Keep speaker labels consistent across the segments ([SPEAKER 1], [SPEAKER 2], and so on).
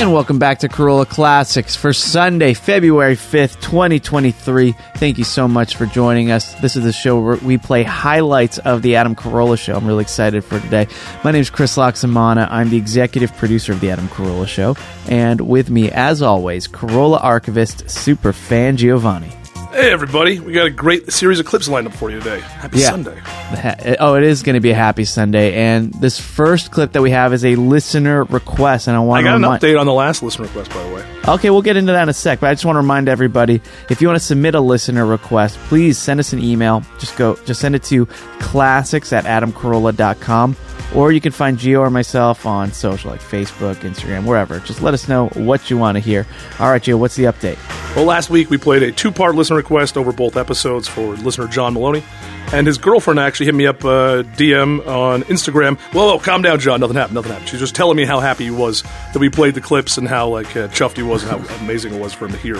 [SPEAKER 1] And welcome back to Corolla Classics for Sunday, February 5th, 2023. Thank you so much for joining us. This is the show where we play highlights of the Adam Carolla Show. I'm really excited for today. My name is Chris Loxamana. I'm the executive producer of the Adam Carolla Show. And with me, as always, Corolla archivist, super fan Giovanni.
[SPEAKER 2] Hey, everybody. We got a great series of clips lined up for you today. Happy
[SPEAKER 1] Yeah.
[SPEAKER 2] Sunday.
[SPEAKER 1] Ha- Oh, it is going to be a happy Sunday. And this first clip that we have is a listener request. And I want
[SPEAKER 2] I
[SPEAKER 1] to
[SPEAKER 2] got an
[SPEAKER 1] remind-
[SPEAKER 2] update on the last listener request, by the way.
[SPEAKER 1] Okay, we'll get into that in a sec, but I just want to remind everybody if you want to submit a listener request, please send us an email. Just go just send it to classics at adamcarolla.com or you can find Gio or myself on social like Facebook, Instagram, wherever. Just let us know what you want to hear. All right, Gio, what's the update?
[SPEAKER 2] Well, last week we played a two part listener request over both episodes for listener John Maloney. And his girlfriend actually hit me up uh, DM on Instagram. Whoa, whoa, calm down, John. Nothing happened. Nothing happened. She's just telling me how happy he was that we played the clips and how like uh, chuffed he was and how amazing it was for him to hear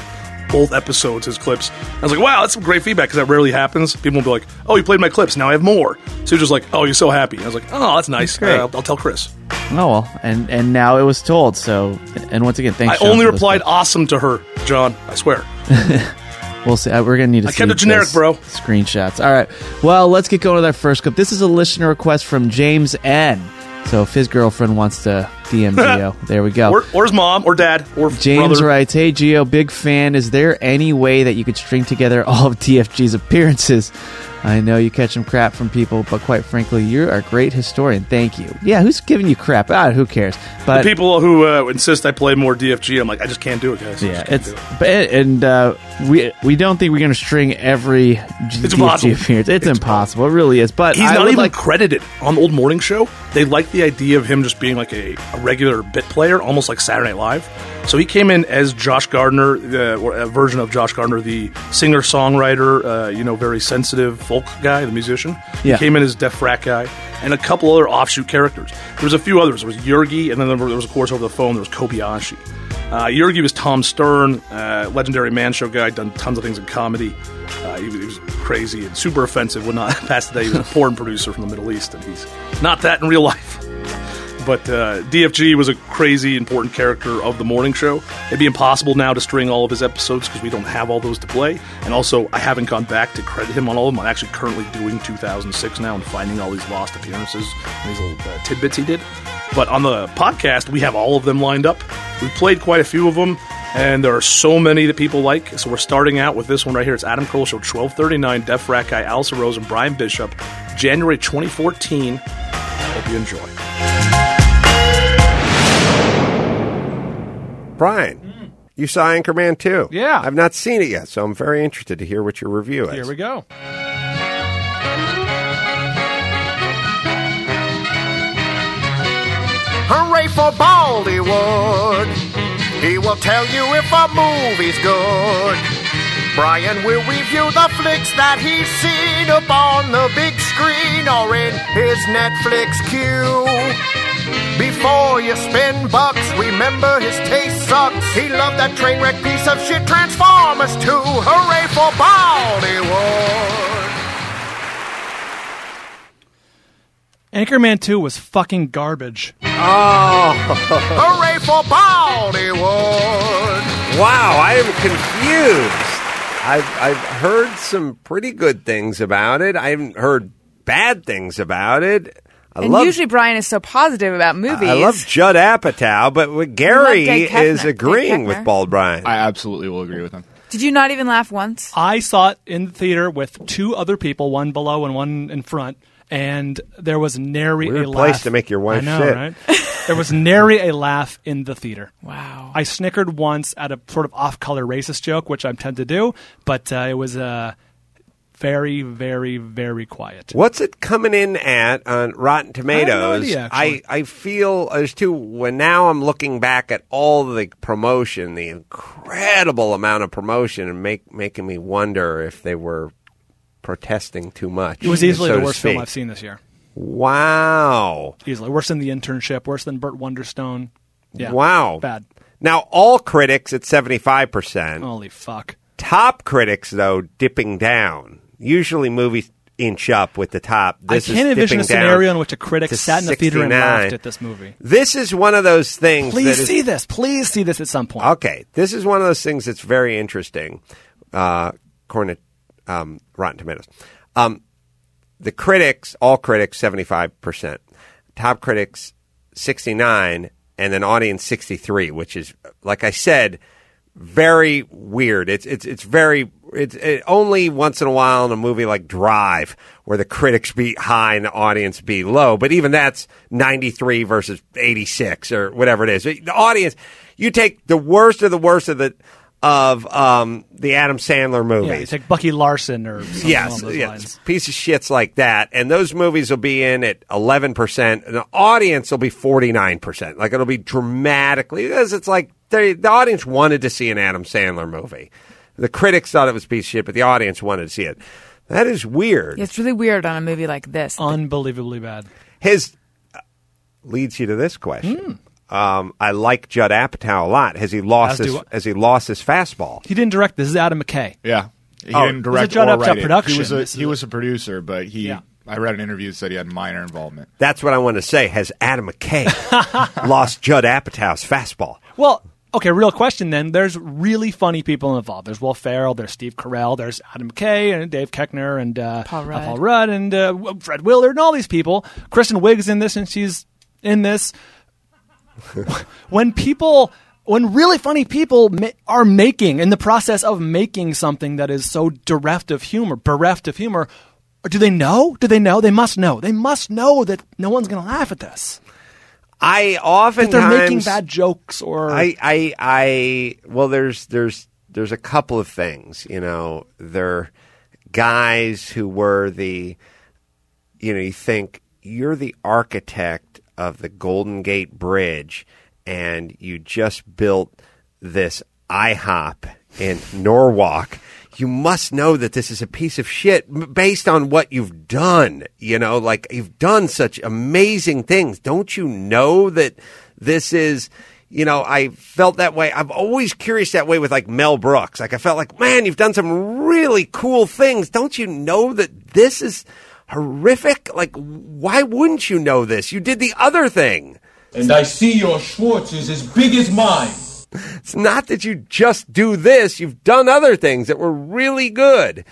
[SPEAKER 2] both episodes, his clips. I was like, wow, that's some great feedback because that rarely happens. People will be like, oh, you played my clips. Now I have more. So you're just like, oh, you're so happy. I was like, oh, that's nice.
[SPEAKER 1] great.
[SPEAKER 2] Uh, I'll, I'll tell Chris.
[SPEAKER 1] Oh well, and and now it was told. So, and once again, thanks.
[SPEAKER 2] I
[SPEAKER 1] Sean,
[SPEAKER 2] only
[SPEAKER 1] for this
[SPEAKER 2] replied
[SPEAKER 1] clip.
[SPEAKER 2] awesome to her, John. I swear.
[SPEAKER 1] We'll see. uh, We're gonna need to. I
[SPEAKER 2] kept it generic, bro.
[SPEAKER 1] Screenshots. All right. Well, let's get going with our first clip. This is a listener request from James N. So if his girlfriend wants to DM Gio, there we go.
[SPEAKER 2] Or, or his mom, or dad, or
[SPEAKER 1] James
[SPEAKER 2] brother.
[SPEAKER 1] writes, "Hey Gio, big fan. Is there any way that you could string together all of TFG's appearances? I know you catch some crap from people, but quite frankly, you're a great historian. Thank you. Yeah, who's giving you crap? Ah, who cares? But
[SPEAKER 2] people who uh, insist I play more DFG, I'm like, I just can't do it, guys. I
[SPEAKER 1] yeah,
[SPEAKER 2] just can't
[SPEAKER 1] it's
[SPEAKER 2] do it.
[SPEAKER 1] but and uh, we we don't think we're going to string every G-
[SPEAKER 2] impossible.
[SPEAKER 1] DFG appearance. It's, impossible. It really is. But
[SPEAKER 2] He's
[SPEAKER 1] I
[SPEAKER 2] not
[SPEAKER 1] would
[SPEAKER 2] even
[SPEAKER 1] like
[SPEAKER 2] credited on the old morning show. They like the idea of him just being like a, a regular bit player, almost like Saturday Night Live. So he came in as Josh Gardner, uh, or a version of Josh Gardner, the singer songwriter, uh, you know, very sensitive folk guy, the musician.
[SPEAKER 1] Yeah.
[SPEAKER 2] He came in as Def Rat guy and a couple other offshoot characters. There was a few others. There was Yurgi, and then there was, of course, over the phone, there was Kobayashi. Uh, Yergi was Tom Stern, uh, legendary man show guy, done tons of things in comedy. Uh, he, was, he was crazy and super offensive. Would not pass the day. He was a porn producer from the Middle East, and he's not that in real life. But uh, DFG was a crazy important character of the morning show. It'd be impossible now to string all of his episodes because we don't have all those to play. And also, I haven't gone back to credit him on all of them. I'm actually currently doing 2006 now and finding all these lost appearances and these little uh, tidbits he did. But on the podcast, we have all of them lined up. We've played quite a few of them, and there are so many that people like. So we're starting out with this one right here. It's Adam Kroll Show 1239, Def Rat Guy, Allison Rose, and Brian Bishop, January 2014. Hope you enjoy.
[SPEAKER 3] Brian, you saw Anchorman 2.
[SPEAKER 4] Mm. Yeah.
[SPEAKER 3] I've not seen it yet, so I'm very interested to hear what your review is.
[SPEAKER 4] Here we go.
[SPEAKER 5] Hooray for Baldywood. He will tell you if a movie's good. Brian will review the flicks that he's seen up on the big screen or in his Netflix queue. Before you spend bucks, remember his taste sucks. He loved that train wreck piece of shit, Transformers 2. Hooray for Baldywood.
[SPEAKER 4] Anchorman 2 was fucking garbage.
[SPEAKER 5] Hooray for Baldywood.
[SPEAKER 3] Wow, I am confused. I've, I've heard some pretty good things about it. I haven't heard bad things about it. I
[SPEAKER 6] And
[SPEAKER 3] love
[SPEAKER 6] usually Brian is so positive about movies.
[SPEAKER 3] I love Judd Apatow, but with Gary
[SPEAKER 6] Dave Koechner-
[SPEAKER 3] is
[SPEAKER 6] Dave
[SPEAKER 3] agreeing with
[SPEAKER 6] Koechner.
[SPEAKER 3] Bald Brian.
[SPEAKER 7] I absolutely will agree with him.
[SPEAKER 6] Did you not even laugh once?
[SPEAKER 4] I saw it in the theater with two other people, one below and one in front, and there was nary
[SPEAKER 3] Weird
[SPEAKER 4] a
[SPEAKER 3] place
[SPEAKER 4] laugh.
[SPEAKER 3] to make your wife
[SPEAKER 4] I know,
[SPEAKER 3] shit.
[SPEAKER 4] right? there was nary a laugh in the theater.
[SPEAKER 6] Wow.
[SPEAKER 4] I snickered once at a sort of off-color racist joke, which I tend to do, but uh, it was uh, very, very, very quiet.
[SPEAKER 3] What's it coming in at on Rotten Tomatoes?
[SPEAKER 4] idea,
[SPEAKER 3] I,
[SPEAKER 4] actually.
[SPEAKER 3] I feel there's two. When now I'm looking back at all the promotion, the incredible amount of promotion, and make making me wonder if they were protesting too much.
[SPEAKER 4] It was easily
[SPEAKER 3] so
[SPEAKER 4] the
[SPEAKER 3] to
[SPEAKER 4] worst film
[SPEAKER 3] speak.
[SPEAKER 4] I've seen this year.
[SPEAKER 3] Wow,
[SPEAKER 4] Easily worse than The Internship, worse than Burt Wonderstone. Yeah,
[SPEAKER 3] wow,
[SPEAKER 4] bad.
[SPEAKER 3] Now all critics at seventy five percent.
[SPEAKER 4] Holy fuck.
[SPEAKER 3] Top critics though dipping down. Usually movies
[SPEAKER 8] inch up with the top. This
[SPEAKER 4] I can't
[SPEAKER 8] is
[SPEAKER 4] envision a
[SPEAKER 8] dipping down
[SPEAKER 4] scenario in which a critic
[SPEAKER 8] to
[SPEAKER 4] sat in the theater
[SPEAKER 8] 69.
[SPEAKER 4] and laughed at this movie.
[SPEAKER 8] This is one of those things.
[SPEAKER 4] Please
[SPEAKER 8] that is-
[SPEAKER 4] see this. Please see this at some point.
[SPEAKER 8] Okay, this is one of those things that's very interesting. Uh, Cornet, um, Rotten Tomatoes. Um, the critics, all critics, seventy-five percent. Top critics, sixty-nine, and then audience sixty-three, which is, like I said, very weird. It's it's it's very. It's it, only once in a while in a movie like Drive where the critics be high and the audience be low, but even that's 93 versus 86 or whatever it is. The audience, you take the worst of the worst of the of um, the Adam Sandler movies.
[SPEAKER 4] Yeah, it's like Bucky Larson or something along
[SPEAKER 8] Yes,
[SPEAKER 4] those
[SPEAKER 8] yes.
[SPEAKER 4] lines.
[SPEAKER 8] piece of shits like that, and those movies will be in at eleven percent. The audience will be forty nine percent. Like it'll be dramatically because it's like they, the audience wanted to see an Adam Sandler movie. The critics thought it was a piece of shit, but the audience wanted to see it. That is weird.
[SPEAKER 3] It's really weird on a movie like this.
[SPEAKER 4] Unbelievably bad.
[SPEAKER 8] His leads you to this question. Um, I like Judd Apatow a lot. Has he lost
[SPEAKER 4] Hmm. As
[SPEAKER 8] his
[SPEAKER 4] do I.
[SPEAKER 8] has he lost his fastball?
[SPEAKER 4] He didn't direct this. This is Adam McKay.
[SPEAKER 7] Yeah. He
[SPEAKER 8] Oh,
[SPEAKER 7] didn't
[SPEAKER 8] it was
[SPEAKER 4] a
[SPEAKER 7] direct
[SPEAKER 4] Judd
[SPEAKER 7] or
[SPEAKER 4] Apatow
[SPEAKER 7] write it.
[SPEAKER 4] production.
[SPEAKER 7] He was a,
[SPEAKER 4] This is
[SPEAKER 7] he
[SPEAKER 4] a-
[SPEAKER 7] was a producer, but he
[SPEAKER 4] Yeah.
[SPEAKER 7] I read an interview that said he had minor involvement.
[SPEAKER 8] That's what I want to say. Has Adam McKay lost Judd Apatow's fastball?
[SPEAKER 4] Well, okay, real question then. There's really funny people involved. There's Will Ferrell, there's Steve Carell, there's Adam McKay and Dave Keckner and uh,
[SPEAKER 3] Paul Rudd.
[SPEAKER 4] uh, Paul Rudd and uh, w- Fred Willard and all these people. Kristen Wiig's in this and she's in this. when people, when really funny people ma- are making, in the process of making something that is so bereft of humor, bereft of humor, do they know? Do they know? They must know. They must know that no one's going to laugh at this.
[SPEAKER 8] I
[SPEAKER 4] That
[SPEAKER 8] oftentimes
[SPEAKER 4] they're making bad jokes or
[SPEAKER 8] I, I, I. Well, there's, there's, there's a couple of things. You know, they're guys who were the, you know, you think you're the architect of the Golden Gate Bridge, and you just built this IHOP in Norwalk. You must know that this is a piece of shit m- based on what you've done. You know, like you've done such amazing things. Don't you know that this is you know, I felt that way. I'm always curious that way with like Mel Brooks. Like I felt like, man, you've done some really cool things. Don't you know that this is horrific? Like, why wouldn't you know this? You did the other thing.
[SPEAKER 9] And I see your Schwartz is as big as mine.
[SPEAKER 8] It's not that you just do this. You've done other things that were really good.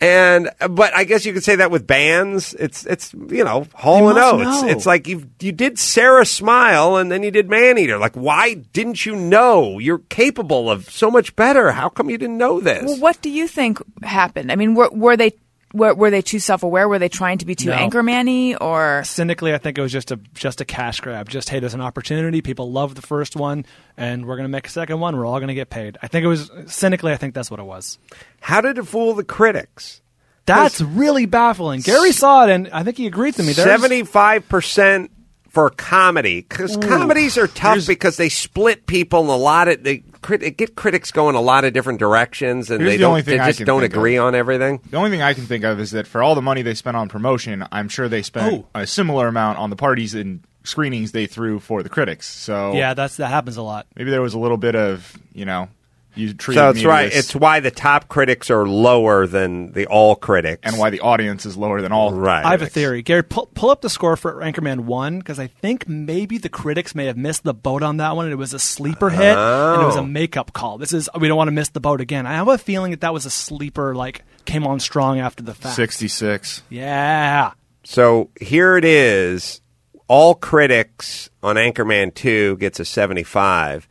[SPEAKER 8] And but I guess you could say that with bands, it's it's you know Hall
[SPEAKER 4] They
[SPEAKER 8] and
[SPEAKER 4] must
[SPEAKER 8] O. It's
[SPEAKER 4] know.
[SPEAKER 8] it's like you you did Sarah Smile and then you did Maneater. Like why didn't you know you're capable of so much better? How come you didn't know this?
[SPEAKER 3] Well, what do you think happened? I mean, were, were they were, were they too self aware? Were they trying to be too
[SPEAKER 4] No.
[SPEAKER 3] anchorman-y or
[SPEAKER 4] cynically, I think it was just a just a cash grab. Just hey, there's an opportunity. People love the first one, and we're gonna make a second one. We're all gonna get paid. I think it was cynically. I think that's what it was.
[SPEAKER 8] How did it fool the critics?
[SPEAKER 4] That's really baffling. Gary saw it, and I think he agreed with me. There's-
[SPEAKER 8] Seventy-five percent for comedy because
[SPEAKER 7] Mm.
[SPEAKER 8] comedies are tough because they split people in a lot of they, crit, they get critics going a lot of different directions and
[SPEAKER 7] Here's
[SPEAKER 8] they
[SPEAKER 7] the
[SPEAKER 8] don't
[SPEAKER 7] only thing
[SPEAKER 8] they
[SPEAKER 7] I
[SPEAKER 8] just
[SPEAKER 7] can
[SPEAKER 8] don't
[SPEAKER 7] think of.
[SPEAKER 8] agree on everything.
[SPEAKER 7] The only thing I can think of is that for all the money they spent on promotion, I'm sure they spent
[SPEAKER 8] Oh.
[SPEAKER 7] a similar amount on the parties and screenings they threw for the critics. So
[SPEAKER 4] yeah, that's that happens a lot.
[SPEAKER 7] maybe there was a little bit of you know you treated
[SPEAKER 8] So
[SPEAKER 7] me
[SPEAKER 8] it's
[SPEAKER 7] to
[SPEAKER 8] right.
[SPEAKER 7] this,
[SPEAKER 8] It's why the top critics are lower than the all critics
[SPEAKER 7] and why the audience is lower than all
[SPEAKER 8] Right.
[SPEAKER 4] I have a
[SPEAKER 7] critics.
[SPEAKER 4] theory. Gary, pull, pull up the score for Anchorman 1 because I think maybe the critics may have missed the boat on that one. and It was a sleeper hit and it
[SPEAKER 8] Oh.
[SPEAKER 4] was a makeup call. This is, we don't want to miss the boat again. I have a feeling that that was a sleeper, like, came on strong after the fact.
[SPEAKER 7] Sixty-six.
[SPEAKER 4] Yeah.
[SPEAKER 8] So here it is. All critics on Anchorman 2 gets a 75.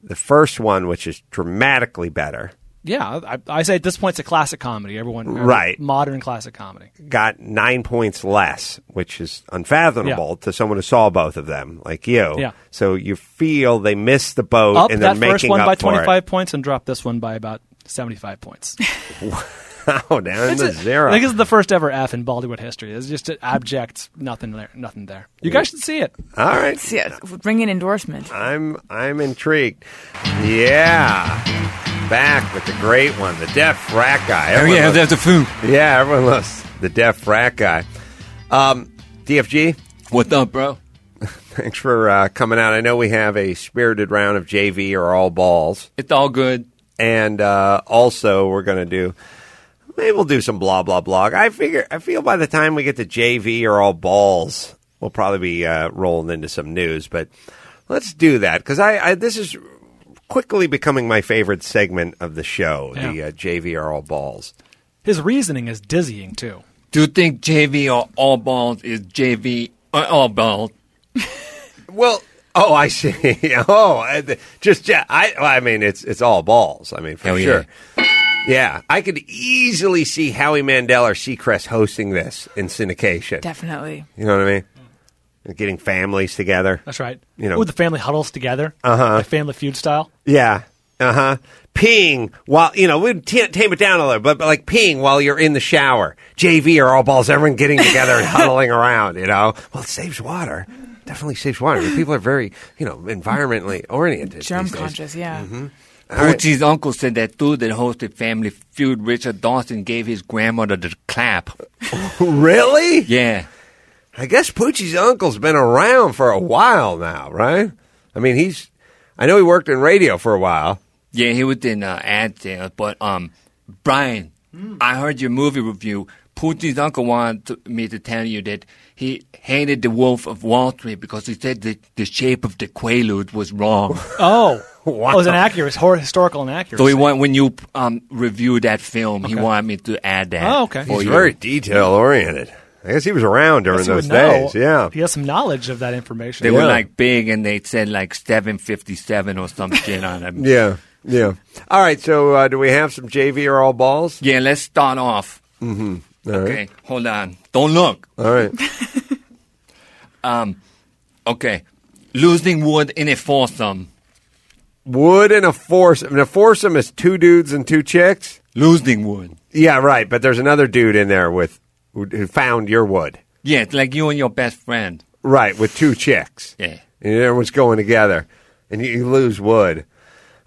[SPEAKER 8] The first one, which is dramatically better,
[SPEAKER 4] Yeah, I, I say at this point it's a classic comedy. Everyone, every-
[SPEAKER 8] Right.
[SPEAKER 4] Modern classic comedy.
[SPEAKER 8] got nine points less, which is unfathomable to someone who saw both of them, like you.
[SPEAKER 4] Yeah.
[SPEAKER 8] So you feel they missed the boat
[SPEAKER 4] Up
[SPEAKER 8] Oh, and they're
[SPEAKER 4] that first
[SPEAKER 8] making
[SPEAKER 4] one
[SPEAKER 8] up
[SPEAKER 4] by
[SPEAKER 8] for it.
[SPEAKER 4] twenty-five points and drop this one by about seventy-five points.
[SPEAKER 8] Oh, down to zero.
[SPEAKER 4] I think this is the first ever F in Bollywood history. It's just an abject nothing there, nothing there. You guys should see it.
[SPEAKER 8] All right.
[SPEAKER 3] See, uh, ring an endorsement?
[SPEAKER 8] I'm I'm intrigued. Yeah. Back with the great one, the deaf rat guy. Everyone loves-
[SPEAKER 9] the food.
[SPEAKER 8] Yeah, everyone loves the deaf rat guy. Um, DFG,
[SPEAKER 9] What up, bro?
[SPEAKER 8] thanks for uh, coming out. I know we have a spirited round of JV or all balls,
[SPEAKER 9] It's all good.
[SPEAKER 8] and uh, also we're going to do Maybe we'll do some blah blah blah. I figure I feel by the time we get to JV or all balls, we'll probably be uh, rolling into some news. But let's do that because I, I this is quickly becoming my favorite segment of the show. The
[SPEAKER 4] Yeah.
[SPEAKER 8] uh, JV or all balls.
[SPEAKER 4] His reasoning is dizzying too.
[SPEAKER 9] Do you think JV or all balls is JV or all balls?
[SPEAKER 8] Well, oh, I see. oh, I- th- just yeah. I well, I mean, it's it's all balls. I mean, for
[SPEAKER 9] Hell yeah.
[SPEAKER 8] sure. Yeah, I could easily see Howie Mandel or Seacrest hosting this in syndication.
[SPEAKER 3] Definitely.
[SPEAKER 8] You know what I mean? Getting families together.
[SPEAKER 4] That's right.
[SPEAKER 8] You know-
[SPEAKER 4] Ooh, the family huddles together. Uh huh. Like family feud style.
[SPEAKER 8] Uh-huh. Yeah. Uh huh. Peeing while you know we t- tame it down a little, but, but like peeing while you're in the shower. JV or all balls, everyone getting together and huddling around. You know, well, it saves water. Definitely saves water. People are very you know environmentally oriented.
[SPEAKER 3] Germ
[SPEAKER 8] these days.
[SPEAKER 3] conscious, yeah.
[SPEAKER 9] Poochie's uncle said that dude that hosted Family Feud, Richard Dawson, gave his grandmother the clap.
[SPEAKER 8] Really?
[SPEAKER 9] Yeah.
[SPEAKER 8] I guess Poochie's uncle's been around for a while now, right? I mean, he's. I know he worked in radio for a while.
[SPEAKER 9] Yeah, he was in uh, ad sales. But um, Brian, I heard your movie review. Putin's uncle wanted to- me to tell you that he hated the Wolf of Wall Street because he said that the shape of the Quaalude was wrong.
[SPEAKER 4] Oh,
[SPEAKER 8] Wow.
[SPEAKER 4] it was inaccurate. It's hor- historical inaccuracy.
[SPEAKER 9] so he want when you um, review that film, he wanted me to add that.
[SPEAKER 4] Oh, okay.
[SPEAKER 9] for
[SPEAKER 8] He's
[SPEAKER 9] you.
[SPEAKER 8] very detail oriented. I guess he was around during
[SPEAKER 4] Guess he would
[SPEAKER 8] those
[SPEAKER 4] know.
[SPEAKER 8] days. Yeah.
[SPEAKER 4] he has some knowledge of that information.
[SPEAKER 9] They
[SPEAKER 8] Yeah.
[SPEAKER 9] were like big, and they said like seven fifty seven or some shit on them.
[SPEAKER 8] Yeah. Yeah. All right. So, uh, do we have some JV or all balls?
[SPEAKER 9] Yeah, let's start off.
[SPEAKER 8] Mm-hmm. All right.
[SPEAKER 9] Okay, hold on. Don't look. Um,
[SPEAKER 8] All right.
[SPEAKER 9] Okay, losing wood in a foursome.
[SPEAKER 8] Wood and a foursome. And a foursome is two dudes and two chicks.
[SPEAKER 9] Losing wood.
[SPEAKER 8] Yeah, right. But there's another dude in there with who who found your wood.
[SPEAKER 9] Yeah, it's like you and your best friend.
[SPEAKER 8] Right, with two chicks.
[SPEAKER 9] Yeah.
[SPEAKER 8] And everyone's going together, and you, you lose wood.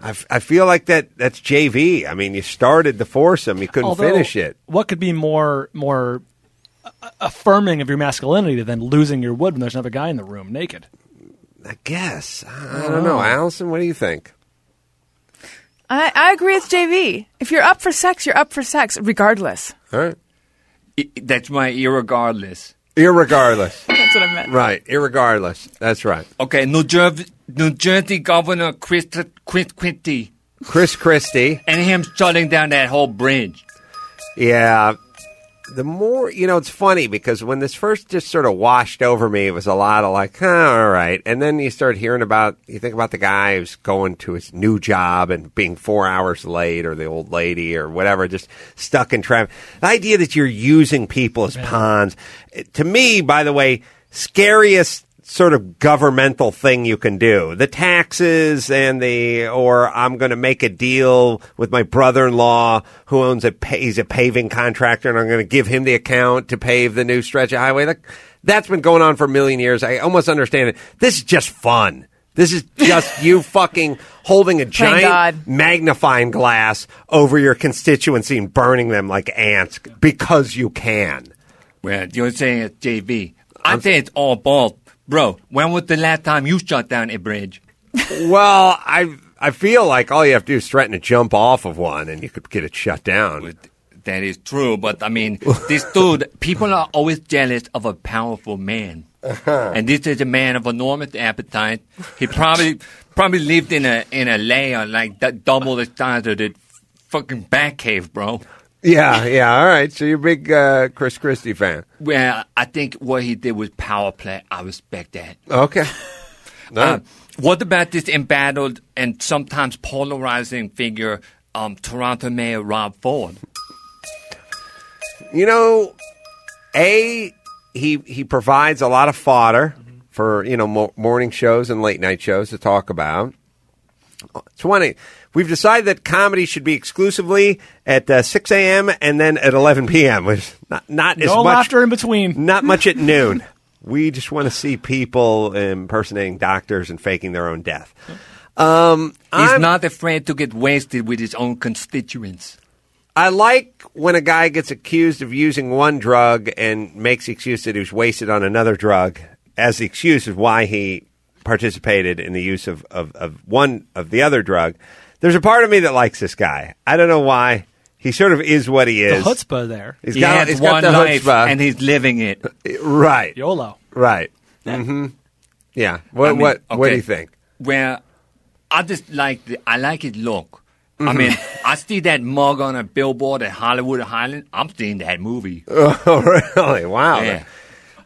[SPEAKER 8] I, f- I feel like that that's JV. I mean, you started the foursome, you couldn't
[SPEAKER 4] Although,
[SPEAKER 8] finish it.
[SPEAKER 4] What could be more more a- affirming of your masculinity than losing your wood when there's another guy in the room Oh. naked?
[SPEAKER 8] I guess. I, I don't know. Allison, what do you think?
[SPEAKER 3] I, I agree with JV. If you're up for sex, you're up for sex, regardless.
[SPEAKER 8] All right.
[SPEAKER 9] I- that's my irregardless.
[SPEAKER 8] Irregardless.
[SPEAKER 3] That's what I meant.
[SPEAKER 8] right. Irregardless. That's right.
[SPEAKER 9] Okay, New Jersey, New Jersey Governor Chris Chris Quinty
[SPEAKER 8] Chris Christie.
[SPEAKER 9] and him shutting down that whole bridge.
[SPEAKER 8] Yeah. The more, you know, it's funny because when this first just sort of washed over me, it was a lot of like, huh, all right. And then you start hearing about, you think about the guy who's going to his new job and being four hours late or the old lady or whatever, just stuck in traffic. The idea that you're using people as pawns, it- to me, by the way, scariest sort of governmental thing you can do the taxes and the or i'm going to make a deal with my brother-in-law who owns a pa- he's a paving contractor and i'm going to give him the account to pave the new stretch of highway Like, that's been going on for a million years i almost understand it this is just fun this is just you fucking holding a
[SPEAKER 3] God.
[SPEAKER 8] giant magnifying glass over your constituency and burning them like ants because you can
[SPEAKER 9] Well, you're saying it's JV. I say it's all bald. Bro, when was the last time you shut down a bridge?
[SPEAKER 8] Well, I I feel like all you have to do is threaten to jump off of one, and you could get it shut down.
[SPEAKER 9] That is true, but I mean, this dude, people are always jealous of a powerful man.
[SPEAKER 8] Uh-huh.
[SPEAKER 9] And this is a man of enormous appetite. He probably probably lived in a in a layer like d- double the size of the fucking bat cave, bro.
[SPEAKER 8] Yeah, yeah. All right. So you're a big uh, Chris Christie fan.
[SPEAKER 9] Well, I think what he did was power play. I respect that.
[SPEAKER 8] Okay. No.
[SPEAKER 9] Uh, what about this embattled and sometimes polarizing figure, um, Toronto Mayor Rob Ford?
[SPEAKER 8] you know, a he he provides a lot of fodder for you know mo- morning shows and late night shows to talk about. Twenty. We've decided that comedy should be exclusively at uh, 6 a.m. and then at 11 p.m. Which is not not as
[SPEAKER 4] No
[SPEAKER 8] much
[SPEAKER 4] laughter in between.
[SPEAKER 8] Not much at noon. We just want to see people impersonating doctors and faking their own death. Um,
[SPEAKER 9] He's
[SPEAKER 8] I'm-
[SPEAKER 9] not afraid to get wasted with his own constituents.
[SPEAKER 8] I like when a guy gets accused of using one drug and makes the excuse that he was wasted on another drug as the excuse of why he participated in the use of, of, of one of the other drug. There's a part of me that likes this guy. I don't know why. He sort of is what he
[SPEAKER 4] The
[SPEAKER 8] is.
[SPEAKER 4] chutzpah there.
[SPEAKER 8] He's
[SPEAKER 9] He
[SPEAKER 8] got,
[SPEAKER 9] had
[SPEAKER 8] he's got
[SPEAKER 9] one
[SPEAKER 8] the
[SPEAKER 9] life,
[SPEAKER 8] chutzpah.
[SPEAKER 9] and he's living it.
[SPEAKER 8] right,
[SPEAKER 4] YOLO.
[SPEAKER 8] right. hmm Yeah. What?
[SPEAKER 9] I mean,
[SPEAKER 8] what? What do
[SPEAKER 9] okay.
[SPEAKER 8] you think?
[SPEAKER 9] Where I just like the, I like it look.
[SPEAKER 8] Mm-hmm.
[SPEAKER 9] I mean, I see that mug on a billboard at Hollywood Highland. I'm seeing that movie.
[SPEAKER 8] Oh, really? Wow.
[SPEAKER 9] Yeah.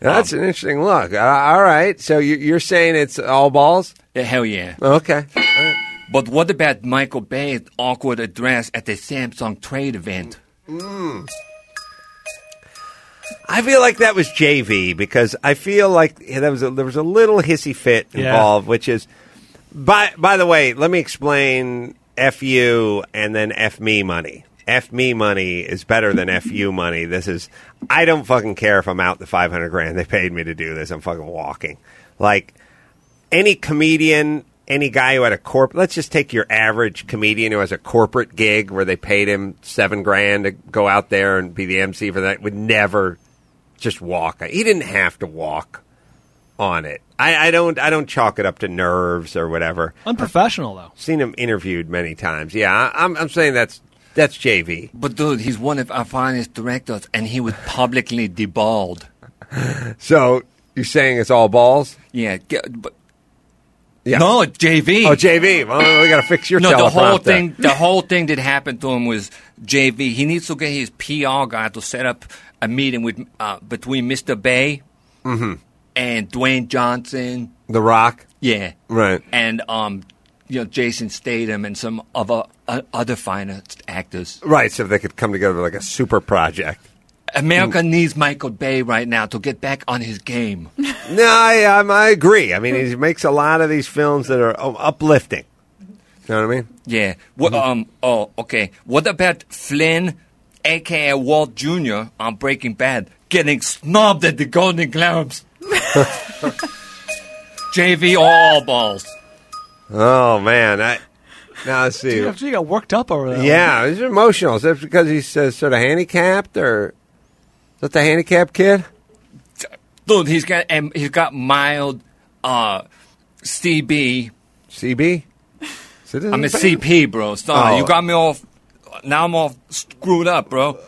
[SPEAKER 8] That's an interesting look. Uh, all right. So you, you're saying it's all balls?
[SPEAKER 9] Uh, Hell yeah!
[SPEAKER 8] Okay.
[SPEAKER 9] But what about Michael Bay's awkward address at the Samsung trade event?
[SPEAKER 8] I feel like that was JV because I feel like that was a, there was a little hissy fit
[SPEAKER 4] Yeah.
[SPEAKER 8] involved, which is by by the way, let me explain F you and then F me money. F me money is better than F you money. This is I don't fucking care if I'm out the five hundred grand they paid me to do this. I'm fucking walking. Like any comedian, any guy who had a corp. Let's just take your average comedian who has a corporate gig where they paid him seven grand to go out there and be the MC for that would never just walk. He didn't have to walk on it. I, I don't. I don't chalk it up to nerves or whatever.
[SPEAKER 4] Unprofessional though.
[SPEAKER 8] Seen him interviewed many times. Yeah, I, I'm. I'm saying that's that's JV.
[SPEAKER 9] But dude, he's one of our finest directors, and he was publicly deballed.
[SPEAKER 8] So you're saying it's all balls?
[SPEAKER 9] Yeah, g- but
[SPEAKER 8] Yeah.
[SPEAKER 9] no JV.
[SPEAKER 8] Oh, JV. Well, we got to fix your
[SPEAKER 9] no, the whole
[SPEAKER 8] teleprompter.
[SPEAKER 9] thing. The whole thing that happened to him was JV. He needs to get his PR guy to set up a meeting with uh, between Mr. Bay and Dwayne Johnson.
[SPEAKER 8] Mm-hmm. The Rock.
[SPEAKER 9] Yeah,
[SPEAKER 8] Right.
[SPEAKER 9] And um, you know Jason Statham and some other uh, other finest actors.
[SPEAKER 8] Right. So they could come together like a super project.
[SPEAKER 9] America needs Michael Bay right now to get back on his game.
[SPEAKER 8] No, I, um, I agree. I mean, he makes a lot of these films that are um, uplifting. You know what I mean?
[SPEAKER 9] Yeah. What, um. Oh. Okay. What about Flynn, aka Walt Jr. on Breaking Bad, getting snubbed at the Golden Globes? JV all balls.
[SPEAKER 8] Oh man, I now let's see.
[SPEAKER 4] After you got worked up over that. one.
[SPEAKER 8] Yeah, it's emotional. Is that because he's uh, sort of handicapped, or is that the handicapped kid?
[SPEAKER 9] Dude, he's got um, he's got mild uh, CB.
[SPEAKER 8] CB. Citizen
[SPEAKER 9] I'm a
[SPEAKER 8] Band?
[SPEAKER 9] CP, bro. Sorry,
[SPEAKER 8] Oh.
[SPEAKER 9] you got me all. Now I'm all screwed up, bro.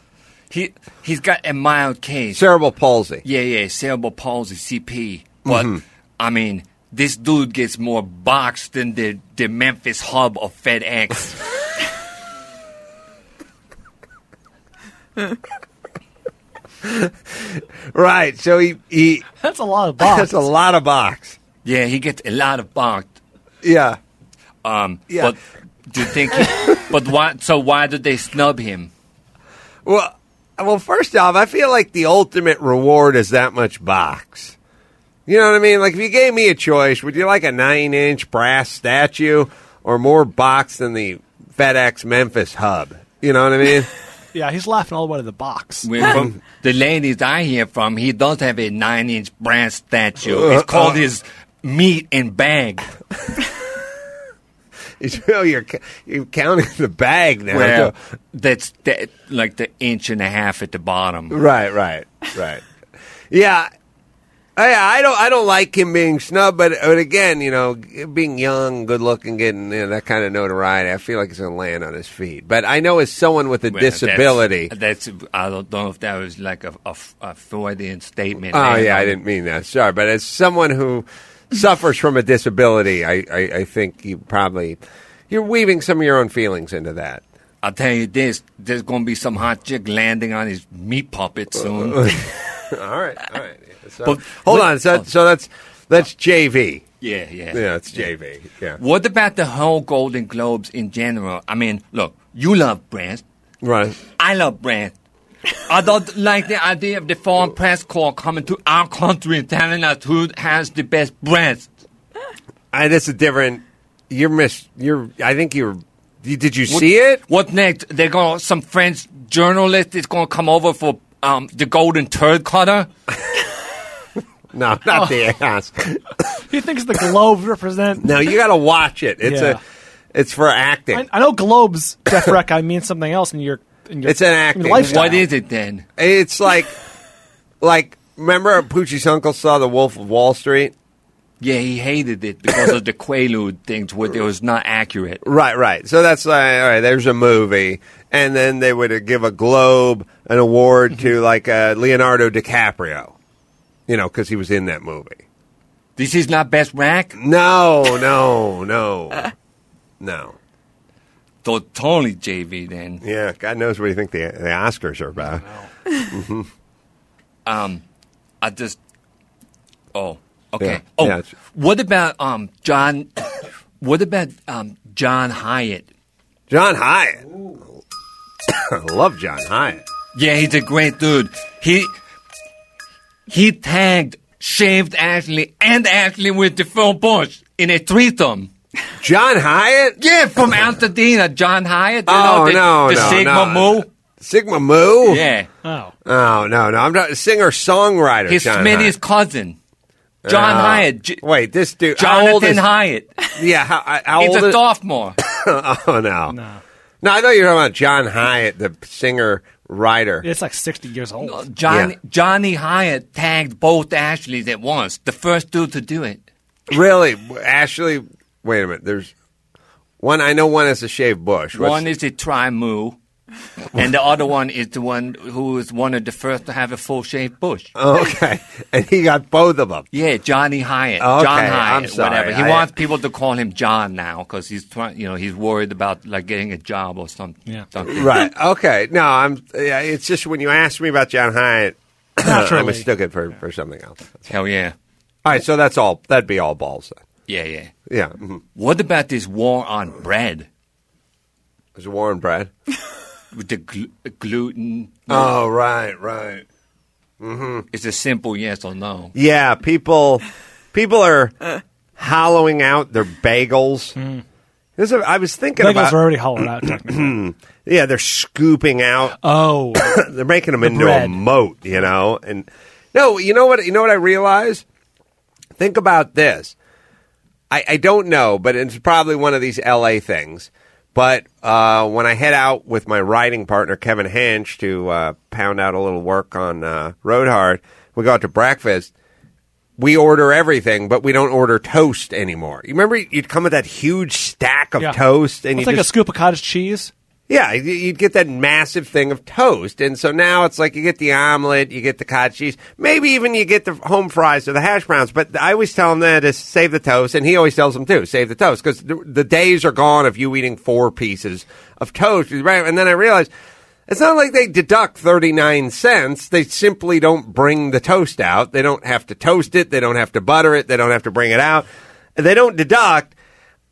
[SPEAKER 9] He he's got a mild case.
[SPEAKER 8] Cerebral palsy. Mm-hmm.
[SPEAKER 9] Yeah, yeah, cerebral palsy, CP. But I mean, this dude gets more boxed than the the Memphis hub of FedEx.
[SPEAKER 8] Right. So he he
[SPEAKER 4] That's a lot of
[SPEAKER 8] that's
[SPEAKER 4] box.
[SPEAKER 8] a lot of box.
[SPEAKER 9] yeah, he gets a lot of boxed.
[SPEAKER 8] Yeah.
[SPEAKER 9] Um,
[SPEAKER 8] Yeah.
[SPEAKER 9] But do you think? He, but why? So why did they snub him?
[SPEAKER 8] Well, well, first off, I feel like the ultimate reward is that much box. You know what I mean? Like, if you gave me a choice, would you like a nine-inch brass statue or more box than the FedEx Memphis hub? You know what I mean?
[SPEAKER 4] yeah, he's laughing all the way to the box.
[SPEAKER 9] When from the ladies I hear from, he does have a nine-inch brass
[SPEAKER 8] Uh,
[SPEAKER 9] statue. It's called his meat and bag.
[SPEAKER 8] you know, you're ca- you're counting the bag now.
[SPEAKER 9] Well,
[SPEAKER 8] too.
[SPEAKER 9] that's that, like the inch and a half at the bottom.
[SPEAKER 8] Right, right, right. yeah. I, I don't. I don't like him being snubbed, but, but again, you know, being young, good looking, getting you know, that kind of notoriety, I feel like he's going to land on his feet. But I know as someone with a
[SPEAKER 9] Well,
[SPEAKER 8] disability.
[SPEAKER 9] That's, that's I don't know if that was like a, a, a Freudian statement. um,
[SPEAKER 8] Oh
[SPEAKER 9] there.
[SPEAKER 8] yeah, I didn't mean that. Sorry, but as someone who suffers from a disability, I, I, I think you probably you're weaving some of your own feelings into that.
[SPEAKER 9] I'll tell you this: there's going to be some hot chick landing on his meat puppet soon.
[SPEAKER 8] all right, all right. Yeah, so-
[SPEAKER 9] But-
[SPEAKER 8] hold
[SPEAKER 9] but-
[SPEAKER 8] on. So, so that's that's JV.
[SPEAKER 9] yeah, yeah,
[SPEAKER 8] Yeah, it's JV. Yeah.
[SPEAKER 9] What about the whole Golden Globes in general? I mean, look, you love brands.
[SPEAKER 8] Right.
[SPEAKER 9] I love brands. I don't like the idea of the foreign press corps coming to our country and telling us who has the best brands.
[SPEAKER 8] I, that's a different. You're miss. You're. I think you're. You, did you see it?
[SPEAKER 9] What next? They're going to some French journalist is going to come over for um, the golden turd cutter. Oh.
[SPEAKER 8] No, not the ass.
[SPEAKER 4] He thinks the globes represent.
[SPEAKER 8] No, you got to watch it. It's
[SPEAKER 4] Yeah.
[SPEAKER 8] a. It's for acting.
[SPEAKER 4] I, I know globes, Jeff Reck, I mean something else in your. In your
[SPEAKER 8] It's an
[SPEAKER 4] in your
[SPEAKER 8] acting.
[SPEAKER 4] lifestyle.
[SPEAKER 9] What is it then?
[SPEAKER 8] It's like, like remember Poochie's uncle saw the Wolf of Wall Street.
[SPEAKER 9] Yeah, he hated it because of the Quaalude things, where it was not accurate.
[SPEAKER 8] Right, right. So that's like, all right, there's a movie. And then they would uh, give a Globe, an
[SPEAKER 9] Mm-hmm.
[SPEAKER 8] award to like uh, Leonardo DiCaprio, you know, because he was in that movie.
[SPEAKER 9] This is not best rack.
[SPEAKER 8] No, no, no, no.
[SPEAKER 9] So totally JV then.
[SPEAKER 8] Yeah, God knows what you think the, the Oscars are about. Mm-hmm.
[SPEAKER 9] Um, I just. Oh, okay.
[SPEAKER 8] Yeah,
[SPEAKER 9] oh,
[SPEAKER 8] yeah, it's-
[SPEAKER 9] what about um John? what about um John Hyatt?
[SPEAKER 8] John Hyatt. I love John Hyatt.
[SPEAKER 9] Yeah, he's a great dude. He he tagged shaved Ashley and Ashley with the full bush in a threesome.
[SPEAKER 8] John Hyatt?
[SPEAKER 9] Yeah, from Altadena, John Hyatt. You
[SPEAKER 8] Oh,
[SPEAKER 9] know, the,
[SPEAKER 8] no,
[SPEAKER 9] the
[SPEAKER 8] no,
[SPEAKER 9] Sigma
[SPEAKER 8] no.
[SPEAKER 9] Mu.
[SPEAKER 8] Sigma Moo?
[SPEAKER 9] Yeah,
[SPEAKER 4] Oh.
[SPEAKER 8] Oh, no, no. I'm not a singer songwriter.
[SPEAKER 9] his
[SPEAKER 8] John
[SPEAKER 9] Smitty's
[SPEAKER 8] Hyatt.
[SPEAKER 9] cousin, John
[SPEAKER 8] Oh.
[SPEAKER 9] Hyatt. J-
[SPEAKER 8] Wait, this dude. how old
[SPEAKER 9] Jonathan
[SPEAKER 8] is,
[SPEAKER 9] Hyatt.
[SPEAKER 8] Yeah, how, I- how
[SPEAKER 9] He's
[SPEAKER 8] old
[SPEAKER 9] a
[SPEAKER 8] is
[SPEAKER 9] sophomore.
[SPEAKER 8] Oh, no. No. I know you're talking about John Hyatt, the singer writer.
[SPEAKER 4] It's like 60 years old.
[SPEAKER 9] Johnny
[SPEAKER 8] Yeah.
[SPEAKER 9] Johnny Hyatt tagged both Ashleys at once. The first dude to do it.
[SPEAKER 8] Really? Ashley, wait a minute. There's one. I know one has a shaved bush. What's-
[SPEAKER 9] One is a tri moo, and the other one is the one who was one of the first to have a full shaved bush.
[SPEAKER 8] Oh, okay. and he got both of them.
[SPEAKER 9] Yeah, Johnny Hyatt,
[SPEAKER 8] Okay,
[SPEAKER 9] John
[SPEAKER 8] I'm
[SPEAKER 9] Hyatt,
[SPEAKER 8] sorry,
[SPEAKER 9] whatever. He
[SPEAKER 8] I-
[SPEAKER 9] wants people to call him John now because he's trying. You know, he's worried about like getting a job or something.
[SPEAKER 4] Yeah.
[SPEAKER 9] something.
[SPEAKER 8] Right. Okay. No, I'm. Yeah, it's just when you asked me about John Hyatt, I
[SPEAKER 4] Naturally.
[SPEAKER 8] mistook it for, for something else.
[SPEAKER 9] Hell yeah,
[SPEAKER 8] All right. So that's all. That'd be all balls then.
[SPEAKER 9] yeah, yeah.
[SPEAKER 8] Yeah. mhm.
[SPEAKER 9] What about this war on bread
[SPEAKER 8] Is it Warren Brad?
[SPEAKER 9] with the gl- gluten?
[SPEAKER 8] Oh, right, right. Mm-hmm.
[SPEAKER 9] It's a simple yes or no.
[SPEAKER 8] Yeah. People, people are
[SPEAKER 9] Uh.
[SPEAKER 8] hollowing out their bagels.
[SPEAKER 9] Hmm.
[SPEAKER 8] This is- I was thinking
[SPEAKER 4] Bagels
[SPEAKER 8] about.
[SPEAKER 4] are already hollowed out, technically.
[SPEAKER 8] yeah, they're scooping out
[SPEAKER 4] oh.
[SPEAKER 8] they're making them into a
[SPEAKER 4] bread.
[SPEAKER 8] moat, you know. And no, you know what? You know what I realize? Think about this. I, I don't know, but it's probably one of these LA things. But uh, when I head out with my riding partner Kevin Hench to uh, pound out a little work on uh, Road Hard, we go out to breakfast. We order everything, but we don't order toast anymore. You remember you'd come with that huge stack of
[SPEAKER 4] Yeah.
[SPEAKER 8] toast, and
[SPEAKER 4] It's
[SPEAKER 8] you
[SPEAKER 4] like a
[SPEAKER 8] just
[SPEAKER 4] scoop of cottage cheese.
[SPEAKER 8] yeah, you- you'd get that massive thing of toast. And so now it's like you get the omelet, you get the cottage cheese, maybe even you get the home fries or the hash browns. But I always tell him that to save the toast, and he always tells them too, save the toast, because the, the days are gone of you eating four pieces of toast. Right? And then I realized it's not like they deduct 39 cents. They simply don't bring the toast out. They don't have to toast it. They don't have to butter it. They don't have to bring it out. They don't deduct.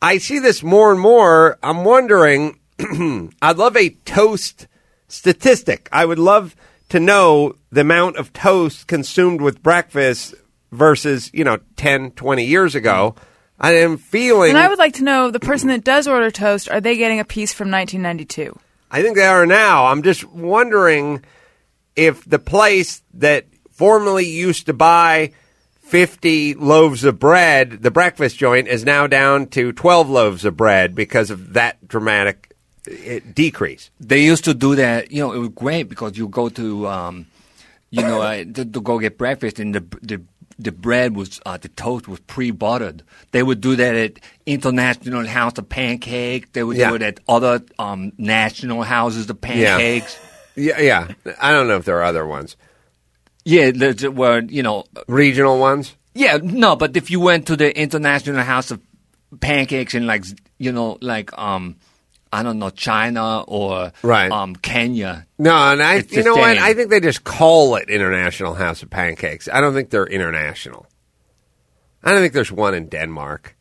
[SPEAKER 8] I see this more and more. I'm wondering, I'd love a toast statistic. I would love to know the amount of toast consumed with breakfast versus, you know, 10, 20 years ago. I am feeling,
[SPEAKER 3] And
[SPEAKER 8] I,
[SPEAKER 3] I would like to know the person that does order toast, are they getting a piece from 1992?
[SPEAKER 8] think they are now. I'm just wondering if the place that formerly used to buy 50 loaves of bread, the breakfast joint, is now down to 12 loaves of bread because of that dramatic uh, decrease.
[SPEAKER 9] They used to do that. You know, it was great because you go to, um, you know, uh, to, to go get breakfast, and the the the bread was uh, the toast was pre buttered. They would do that at International House of Pancake. They would
[SPEAKER 8] Yeah.
[SPEAKER 9] do it at other um, national houses of pancakes.
[SPEAKER 8] Yeah, yeah. I don't know if there are other ones.
[SPEAKER 9] Yeah, there's a word, you know.
[SPEAKER 8] regional ones.
[SPEAKER 9] Yeah, no, but if you went to the International House of Pancakes in like you know like um I don't know China or
[SPEAKER 8] Right.
[SPEAKER 9] um Kenya,
[SPEAKER 8] No, and I,
[SPEAKER 9] It's
[SPEAKER 8] you
[SPEAKER 9] the
[SPEAKER 8] know what?
[SPEAKER 9] same.
[SPEAKER 8] I think they just call it International House of Pancakes. I don't think they're international. I don't think there's one in Denmark.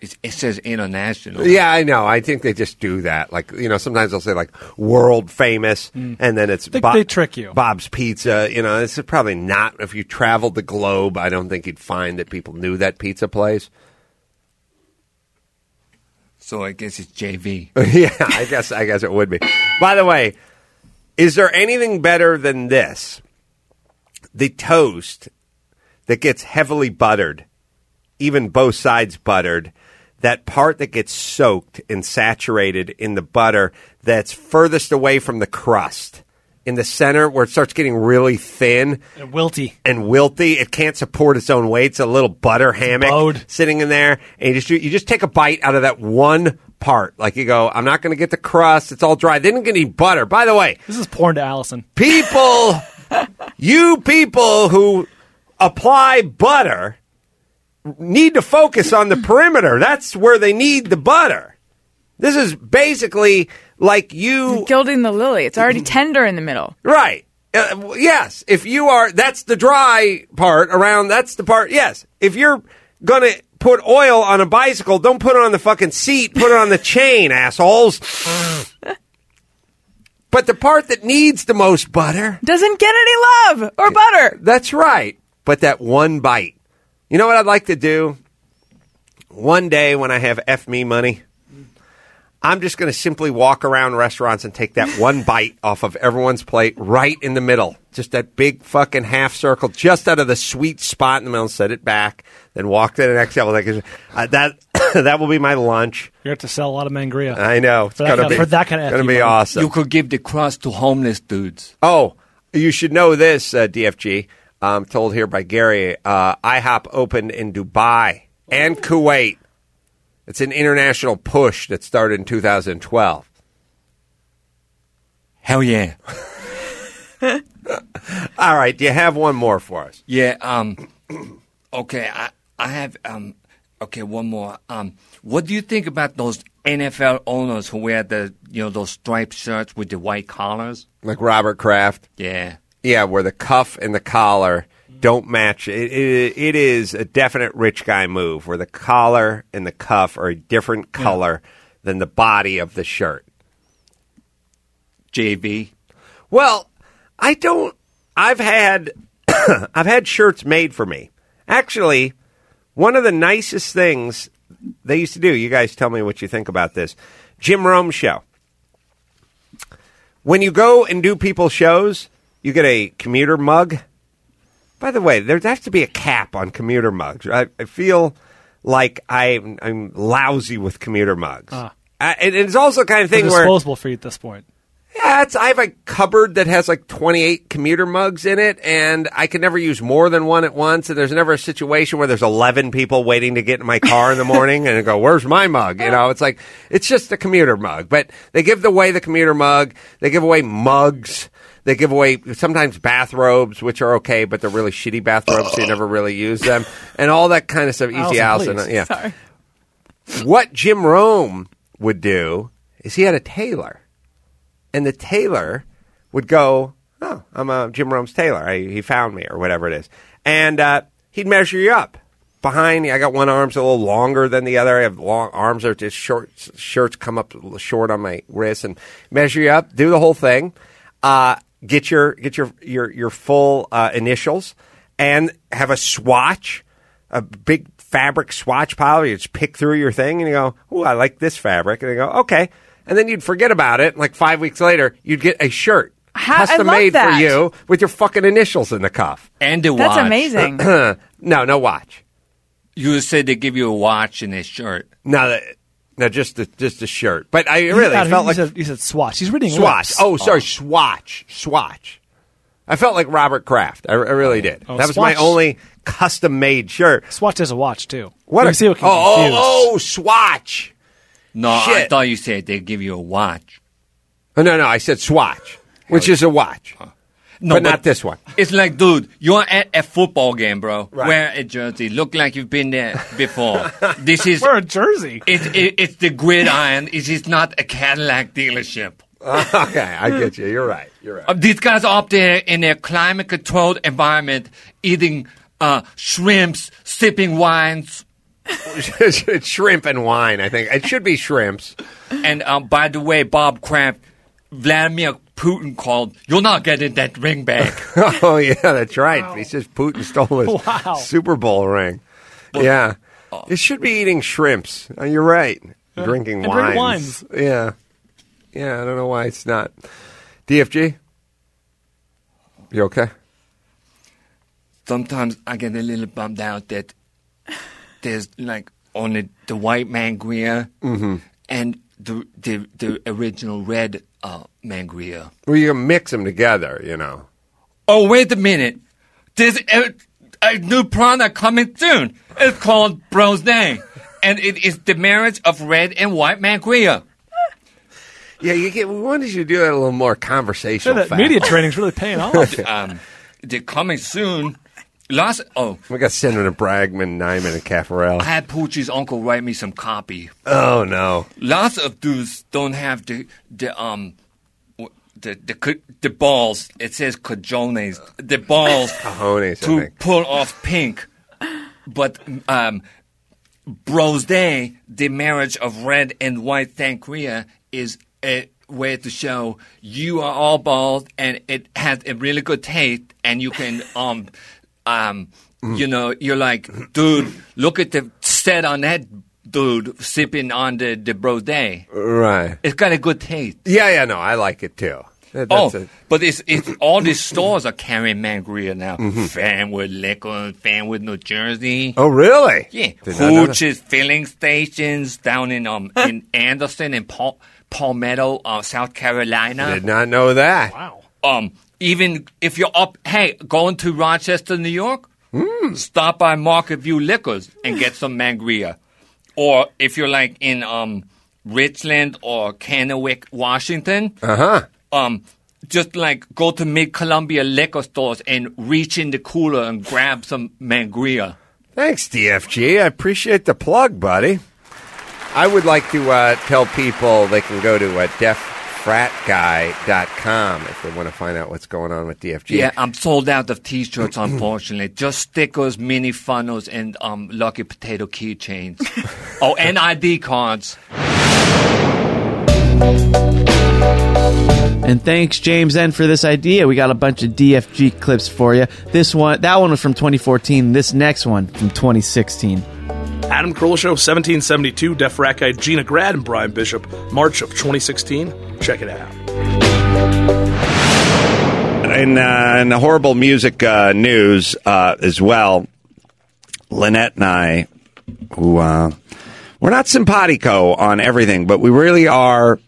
[SPEAKER 9] it, it says international.
[SPEAKER 8] Yeah, I know. I think they just do that. Like you know, sometimes they'll say like world famous, and then it's
[SPEAKER 4] They- they trick you.
[SPEAKER 8] Bob's Pizza. You know, this is probably not. If you traveled the globe, I don't think you'd find that people knew that pizza place.
[SPEAKER 9] So I guess it's JV.
[SPEAKER 8] yeah, I guess I guess it would be. By the way, is there anything better than this? The toast that gets heavily buttered, even both sides buttered, that part that gets soaked and saturated in the butter that's furthest away from the crust. in the center where it starts getting really thin
[SPEAKER 4] And wilty.
[SPEAKER 8] and wilty. It can't support its own weight. It's a little butter hammock
[SPEAKER 4] bowed.
[SPEAKER 8] sitting in there, and you just you just take a bite out of that one part. Like you go, I'm not going to get the crust. It's all dry. Then you're going to eat butter. By the way,
[SPEAKER 4] This is porn to Allison.
[SPEAKER 8] people, you people who apply butter need to focus on the perimeter. That's where they need the butter. This is basically like you
[SPEAKER 3] Gilding the lily. It's already tender in the middle.
[SPEAKER 8] Right. Uh, w- yes. If you are, that's the dry part around. That's the part. Yes. If you're gonna put oil on a bicycle, don't put it on the fucking seat. Put it on the chain, assholes. but the part that needs the most butter.
[SPEAKER 3] Doesn't get any love or butter.
[SPEAKER 8] That's right. But that one bite. You know what I'd like to do? One day when I have F me money, I'm just going to simply walk around restaurants and take that one bite off of everyone's plate right in the middle. Just that big fucking half circle, just out of the sweet spot in the middle, and set it back, then walk to the next level. Like, uh, that, that will be my lunch.
[SPEAKER 4] You're going to have to sell a lot of mangria.
[SPEAKER 8] I know. It's
[SPEAKER 4] For that
[SPEAKER 8] going to
[SPEAKER 4] kind
[SPEAKER 8] be,
[SPEAKER 4] of- for that kind of
[SPEAKER 8] gonna
[SPEAKER 4] F-me
[SPEAKER 8] be
[SPEAKER 4] money.
[SPEAKER 8] awesome.
[SPEAKER 9] You could give the crust to homeless dudes.
[SPEAKER 8] Oh, you should know this, uh, DFG. I'm um, told here by Gary. Uh, IHOP opened in Dubai and Kuwait. It's an international push that started in 2012.
[SPEAKER 9] Hell yeah.
[SPEAKER 8] All right, do you have one more for us?
[SPEAKER 9] Yeah. Um. Okay. I I have um. Okay. One more. Um. What do you think about those NFL owners who wear the you know those striped shirts with the white collars?
[SPEAKER 8] Like Robert Kraft.
[SPEAKER 9] Yeah.
[SPEAKER 8] Yeah, where the cuff and the collar don't match. It, it, it is a definite rich guy move where the collar and the cuff are a different color than the body of the shirt.
[SPEAKER 9] JV.
[SPEAKER 8] Well, I don't. I've had I've had shirts made for me. Actually, one of the nicest things they used to do. You guys, tell me what you think about this. Jim Rome show. When you go and do people's shows, you get a commuter mug. By the way, there has to be a cap on commuter mugs. I, I feel like I'm, I'm lousy with commuter mugs. I- and it's also the kind of
[SPEAKER 4] They're
[SPEAKER 8] thing where
[SPEAKER 4] disposable for you at this point.
[SPEAKER 8] yeah, it's, I have a cupboard that has like 28 commuter mugs in it, and I can never use more than one at once. And there's never a situation where there's 11 people waiting to get in my car in the morning and I go, Where's my mug? You know, it's like, it's just a commuter mug. But they give away the commuter mug, they give away mugs. They give away sometimes bathrobes, which are okay, but they're really shitty bathrobes. so you never really use them, and all that kind of stuff. Easy Allison,
[SPEAKER 4] Allison,
[SPEAKER 8] uh,
[SPEAKER 4] please.
[SPEAKER 8] yeah what Jim Rome would do is he had a tailor, and the tailor would go, "Oh, I'm uh, Jim Rome's tailor. I, he found me, or whatever it is," and uh, he'd measure you up. Behind you, I got one arm's a little longer than the other. I have long arms that are just short. Shirts come up a little short on my wrists, and measure you up. Do the whole thing. Uh, get your get your your your full uh, initials, and have a swatch a big fabric swatch pile. You just pick through your thing and you go, "Ooh, I like this fabric," and they go, "Okay." And then you'd forget about it. and Like five weeks later, you'd get a shirt
[SPEAKER 3] Ha- I
[SPEAKER 8] custom
[SPEAKER 3] love
[SPEAKER 8] made for
[SPEAKER 3] that.
[SPEAKER 8] you with your fucking initials in the cuff.
[SPEAKER 9] And the watch.
[SPEAKER 3] That's amazing.
[SPEAKER 8] No, no watch.
[SPEAKER 9] You said they give you a watch and a shirt.
[SPEAKER 8] No, that, no, just the just the shirt. But I
[SPEAKER 4] You
[SPEAKER 8] really
[SPEAKER 4] got it.
[SPEAKER 8] felt
[SPEAKER 4] you
[SPEAKER 8] like
[SPEAKER 4] said, you said swatch. He's reading
[SPEAKER 8] swatch.
[SPEAKER 4] lips.
[SPEAKER 8] Oh, sorry, swatch, swatch. I felt like Robert Kraft. I, I really did.
[SPEAKER 4] Oh,
[SPEAKER 8] that was my
[SPEAKER 4] swatch.
[SPEAKER 8] only custom made shirt.
[SPEAKER 4] Swatch is a watch too.
[SPEAKER 8] What?
[SPEAKER 4] you
[SPEAKER 8] a-
[SPEAKER 4] see what can
[SPEAKER 8] oh,
[SPEAKER 4] confuse.
[SPEAKER 8] oh, oh, swatch.
[SPEAKER 9] No, I
[SPEAKER 8] Shit.
[SPEAKER 9] thought you said they give you a watch.
[SPEAKER 8] Oh, no, no, I said swatch, which is a watch,
[SPEAKER 9] No,
[SPEAKER 8] but not this one.
[SPEAKER 9] It's like, dude, you're at a football game, bro.
[SPEAKER 8] Right.
[SPEAKER 9] Wear a jersey. Look like you've been there before. this is
[SPEAKER 4] Wear a jersey.
[SPEAKER 9] it, it, it's the gridiron. It is not a Cadillac dealership.
[SPEAKER 8] okay, I get you. You're right. You're right.
[SPEAKER 9] Uh, these guys are up there in their climate controlled environment, eating uh, shrimps, sipping wines.
[SPEAKER 8] It's shrimp and wine. I think it should be shrimps.
[SPEAKER 9] And um, by the way, Bob Kraft, Vladimir Putin called. You're not getting that ring back.
[SPEAKER 8] oh yeah, that's right. He says Putin stole his
[SPEAKER 4] Wow.
[SPEAKER 8] Super Bowl ring. yeah, it should be eating shrimps. Uh, You're right. Drinking
[SPEAKER 4] and
[SPEAKER 8] wines.
[SPEAKER 4] drink wines.
[SPEAKER 8] Yeah, yeah. I don't know why it's not. DFG, you okay?
[SPEAKER 9] sometimes I get a little bummed out that there's like only the white man Greer and the the, the original red uh, Mangria.
[SPEAKER 3] Well, you can mix them together, you know.
[SPEAKER 9] Oh, wait a minute. There's a, a new product coming soon. It's called Brosé, and it is the marriage of red and white Mangria.
[SPEAKER 3] Yeah, you get. We wanted you to do that a little more conversational.
[SPEAKER 4] that
[SPEAKER 3] fact.
[SPEAKER 4] media training's really paying off.
[SPEAKER 9] Um, they're coming soon. Last oh,
[SPEAKER 3] We got Senator Bragman, Nyman, and Caffarel.
[SPEAKER 9] I had Poochie's uncle write me some copy.
[SPEAKER 3] Oh no!
[SPEAKER 9] Lots of dudes don't have the the um w- the the c- the balls. It says cajones. The balls
[SPEAKER 3] Cojones, I
[SPEAKER 9] to
[SPEAKER 3] think.
[SPEAKER 9] pull off pink. But um, Bros Day, the marriage of red and white sangria, is a way to show you are all bald and it has a really good taste, and you can um um you know you're like dude, look at the set on that dude sipping on the the Bros Day.
[SPEAKER 3] Right?
[SPEAKER 9] It's got a good taste.
[SPEAKER 3] Yeah, yeah. No, I like it too. That- That's
[SPEAKER 9] oh,
[SPEAKER 3] a,
[SPEAKER 9] but it's, it's all these stores are carrying Mangria now. Fanwood Liquor, Fanwood, New Jersey.
[SPEAKER 3] Mm-hmm. oh, really?
[SPEAKER 9] Yeah,
[SPEAKER 3] Did not know that.
[SPEAKER 9] Hooch's filling stations down in um in Anderson and Pal- Palmetto, uh, South Carolina.
[SPEAKER 3] Did not know that.
[SPEAKER 2] Wow.
[SPEAKER 9] Um, even if you're up, hey, going to Rochester, New York,
[SPEAKER 3] Hmm.
[SPEAKER 9] stop by Market View Liquors and get some Mangria. Or if you're like in um Richland or Kennewick, Washington,
[SPEAKER 3] Uh huh.
[SPEAKER 9] um, just like go to Mid Columbia liquor stores and reach in the cooler and grab some Mangria.
[SPEAKER 3] Thanks, DFG. I appreciate the plug, buddy. I would like to uh, tell people they can go to uh, deaffratguy.com if they want to find out what's going on with DFG.
[SPEAKER 9] Yeah, I'm sold out of T-shirts, unfortunately. Just stickers, mini funnels, and um, lucky potato keychains. oh, and ID cards.
[SPEAKER 1] And thanks, James N, for this idea. We got a bunch of DFG clips for you. This one, that one was from 2014. This next one from 2016.
[SPEAKER 2] Adam Carolla Show, 1772, Def Rat Guy, Gina Grad, and Brian Bishop, March of 2016. Check it out.
[SPEAKER 8] in uh, in the horrible music uh, news uh, as well. Lynette and I, who uh, we're not simpatico on everything, but we really are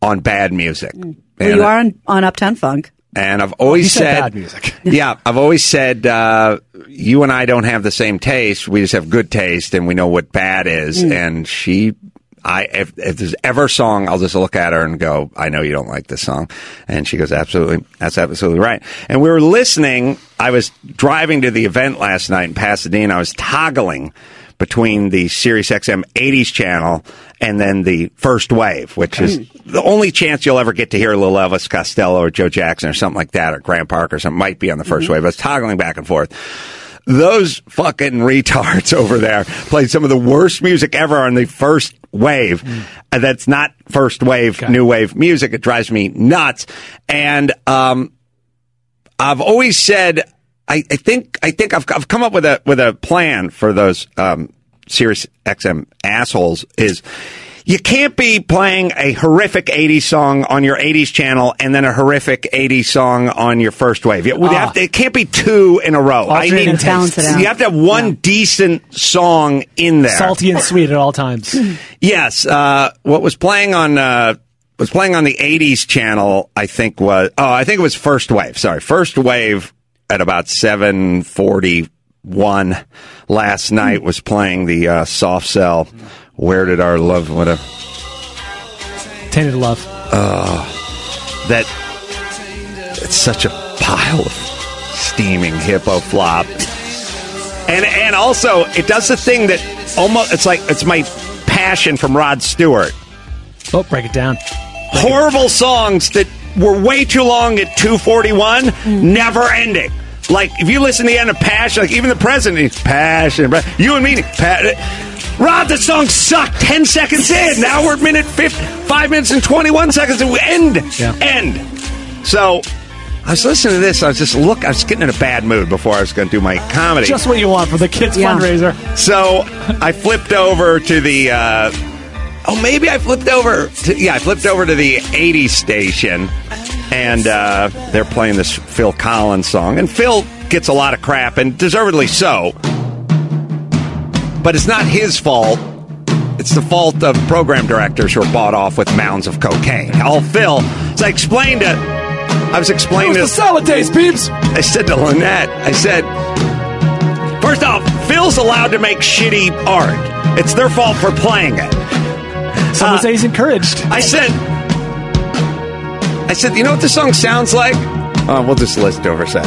[SPEAKER 8] on bad music.
[SPEAKER 10] Well,
[SPEAKER 8] And- uh,
[SPEAKER 10] you are on, on Uptown Funk.
[SPEAKER 8] and I've always
[SPEAKER 4] You Oh, said
[SPEAKER 8] said,
[SPEAKER 4] bad music.
[SPEAKER 8] yeah, I've always said uh, you and I don't have the same taste. We just have good taste, and we know what bad is.
[SPEAKER 4] Hmm.
[SPEAKER 8] And she, I, if, if there's ever a song, I'll just look at her and go, I know you don't like this song, and she goes, absolutely, that's absolutely right. And we were listening. I was driving to the event last night in Pasadena. I was toggling between the Sirius XM 80s channel and then the first wave, which
[SPEAKER 4] Hmm.
[SPEAKER 8] is the only chance you'll ever get to hear little Elvis Costello or Joe Jackson or something like that or Graham Parker or something might be on the 1st wave. I was toggling back and forth. Those fucking retards over there played some of the worst music ever on the first wave. Uh, That's not first wave, new wave music. It drives me nuts. And, um, I've always said I, I think I think I've, I've come up with a with a plan for those um, Sirius XM assholes is you can't be playing a horrific 80s song on your 80s channel and then a horrific 80s song on your first wave. It, would
[SPEAKER 10] Ah.
[SPEAKER 8] have to- it can't be two in a row. I
[SPEAKER 4] Alternating
[SPEAKER 8] need
[SPEAKER 4] tastes. Balance
[SPEAKER 10] it out.
[SPEAKER 8] You have to have one
[SPEAKER 10] Yeah.
[SPEAKER 8] decent song in there.
[SPEAKER 4] Salty and sweet at all times.
[SPEAKER 8] Yes. Uh, what was playing on uh, was playing on the '80s channel? I think was oh, I think it was First Wave. Sorry, First Wave at about seven forty one last
[SPEAKER 4] Hmm.
[SPEAKER 8] night was playing the uh, soft cell. Where did our love? What a
[SPEAKER 4] Tainted love.
[SPEAKER 8] Uh, that it's such a pile of steaming hippo flop. And and also it does the thing that almost it's like it's my passion from Rod Stewart.
[SPEAKER 4] Oh, break it down.
[SPEAKER 8] horrible songs that were way too long at 241, never ending. Like if you listen to the end of Passion, like even the president, he's Passion, Bra- you and me, pa- Rob, that song sucked. Ten seconds in, now we're at minute fifty, five minutes and twenty-one seconds, and we end,
[SPEAKER 4] Yeah.
[SPEAKER 8] end. So I was listening to this, I was just look, I was getting in a bad mood before I was going to do my comedy.
[SPEAKER 4] Just what you want for the kids
[SPEAKER 10] Yeah.
[SPEAKER 4] fundraiser.
[SPEAKER 8] So I flipped over to the. Uh, oh, maybe I flipped over. To, yeah, I flipped over to the 80s station, and uh, they're playing this Phil Collins song. And Phil gets a lot of crap, and deservedly so. But it's not his fault It's the fault of program directors who are bought off with mounds of cocaine. All Phil, as I explained it, I was explaining
[SPEAKER 4] Where's
[SPEAKER 8] this.
[SPEAKER 4] the salad taste, peeps?
[SPEAKER 8] I said to Lynette, I said, first off, Phil's allowed to make shitty art. It's their fault for playing it. Uh,
[SPEAKER 4] Someone say he's encouraged.
[SPEAKER 8] I said, I said, you know what this song sounds like? Uh, we'll just list over set.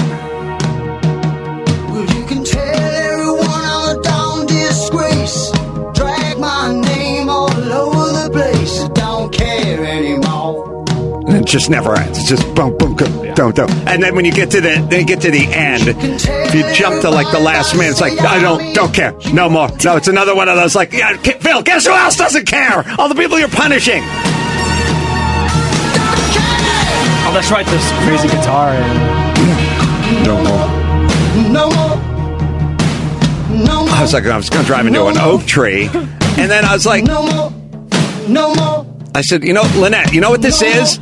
[SPEAKER 10] Well, you can tell everyone I'm a down disgrace. Drag my name all over the place. I don't care anymore.
[SPEAKER 8] And it just never ends. It's just boom, boom, boom, don't, don't. And then when you get to the, then you get to the end. If you jump to like the last minute, it's like I don't, don't care, no more. No, it's another one of those like, yeah, K- Phil, guess who else doesn't care? All the people you're punishing.
[SPEAKER 4] Oh, that's right. This crazy guitar. And
[SPEAKER 8] No more.
[SPEAKER 10] No more. No
[SPEAKER 8] I
[SPEAKER 10] more.
[SPEAKER 8] was like, I was going to drive into an oak tree, and then I was like,
[SPEAKER 10] No more. No more.
[SPEAKER 8] I said, you know, Lynette, you know what this is?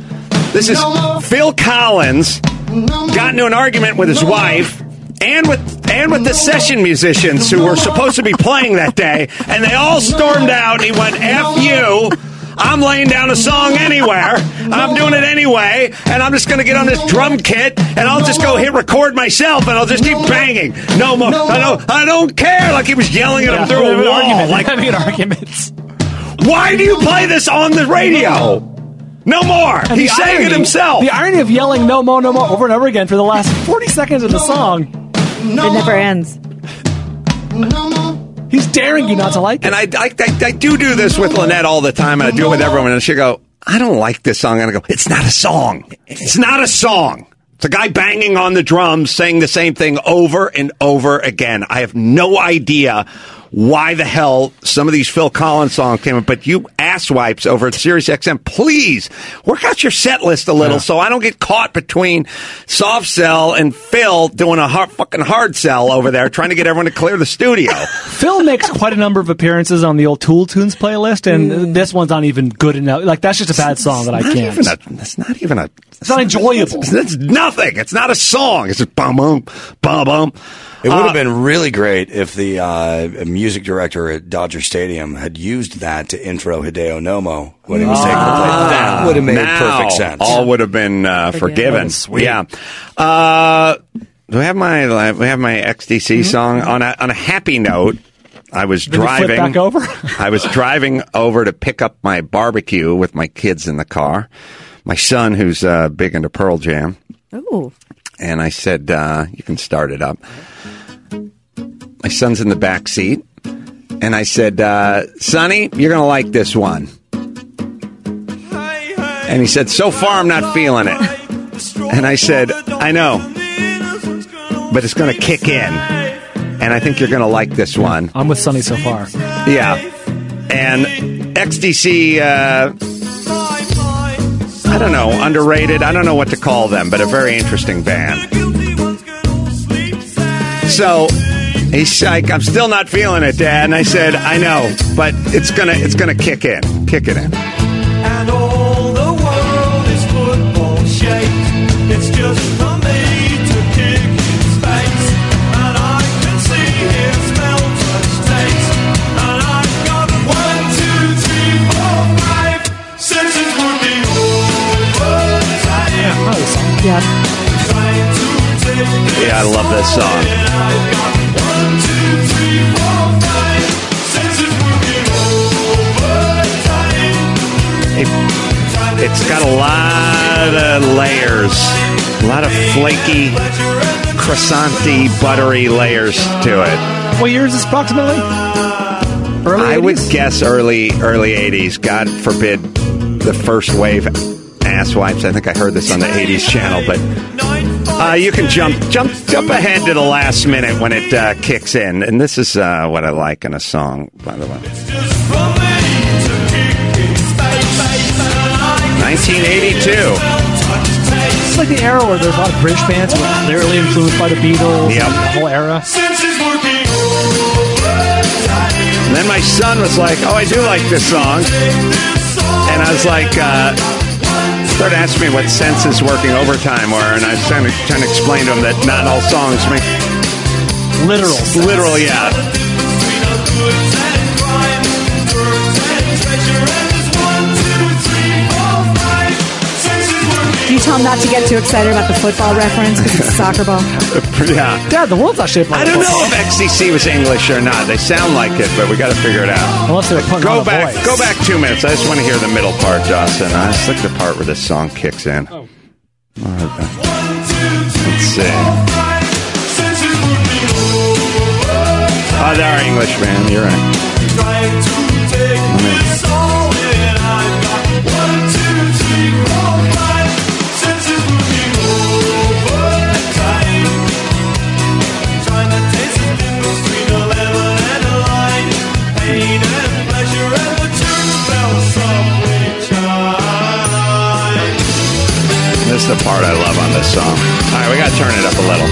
[SPEAKER 8] This is Phil Collins
[SPEAKER 10] No more.
[SPEAKER 8] got into an argument with his wife and with and with the session musicians who were supposed to be playing that day, and they all stormed out. He went, "F you." I'm laying down a song anywhere. I'm doing it anyway, and I'm just going to get on this drum kit and I'll just go hit record myself, and I'll just keep banging. No more. I don't. I don't care. Like he was yelling at him through a
[SPEAKER 4] Having an
[SPEAKER 8] wall.
[SPEAKER 4] argument.
[SPEAKER 8] Like
[SPEAKER 4] having an argument.
[SPEAKER 8] why do you play this on the radio? No more.
[SPEAKER 4] And
[SPEAKER 8] He's
[SPEAKER 4] the
[SPEAKER 8] saying it
[SPEAKER 4] irony-
[SPEAKER 8] himself.
[SPEAKER 4] The irony of yelling "no more, no more" over and over again for the last forty seconds of the song.
[SPEAKER 10] No
[SPEAKER 11] It never
[SPEAKER 10] more.
[SPEAKER 11] ends.
[SPEAKER 10] No more.
[SPEAKER 4] He's daring you not to like it.
[SPEAKER 8] and I, I, I, I do do this with Lynette all the time, and I do it with everyone. And she go, I don't like this song. And I go, It's not a song. It's not a song. It's a guy banging on the drums, saying the same thing over and over again. I have no idea why the hell some of these Phil Collins songs came up, but you asswipes over at Sirius XM, please work out your set list a little so I don't get caught between soft sell and Phil doing a hard, fucking hard sell over there, trying to get everyone to clear the studio.
[SPEAKER 4] Phil makes quite a number of appearances on the old Tool Tunes playlist, and this one's not even good enough. Like that's just a bad song that I
[SPEAKER 8] Hmm. Not
[SPEAKER 4] can't.
[SPEAKER 8] even a- that's not even a.
[SPEAKER 4] It's not enjoyable.
[SPEAKER 8] It's, it's nothing. It's not a song. It's just bum bum bum bum.
[SPEAKER 12] It would
[SPEAKER 8] Uh,
[SPEAKER 12] have been really great if the uh, music director at Dodger Stadium had used that to intro Hideo Nomo when he was taking the play.
[SPEAKER 8] Ah.
[SPEAKER 12] That would have made
[SPEAKER 8] now,
[SPEAKER 12] perfect sense.
[SPEAKER 8] All would have been uh, forgiven.
[SPEAKER 11] Forgiven.
[SPEAKER 8] Yeah. Uh, do we have my we have my XDC song on a on a happy note? I was
[SPEAKER 4] Mm-hmm. you flip
[SPEAKER 8] driving
[SPEAKER 4] back over?
[SPEAKER 8] I was driving over to pick up my barbecue with my kids in the car. My son, who's uh, big into Pearl Jam,
[SPEAKER 11] Ooh.
[SPEAKER 8] and I said, uh, "You can start it up." My son's in the back seat, and I said, uh, "Sonny, you're gonna like this one." And he said, "So far, I'm not feeling it." And I said, "I know, but it's gonna kick in, and I think you're gonna like this one."
[SPEAKER 4] I'm with Sonny so far.
[SPEAKER 8] Yeah. And XDC, uh, I don't know, underrated. I don't know what to call them, but a very interesting band. So he's like, I'm still not feeling it, Dad. And I said, I know, but it's gonna, it's gonna kick in, kick it in.
[SPEAKER 10] And all the world is football shaped. It's just for me to kick in space. And I can see him smell touch taste. And I've got one, two, three, four, five. Six it would be over. time.
[SPEAKER 11] Yeah.
[SPEAKER 10] Trying to take this
[SPEAKER 8] Yeah, I love this song.
[SPEAKER 10] And I've got one, two, three, four, five. Six it would be over. time.
[SPEAKER 8] It's got a lot of layers, a lot of flaky, croissanty, buttery layers to it.
[SPEAKER 4] What year is this approximately? Early
[SPEAKER 8] I
[SPEAKER 4] 80s?
[SPEAKER 8] would guess early early eighties. God forbid the first wave ass wipes. I think I heard this on the eighties channel, but uh, you can jump jump jump ahead to the last minute when it uh, kicks in. And this is uh, what I like in a song, by the way. Nineteen eighty two.
[SPEAKER 4] It's like the era where there's a lot of British bands who were clearly influenced by the Beatles.
[SPEAKER 8] Yep.
[SPEAKER 4] and The whole era.
[SPEAKER 8] Then my son was like, "Oh, I do like this song," and I was like. Uh, Started asking me what senses working overtime were, and I was trying to, trying to explain to him that not all songs make
[SPEAKER 4] Literal.
[SPEAKER 8] Literal, yeah.
[SPEAKER 11] how not to get too excited about the football reference because it's soccer ball.
[SPEAKER 8] yeah.
[SPEAKER 4] Dad, the world's not shaped like
[SPEAKER 8] I don't know if XCC was English or not. They sound like it, but we got to figure it out.
[SPEAKER 4] Unless they're putting on
[SPEAKER 8] Go
[SPEAKER 4] a
[SPEAKER 8] back,
[SPEAKER 4] voice.
[SPEAKER 8] go back two minutes. I just want to hear the middle part, Johnson. I just like the part where the song kicks in. Oh. Let's see. Oh, they're English, man. You're right. This is the part I love on this song. All right, we got to turn it up a little.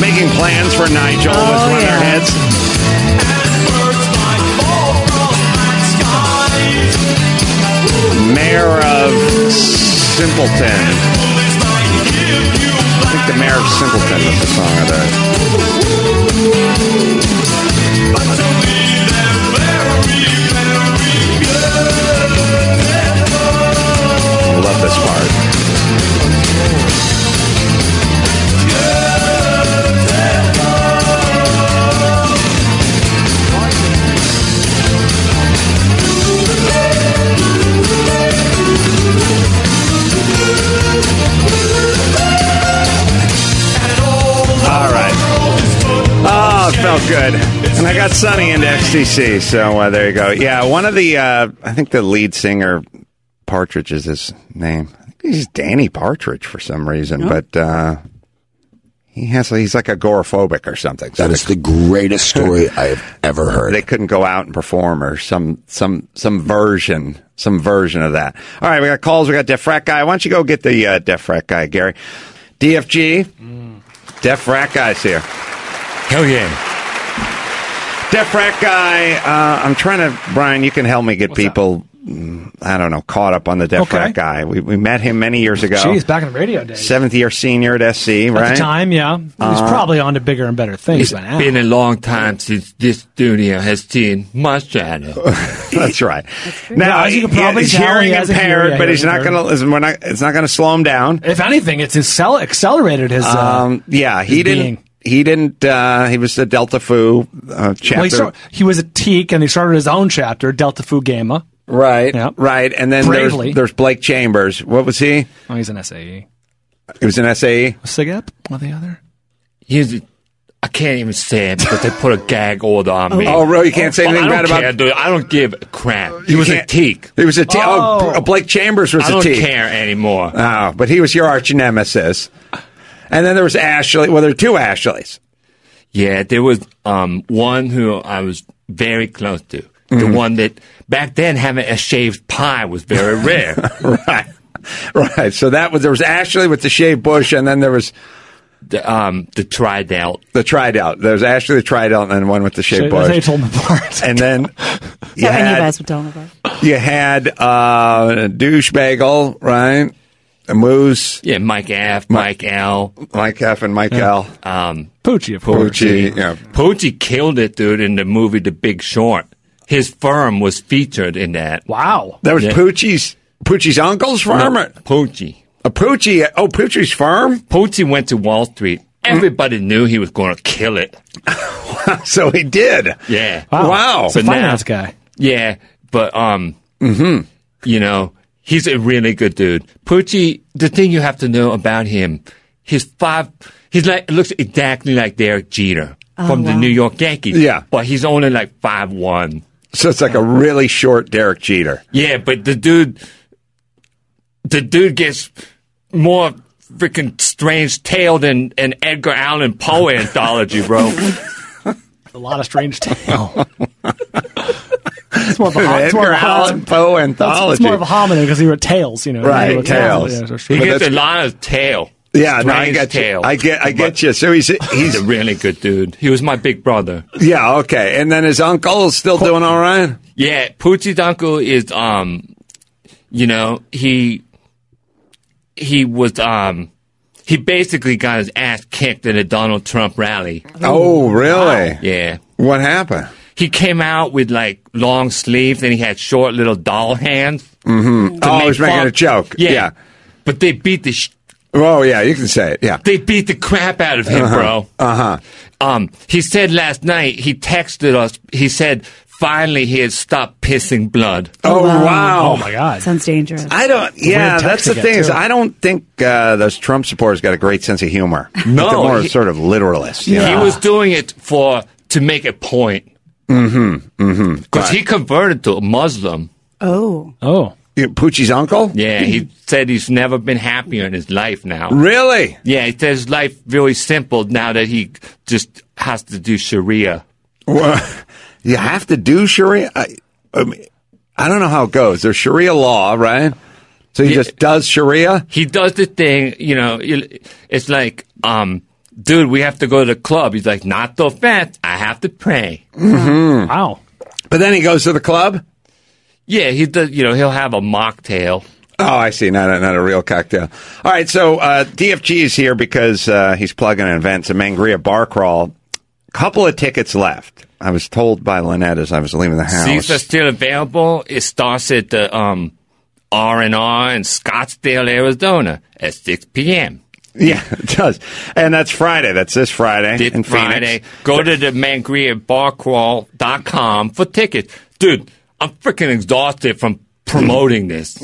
[SPEAKER 8] Making plans for Nigel was one of their hits. Mayor of Simpleton. I think the mayor of Simpleton was the song of the. I love this part. All right. Oh, it felt good. And I got Sonny into XTC, so uh, there you go. Yeah, one of the, uh, I think the lead singer, Partridge is his name. I think he's Danny Partridge for some reason, but uh, he has, he's like agoraphobic or something. So
[SPEAKER 12] That is the greatest story I have ever heard.
[SPEAKER 8] they couldn't go out and perform or some, some, some version, some version of that. All right, we got calls. We got Def Rat Guy. Why don't you go get the uh, Def Rat Guy, Gary? DFG. Def Rat Guy's here. Hell yeah. Def Rat Guy, uh, I'm trying to, Brian, you can help me get people, mm, I don't know, caught up on the Def
[SPEAKER 4] Okay.
[SPEAKER 8] Rat Guy. We, we met him many years ago.
[SPEAKER 4] Jeez, back in the radio days.
[SPEAKER 8] Seventh year senior at SC, right?
[SPEAKER 4] At the time, yeah. He's
[SPEAKER 8] Uh,
[SPEAKER 4] probably on to bigger and better things
[SPEAKER 9] It's
[SPEAKER 4] by now.
[SPEAKER 9] been a long time since this studio has seen my shadow.
[SPEAKER 8] That's right. Now,
[SPEAKER 4] As you
[SPEAKER 8] he,
[SPEAKER 4] can probably
[SPEAKER 8] he's
[SPEAKER 4] tell,
[SPEAKER 8] hearing
[SPEAKER 4] he has a hearing
[SPEAKER 8] impaired, but he's not
[SPEAKER 4] impaired.
[SPEAKER 8] going to. We're not. It's not going to slow him down.
[SPEAKER 4] If anything, it's accel- accelerated his. Uh,
[SPEAKER 8] um, yeah, he
[SPEAKER 4] his
[SPEAKER 8] didn't.
[SPEAKER 4] being.
[SPEAKER 8] He didn't. Uh, he was the Delta Fu uh, chapter,
[SPEAKER 4] well, he, start- he was a teak, and he started his own chapter, Delta Fu Gamma.
[SPEAKER 8] right?
[SPEAKER 4] Yeah.
[SPEAKER 8] Right, and then there's,
[SPEAKER 4] Bravely.
[SPEAKER 8] there's Blake Chambers. What was he?
[SPEAKER 4] Oh, he's an SAE.
[SPEAKER 8] He was an SAE.
[SPEAKER 4] SIGEP, one or the other.
[SPEAKER 9] Here's- I can't even say it because they put a gag order on me.
[SPEAKER 8] Oh, really? You can't say
[SPEAKER 9] Well,
[SPEAKER 8] anything
[SPEAKER 9] I
[SPEAKER 8] bad
[SPEAKER 9] don't
[SPEAKER 8] about.
[SPEAKER 9] care, dude. I don't give a crap. He
[SPEAKER 8] You
[SPEAKER 9] was a
[SPEAKER 8] can't-
[SPEAKER 9] teak.
[SPEAKER 8] He was a teak. Oh,
[SPEAKER 4] Oh.
[SPEAKER 8] Blake Chambers was
[SPEAKER 9] I
[SPEAKER 8] a
[SPEAKER 9] don't
[SPEAKER 8] teak.
[SPEAKER 9] care anymore.
[SPEAKER 8] Oh, but he was your arch nemesis. And then there was Ashley. Well, there were two Ashleys.
[SPEAKER 9] Yeah, there was um, one who I was very close to. The one that back then having a shaved pie was very rare.
[SPEAKER 8] right. Right. So that was there was Ashley with the shaved bush, and then there was
[SPEAKER 9] the, um, the tried out.
[SPEAKER 8] the tried out. There was Ashley the tried out, and then one with the shaved
[SPEAKER 4] They,
[SPEAKER 8] bush.
[SPEAKER 4] they told him apart.
[SPEAKER 8] and then
[SPEAKER 11] That
[SPEAKER 8] you
[SPEAKER 11] any of
[SPEAKER 8] had,
[SPEAKER 11] us would tell him about.
[SPEAKER 8] you had uh, douche bagel, right? A moose,
[SPEAKER 9] Yeah, Mike F, Mike L,
[SPEAKER 8] Mike F, and Mike L.
[SPEAKER 9] um,
[SPEAKER 4] Poochie, of course.
[SPEAKER 8] Pucci, yeah.
[SPEAKER 9] Poochie killed it, dude, in the movie The Big Short. His firm was featured in that.
[SPEAKER 4] Wow.
[SPEAKER 8] That was
[SPEAKER 9] Yeah.
[SPEAKER 8] Poochie's Poochie's uncle's farm. or-
[SPEAKER 9] Poochie.
[SPEAKER 8] A Poochie. Oh, Poochie's farm.
[SPEAKER 9] Poochie went to Wall Street. Everybody knew he was going to kill it.
[SPEAKER 8] So he did.
[SPEAKER 9] Yeah.
[SPEAKER 8] Wow.
[SPEAKER 4] It's a
[SPEAKER 9] But now-
[SPEAKER 4] finance guy.
[SPEAKER 9] Yeah, but um,
[SPEAKER 8] Mm-hmm.
[SPEAKER 9] you know, he's a really good dude. Poochie, the thing you have to know about him, he's five. He's like looks exactly like Derek Jeter from the New York Yankees.
[SPEAKER 8] Yeah.
[SPEAKER 9] but he's only like five one.
[SPEAKER 8] So it's like a really short Derek Jeter.
[SPEAKER 9] Yeah, but the dude, the dude gets more freaking strange tail than an Edgar Allan Poe anthology, bro.
[SPEAKER 4] A lot of strange tale. it's more of a, it's more
[SPEAKER 8] Edgar
[SPEAKER 4] of a
[SPEAKER 8] Allan
[SPEAKER 4] homin-
[SPEAKER 8] Poe
[SPEAKER 4] it's,
[SPEAKER 8] anthology.
[SPEAKER 4] it's more of a hominid because he wrote tales, you know.
[SPEAKER 8] Right,
[SPEAKER 4] he wrote
[SPEAKER 8] tales.
[SPEAKER 4] yeah, so
[SPEAKER 9] He
[SPEAKER 4] strange.
[SPEAKER 8] But
[SPEAKER 9] gets a
[SPEAKER 8] that's-
[SPEAKER 9] lot of tail.
[SPEAKER 8] Yeah, no, I
[SPEAKER 9] strange
[SPEAKER 8] get you.
[SPEAKER 9] tail.
[SPEAKER 8] I get, I
[SPEAKER 9] But-
[SPEAKER 8] get you. So he's
[SPEAKER 9] He's
[SPEAKER 8] he's
[SPEAKER 9] a really good dude. He was my big brother.
[SPEAKER 8] yeah okay. And then his uncle is still doing all right.
[SPEAKER 9] Yeah, Poochie's uncle is um you know, he he was um he basically got his ass kicked at a Donald Trump rally.
[SPEAKER 8] Oh really?
[SPEAKER 9] Yeah.
[SPEAKER 8] Oh. What happened?
[SPEAKER 9] He came out with like long sleeves and he had short little doll hands. Mm-hmm.
[SPEAKER 8] Oh, he was making a joke. Yeah.
[SPEAKER 9] But they beat the sh-
[SPEAKER 8] Oh yeah, you can say it. Yeah.
[SPEAKER 9] They beat the crap out of him,
[SPEAKER 8] Uh-huh.
[SPEAKER 9] bro. Uh huh. Um, he said last night. He texted us. He said finally he had stopped pissing blood.
[SPEAKER 8] Oh, wow. wow.
[SPEAKER 9] Oh my god.
[SPEAKER 11] Sounds dangerous.
[SPEAKER 8] I don't. Yeah, that's the thing is I don't think uh, those Trump supporters got a great sense of humor. I think
[SPEAKER 9] No,
[SPEAKER 8] they're more
[SPEAKER 9] he-
[SPEAKER 8] sort of literalist. You
[SPEAKER 9] He
[SPEAKER 8] know?
[SPEAKER 9] was doing it for to make a point
[SPEAKER 8] Mm-hmm. Mm-hmm.
[SPEAKER 9] because he converted to a Muslim.
[SPEAKER 11] Oh.
[SPEAKER 9] Oh.
[SPEAKER 8] Poochie's uncle?
[SPEAKER 9] Yeah, he said he's never been happier in his life now.
[SPEAKER 8] Really?
[SPEAKER 9] Yeah, he says life really simple now that he just has to do Sharia.
[SPEAKER 8] Well, you have to do Sharia. I, I, mean, I don't know how it goes. There's Sharia law, right? So he just does Sharia.
[SPEAKER 9] He does the thing, you know, it- it's like, um, dude, we have to go to the club. He's like, not so fast. I have to pray.
[SPEAKER 8] Mhm.
[SPEAKER 9] Wow.
[SPEAKER 8] But then he goes to the club?
[SPEAKER 9] Yeah, he does, you know, he'll have a mocktail.
[SPEAKER 8] Oh, I see. Not a, not a real cocktail. All right. So uh, DFG is here because uh, he's plugging an event. It's a Mangria bar crawl. Couple of tickets left. I was told by Lynette as I was leaving the house.
[SPEAKER 9] Seats are still available. It starts at the um, R&R in Scottsdale, Arizona at 6 p.m.
[SPEAKER 8] Yeah, it does. And that's Friday. That's this Friday in
[SPEAKER 9] Friday.
[SPEAKER 8] Phoenix.
[SPEAKER 9] Go to the mangriabarcrawl.com for tickets. Dude, I'm freaking exhausted from promoting this.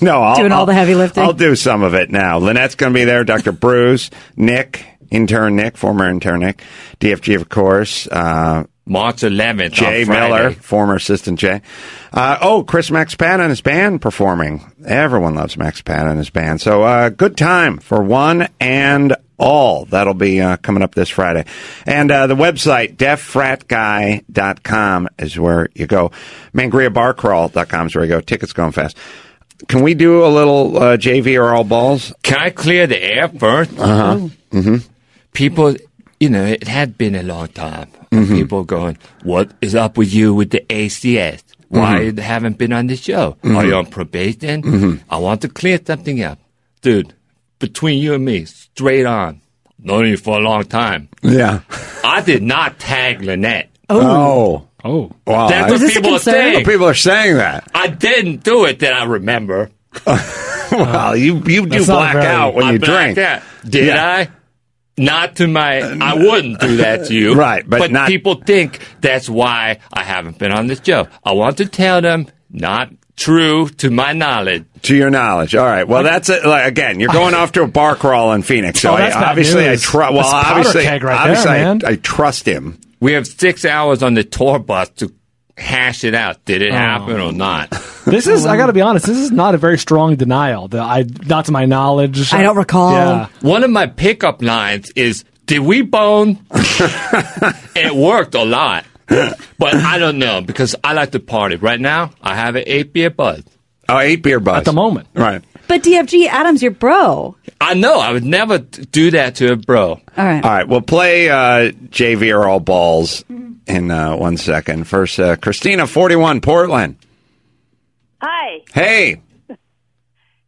[SPEAKER 8] no, I'll,
[SPEAKER 11] Doing all
[SPEAKER 8] I'll-
[SPEAKER 11] the heavy lifting.
[SPEAKER 8] I'll do some of it now. Lynette's going to be there. Dr. Bruce, Nick, intern Nick, former intern Nick, DFG, of course. Uh,
[SPEAKER 9] March 11th.
[SPEAKER 8] Jay
[SPEAKER 9] on Friday.
[SPEAKER 8] Miller, former assistant Jay. Uh, oh, Chris Maxpat and his band performing. Everyone loves Maxpat and his band. So uh, good time for one and all. That'll be uh, coming up this Friday. And uh, the website, deaffratguy.com is where you go. Mangriabarcrawl.com is where you go. Tickets going fast. Can we do a little uh, JV or all balls?
[SPEAKER 9] Can I clear the air first?
[SPEAKER 8] Uh-huh. Mm-hmm.
[SPEAKER 9] People, you know, it had been a long time. of
[SPEAKER 8] Mhm.
[SPEAKER 9] People going, what is up with you with the ACS? Why
[SPEAKER 8] Mm-hmm.
[SPEAKER 10] Mhm.
[SPEAKER 9] you haven't been on the show?
[SPEAKER 10] Mhm.
[SPEAKER 9] Are you on probation?
[SPEAKER 10] Mhm.
[SPEAKER 9] I want to clear something up. Dude, between you and me, straight on. Known you for a long time.
[SPEAKER 8] Yeah.
[SPEAKER 9] I did not tag Lynette.
[SPEAKER 8] Oh. Oh. Wow.
[SPEAKER 9] That's what people are saying.
[SPEAKER 8] People are saying that.
[SPEAKER 9] I didn't do it that I remember.
[SPEAKER 8] well, you you do
[SPEAKER 9] That's not
[SPEAKER 8] black
[SPEAKER 9] very-
[SPEAKER 8] out when
[SPEAKER 9] I
[SPEAKER 8] you
[SPEAKER 9] blacked
[SPEAKER 8] drink.
[SPEAKER 9] out. Did
[SPEAKER 8] Yeah.
[SPEAKER 9] I? Not to my. I wouldn't do that to you.
[SPEAKER 8] Right, but not-
[SPEAKER 9] people think that's why I haven't been on this show. I want to tell them not true to my knowledge.
[SPEAKER 8] To your knowledge, all right. Well, that's it. Like, again, you're going off to a bar crawl in Phoenix, so
[SPEAKER 9] Oh,
[SPEAKER 8] I,
[SPEAKER 9] that's bad
[SPEAKER 8] obviously I
[SPEAKER 9] news.
[SPEAKER 8] trust. Well,
[SPEAKER 9] That's powder
[SPEAKER 8] obviously,
[SPEAKER 9] keg right there,
[SPEAKER 8] obviously I-
[SPEAKER 9] man.
[SPEAKER 8] I, trust him.
[SPEAKER 9] We have six hours on the tour bus to hash it out. Did it happen or not?
[SPEAKER 4] This is, I got to be honest, this is not a very strong denial. The, I, not to my knowledge. Yeah.
[SPEAKER 9] One of my pickup lines is, "Did we bone?" it worked a lot, but I don't know because I like to party. Right now, I have an eight beer buzz.
[SPEAKER 8] Oh, eight beer buzz
[SPEAKER 9] at the
[SPEAKER 4] moment.
[SPEAKER 8] Right.
[SPEAKER 11] But DFG, Adam's your bro.
[SPEAKER 9] I know. I would never t- do that to a bro.
[SPEAKER 11] All right.
[SPEAKER 8] All right, we'll play uh, JV or all balls in uh, one second. First, uh, Christina, forty-one, Portland.
[SPEAKER 13] Hi.
[SPEAKER 8] Hey,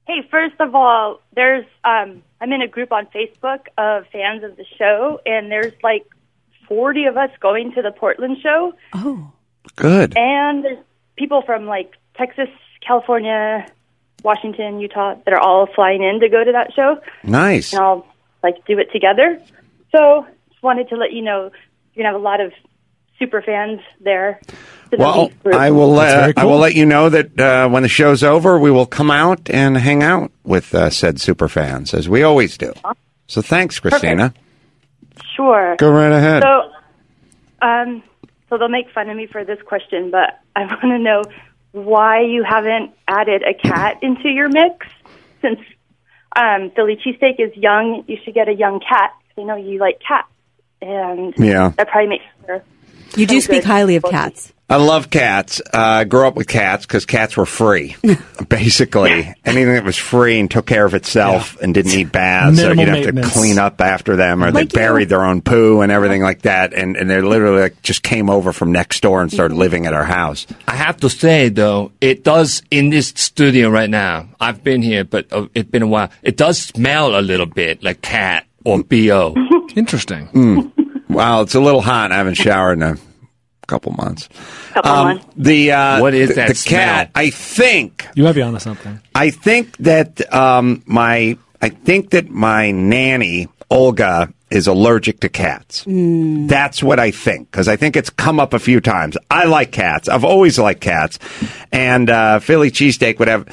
[SPEAKER 13] Hey, first of all, there's um I'm in a group on Facebook of fans of the show and there's like 40 of us going to the Portland show.
[SPEAKER 11] Oh.
[SPEAKER 8] Good.
[SPEAKER 13] And there's people from like Texas, California, Washington, Utah that are all flying in to go to that show.
[SPEAKER 8] Nice.
[SPEAKER 13] And I'll like do it together. So, just wanted to let you know you're going to have a lot of super fans there. to the
[SPEAKER 8] well,
[SPEAKER 13] Leaf group.
[SPEAKER 8] I will. Uh, I will let you know that uh, when the show's over, we will come out and hang out with uh, said super fans as we always do. So, thanks, Christina.
[SPEAKER 13] Sure.
[SPEAKER 8] Go right ahead.
[SPEAKER 13] So, um, so they'll make fun of me for this question, but I want to know why you haven't added a cat into your mix since um, Philly cheesesteak is young. You should get a young cat. You know you like cats, and
[SPEAKER 8] Yeah.
[SPEAKER 13] that probably makes her.
[SPEAKER 11] You do speak highly of cats.
[SPEAKER 8] I love cats. Uh, I grew up with cats because cats were free. Basically, anything that was free and took care of itself and didn't need baths, or
[SPEAKER 4] Minimal
[SPEAKER 8] you'd have to
[SPEAKER 4] maintenance.
[SPEAKER 8] clean up after them, or they buried their own poo and everything like that, and, and they literally like, just came over from next door and started living at our house.
[SPEAKER 9] I have to say though, it does in this studio right now. I've been here, but uh, it's been a while. It does smell a little bit like cat or bo.
[SPEAKER 4] Interesting.
[SPEAKER 8] Mm. wow, it's a little hot. I haven't showered in a couple months. Couple months. The uh,
[SPEAKER 9] What is
[SPEAKER 8] th-
[SPEAKER 9] that
[SPEAKER 8] The cat. I think
[SPEAKER 4] You might be onto something.
[SPEAKER 8] I think that um, my I think that my nanny, Olga, is allergic to cats. That's what I think because I think it's come up a few times. I like cats. I've always liked cats, and uh, Philly cheesesteak would have.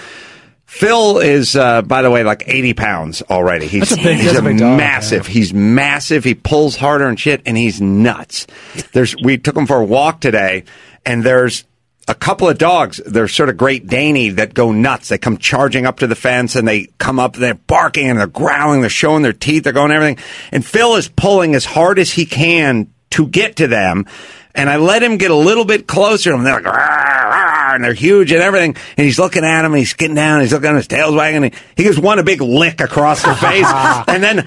[SPEAKER 8] Phil is, uh, by the way, like eighty pounds already. He's,
[SPEAKER 10] That's a big-
[SPEAKER 8] he's
[SPEAKER 10] that's a big dog,
[SPEAKER 8] massive. He's massive. He pulls harder and shit, and he's nuts. There's we took him for a walk today, and there's a couple of dogs. They're sort of Great Daney that go nuts. They come charging up to the fence, and they come up. They're barking and they're growling. They're showing their teeth. They're going everything. And Phil is pulling as hard as he can to get to them. And I let him get a little bit closer, and they're like, "Rah, rah," and they're huge and everything. And he's looking at him, and he's getting down, and he's looking at him, his tail's wagging. And he gives one a big lick across the face, and then,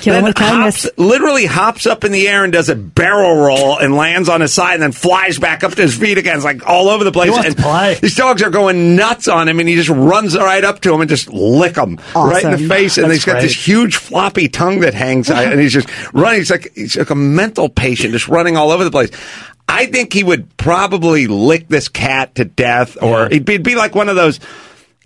[SPEAKER 8] then hops, literally hops up in the air and does a barrel roll and lands on his side, and then flies back up to his feet again. It's like all over the place.
[SPEAKER 10] wants
[SPEAKER 8] and These dogs are going nuts on him, and he just runs right up to him and just lick him right in
[SPEAKER 10] Awesome.
[SPEAKER 8] the face. And
[SPEAKER 10] That's
[SPEAKER 8] he's got this
[SPEAKER 10] great.
[SPEAKER 8] huge floppy tongue that hangs out, and he's just running. He's like he's like a mental patient, just running all over the place. I think he would probably lick this cat to death, or it'd, be, it'd be like one of those.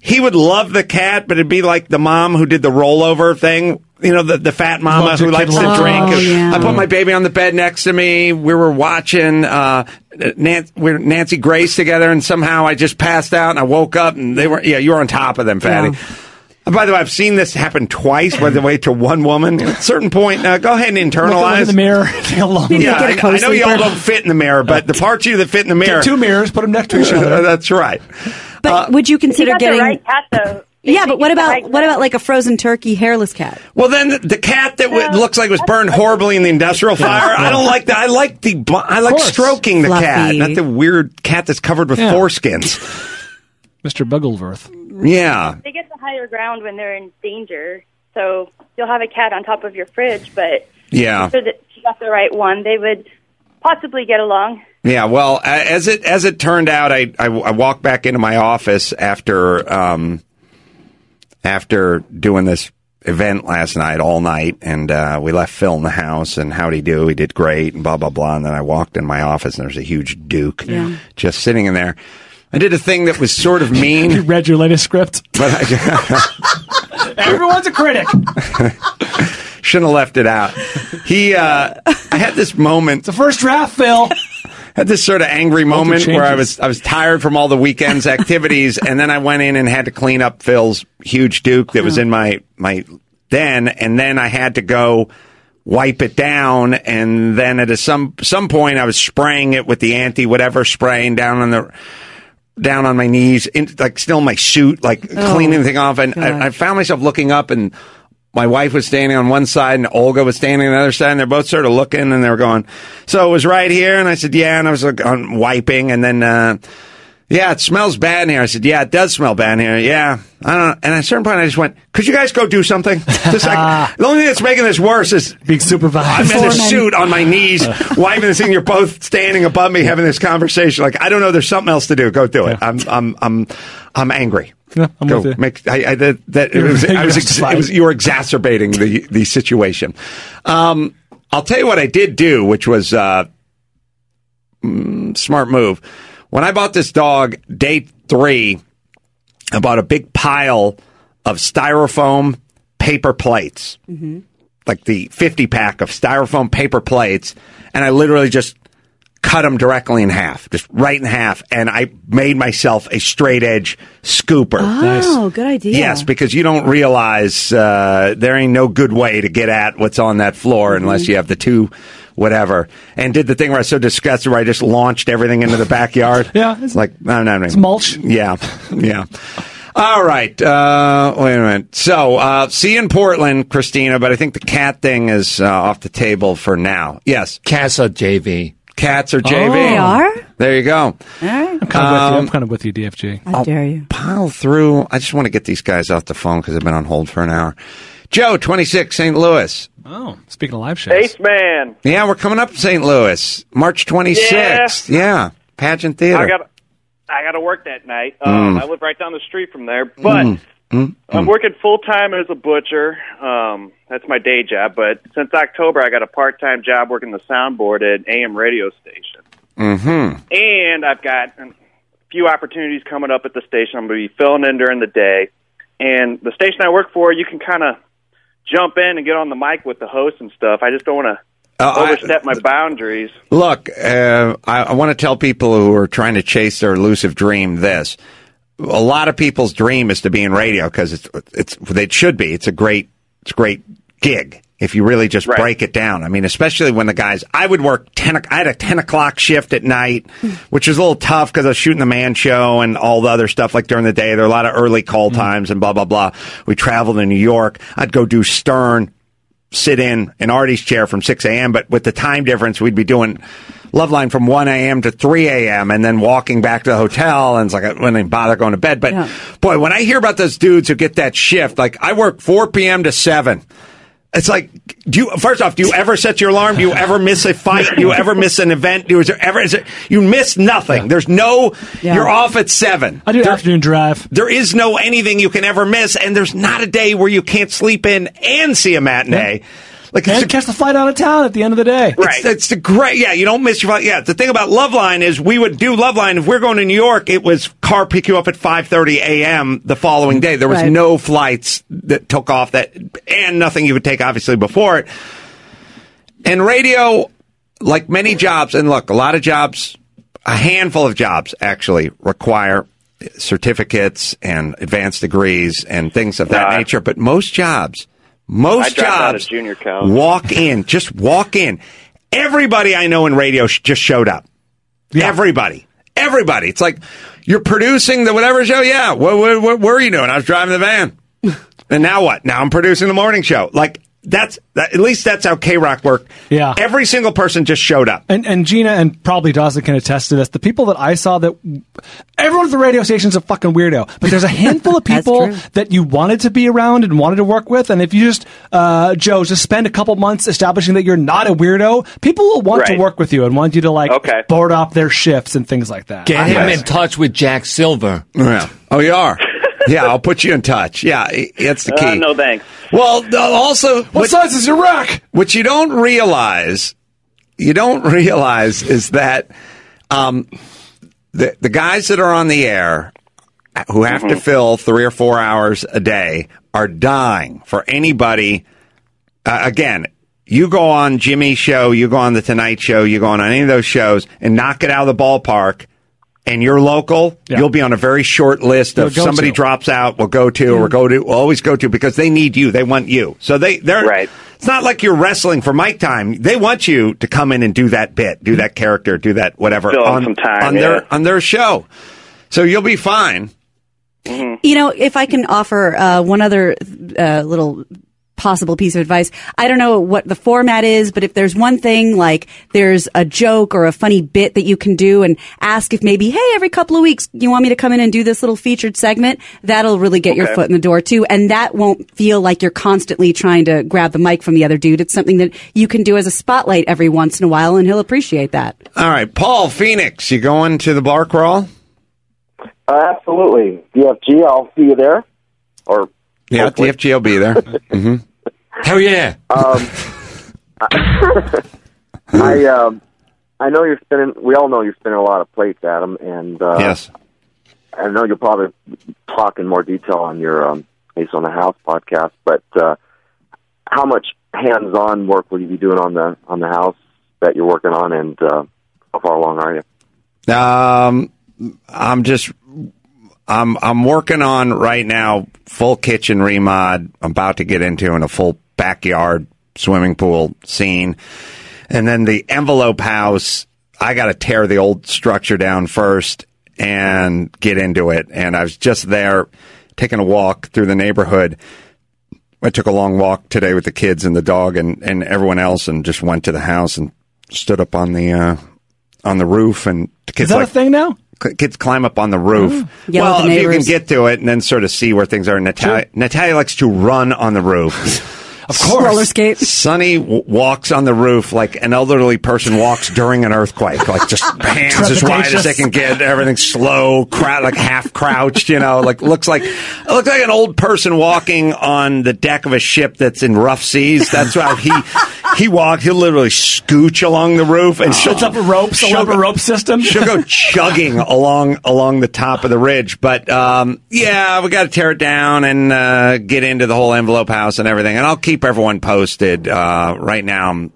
[SPEAKER 8] He would love the cat, but it'd be like the mom who did the rollover thing. You know, the, the fat mama
[SPEAKER 10] Loved
[SPEAKER 8] who
[SPEAKER 10] your kid
[SPEAKER 8] likes to
[SPEAKER 10] loves
[SPEAKER 8] drink.
[SPEAKER 10] the cat. Oh, yeah.
[SPEAKER 8] I put my baby on the bed next to me. We were watching uh, Nan- we we're Nancy Grace together, and somehow I just passed out and I woke up, and they were yeah, you were on top of them, fatty. And by the way, I've seen this happen twice. By the way, to one woman at a certain point. Uh, go ahead and
[SPEAKER 4] Look, look
[SPEAKER 8] internalize
[SPEAKER 4] in the mirror. Take a long
[SPEAKER 8] yeah, I, I know you all don't fit in the mirror, but the parts of you that fit in the mirror.
[SPEAKER 4] two mirrors, put them next to each other.
[SPEAKER 8] That's right. Uh,
[SPEAKER 14] But would you consider
[SPEAKER 13] got the
[SPEAKER 14] getting
[SPEAKER 13] right cat though.
[SPEAKER 14] Yeah, but what about what about like a frozen turkey hairless cat?
[SPEAKER 8] Well, then the- the cat that w- looks like it was burned horribly in the industrial fire. I don't like that. I like the bu- I like stroking the cat,
[SPEAKER 14] Fluffy.
[SPEAKER 8] not the weird cat that's covered with
[SPEAKER 4] Yeah.
[SPEAKER 8] foreskins.
[SPEAKER 4] Mr. Buggleworth.
[SPEAKER 8] Yeah.
[SPEAKER 13] They get the higher ground when they're in danger. So you'll have a cat on top of your fridge, but
[SPEAKER 8] Yeah.
[SPEAKER 13] so that if you got the right one, they would possibly get along.
[SPEAKER 8] Yeah, well, a- as it as it turned out, I I, I walked back into my office after um, after doing this event last night all night, and uh, we left Phil in the house, and how'd he do? He did great, and blah blah blah. And then I walked in my office, and there's a huge Duke
[SPEAKER 10] Yeah.
[SPEAKER 8] just sitting in there. I did a thing that was sort of mean.
[SPEAKER 4] You read your latest script.
[SPEAKER 8] But I
[SPEAKER 4] Everyone's a critic.
[SPEAKER 8] shouldn't have left it out. He, uh, I had this moment.
[SPEAKER 4] The first draft, Phil.
[SPEAKER 8] Had this sort of angry moment where I was I was tired from all the weekend's activities, and then I went in and had to clean up Phil's huge Duke that was in my my den, and then I had to go wipe it down, and then at a, some some point I was spraying it with the anti whatever spraying down on the down on my knees, in, like still in my suit, like
[SPEAKER 10] Oh,
[SPEAKER 8] cleaning the thing off, and
[SPEAKER 10] God.
[SPEAKER 8] I, I found myself looking up and. My wife was standing on one side and Olga was standing on the other side and they're both sort of looking and they were going, so it was right here. And I said, yeah. And I was like on wiping and then, uh, yeah, it smells bad in here. I said, yeah, it does smell bad in here. Yeah. I don't know. And at a certain point I just went, could you guys go do something? Just like, the only thing that's making this worse is
[SPEAKER 4] being supervised.
[SPEAKER 8] I'm in a
[SPEAKER 10] Foreman.
[SPEAKER 8] suit on my knees, wiping this thing. You're both standing above me having this conversation. Like, I don't know. There's something else to do. Go do it. I'm, I'm, I'm, I'm angry.
[SPEAKER 4] Yeah, I'm
[SPEAKER 8] Go
[SPEAKER 4] with you.
[SPEAKER 8] make I, I, that, that it
[SPEAKER 4] You're
[SPEAKER 8] was, I
[SPEAKER 4] very
[SPEAKER 8] was, ex-
[SPEAKER 4] justified.
[SPEAKER 8] it was you were exacerbating the the situation. Um, I'll tell you what I did do, which was uh, mm, smart move. When I bought this dog, day three, I bought a big pile of styrofoam paper plates, like the fifty pack of styrofoam paper plates, and I literally just cut them directly in half, just right in half, and I made myself a straight edge scooper.
[SPEAKER 14] Oh, good idea.
[SPEAKER 8] Yes, because you don't realize uh, there ain't no good way to get at what's on that floor unless you have the two whatever. And did the thing where I was so disgusted where I just launched everything into the backyard. yeah. It's like, no, no, no. It's
[SPEAKER 4] mulch.
[SPEAKER 8] Yeah. Yeah. All right. Uh, wait a minute. So, uh, see you in Portland, Christina, but I think the cat thing is uh, off the table for now. Yes.
[SPEAKER 9] Cats are JV.
[SPEAKER 8] Cats are
[SPEAKER 9] Oh.
[SPEAKER 8] JV.
[SPEAKER 9] They are?
[SPEAKER 8] There you go.
[SPEAKER 4] I'm kind of with you. I'm
[SPEAKER 8] Um,
[SPEAKER 4] kind of with you, DFG.
[SPEAKER 8] I'll Pile through. I just want to get these guys off the phone because I've been on hold for an hour. Joe, 26, St. Louis.
[SPEAKER 4] Oh, speaking of live shows.
[SPEAKER 15] Ace Man.
[SPEAKER 8] Yeah, we're coming up to St. Louis, March 26th. Yeah. Pageant Theater.
[SPEAKER 15] I got I got to work that night. Um,
[SPEAKER 8] Mm.
[SPEAKER 15] I live right down the street from there, but
[SPEAKER 8] Mm, mm,
[SPEAKER 15] I'm working full time as a butcher. Um, that's my day job. But since October, I got a part time job working the soundboard at an AM radio station,
[SPEAKER 10] Mm-hmm.
[SPEAKER 15] and I've got a few opportunities coming up at the station. I'm going to be filling in during the day, and the station I work for, you can kind of jump in and get on the mic with the host and stuff. I just don't want to
[SPEAKER 8] Uh, I-
[SPEAKER 15] overstep my boundaries.
[SPEAKER 8] Look, uh, I, I want to tell people who are trying to chase their elusive dream this. A lot of people's dream is to be in radio because it's it's it should be. It's a great it's a great gig if you really just break it down. I mean, especially when the guys. I would work ten. o- I had a ten o'clock shift at night, which is a little tough because I was shooting the man show and all the other stuff. Like during the day, there are a lot of early call times and blah blah blah. We traveled to New York. I'd go do Stern sit in an Artie's chair from 6 a.m., but with the time difference, we'd be doing Loveline from 1 a.m. to 3 a.m. and then walking back to the hotel. And it's like, I wouldn't even bother going to bed. But boy, when I hear about those dudes who get that shift, like I work 4 p.m. to 7. It's like, do you, first off, do you ever set your alarm? Do you ever miss a fight? Do you ever miss an event? Do, is there ever, is there, you miss nothing. There's no,
[SPEAKER 4] Yeah.
[SPEAKER 8] you're off at seven.
[SPEAKER 4] I do afternoon drive.
[SPEAKER 8] There is no anything you can ever miss, and there's not a day where you can't sleep in and see a matinee. Like it's
[SPEAKER 4] and catch the flight out of town at the end of the day.
[SPEAKER 8] Right. It's, it's the great. Yeah, you don't miss your. Yeah, the thing about Loveline is we would do Loveline if we're going to New York. It was car pick you up at five thirty a.m. the following day. There was
[SPEAKER 10] Right.
[SPEAKER 8] no flights that took off that, and nothing you could take obviously before it. And radio, like many jobs, and look, a lot of jobs, a handful of jobs actually require certificates and advanced degrees and things of that nature. But most jobs, most
[SPEAKER 15] I dropped out of
[SPEAKER 8] jobs,
[SPEAKER 15] junior college.
[SPEAKER 8] walk in, just walk in. Everybody I know in radio sh- just showed up. Everybody, everybody. It's like you're producing the whatever show. Yeah, what, what, what were you doing? I was driving the van. And now what? Now I'm producing the morning show. Like that's that, at least that's how K Rock worked. Yeah, every single person just showed up.
[SPEAKER 4] And, and Gina and probably Dawson can attest to this. The people that I saw that everyone at the radio station's a fucking weirdo, but there's a handful of people that you wanted to be around and wanted to work with. And if you just, uh, Joe, just spend a couple months establishing that you're not a weirdo, people will want to
[SPEAKER 9] Right.
[SPEAKER 4] work with you and want you to like board up their shifts and things like that.
[SPEAKER 9] Get him in touch with Jack Silver.
[SPEAKER 8] Yeah. Oh, you are. yeah, I'll put you in touch. Yeah, i- that's the key.
[SPEAKER 9] Uh, no
[SPEAKER 15] thanks.
[SPEAKER 8] Well, th- also, what,
[SPEAKER 4] size is your rack?
[SPEAKER 8] What you don't realize, you don't realize, is that um, the the guys that are on the air uh, who have
[SPEAKER 10] Mm-hmm.
[SPEAKER 8] to fill three or four hours a day are dying for anybody. Uh, again, you go on Jimmy's show, you go on the Tonight Show, you go on any of those shows, and knock it out of the ballpark. And you're local, you'll be on a very short list of
[SPEAKER 10] You'll go
[SPEAKER 8] somebody
[SPEAKER 10] to. Mm-hmm.
[SPEAKER 8] drops out, we'll go to, or go to, we'll always go to because they need you, they want you. So they they're right. It's not like you're wrestling for mic time. They want you to come in and do that bit,
[SPEAKER 10] Mm-hmm.
[SPEAKER 8] do that character, do that whatever
[SPEAKER 15] Fill in some time,
[SPEAKER 8] on
[SPEAKER 15] yeah.
[SPEAKER 8] their on their show. So you'll be fine.
[SPEAKER 15] Mm-hmm.
[SPEAKER 14] You know, if I can offer uh, one other uh, little possible piece of advice, I don't know what the format is, but if there's one thing like there's a joke or a funny bit that you can do and ask if maybe, hey, every couple of weeks, you want me to come in and do this little featured segment? That'll really get your
[SPEAKER 16] Okay.
[SPEAKER 14] foot in the door too. And that won't feel like you're constantly trying to grab the mic from the other dude. It's something that you can do as a spotlight every once in a while and he'll appreciate that.
[SPEAKER 8] All right, Paul Phoenix, you going to the bar crawl?
[SPEAKER 17] Uh, absolutely. DFG, I'll see you there. Or
[SPEAKER 8] Yeah, TFG will be there. hmm Hell yeah!
[SPEAKER 17] um, I, I, um, I know you're spinning. We all know you're spinning a lot of plates, Adam. And uh,
[SPEAKER 8] yes,
[SPEAKER 17] I know you'll probably talk in more detail on your um, Ace on the House podcast. But uh, how much hands-on work will you be doing on the on the house that you're working on? And uh, how far along are you?
[SPEAKER 8] Um, I'm just I'm I'm working on right now full kitchen remod. I'm about to get into in a full backyard swimming pool scene, and then the envelope house. I got to tear the old structure down first and get into it. And I was just there taking a walk through the neighborhood. I took a long walk today with the kids and the dog and, and everyone else, and just went to the house and stood up on the uh, on the roof. And the kids
[SPEAKER 4] Is that
[SPEAKER 8] like,
[SPEAKER 4] a thing now?
[SPEAKER 8] K- kids climb up on the roof.
[SPEAKER 4] Mm. Yell at
[SPEAKER 8] Well,
[SPEAKER 4] the
[SPEAKER 8] if you can
[SPEAKER 4] neighbors.
[SPEAKER 8] get to it and then sort of see where things are. Natalia, Natalia likes to run on the roof. of
[SPEAKER 14] course. Roller skate.
[SPEAKER 8] Sonny w- walks on the roof like an elderly person walks during an earthquake. Like just hands as wide as they can get. Everything slow, crowd, like half crouched, you know, like looks like, looks like an old person walking on the deck of a ship that's in rough seas. That's how he, he walked. He'll literally scooch along the roof, and she'll
[SPEAKER 4] Puts up a rope, so
[SPEAKER 8] she'll
[SPEAKER 4] up a
[SPEAKER 8] go-
[SPEAKER 4] rope system.
[SPEAKER 8] She'll go chugging along along the top of the ridge. But um, yeah, we got to tear it down and uh, get into the whole envelope house and everything. And I'll keep everyone posted. Uh, right now, I'm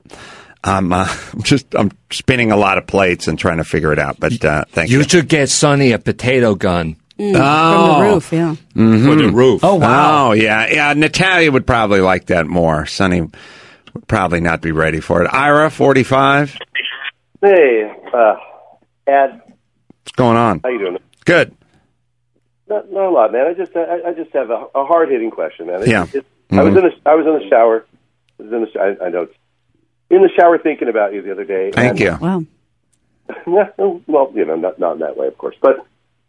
[SPEAKER 8] I'm uh, just I'm spinning a lot of plates and trying to figure it out. But uh, thank you.
[SPEAKER 9] You should get Sonny a potato gun.
[SPEAKER 14] Mm, From the roof, yeah.
[SPEAKER 8] Mhm.
[SPEAKER 9] For the roof.
[SPEAKER 8] Oh wow! Oh yeah, yeah. Natalia would probably like that more. Sonny would probably not be ready for it. Ira, forty-five.
[SPEAKER 16] Hey, uh, Ed,
[SPEAKER 8] What's going on?
[SPEAKER 16] how you doing?
[SPEAKER 8] Good.
[SPEAKER 16] Not, not a lot, man. I just I, I just have a, a hard hitting question, man. It's-
[SPEAKER 8] Yeah. Mm-hmm.
[SPEAKER 16] it's- I was in the I was in the shower. I was in the sh- I, I know. It's, in the shower thinking about you the other day.
[SPEAKER 8] Thank you.
[SPEAKER 14] Wow.
[SPEAKER 16] well, you know, not not in that way, of course, but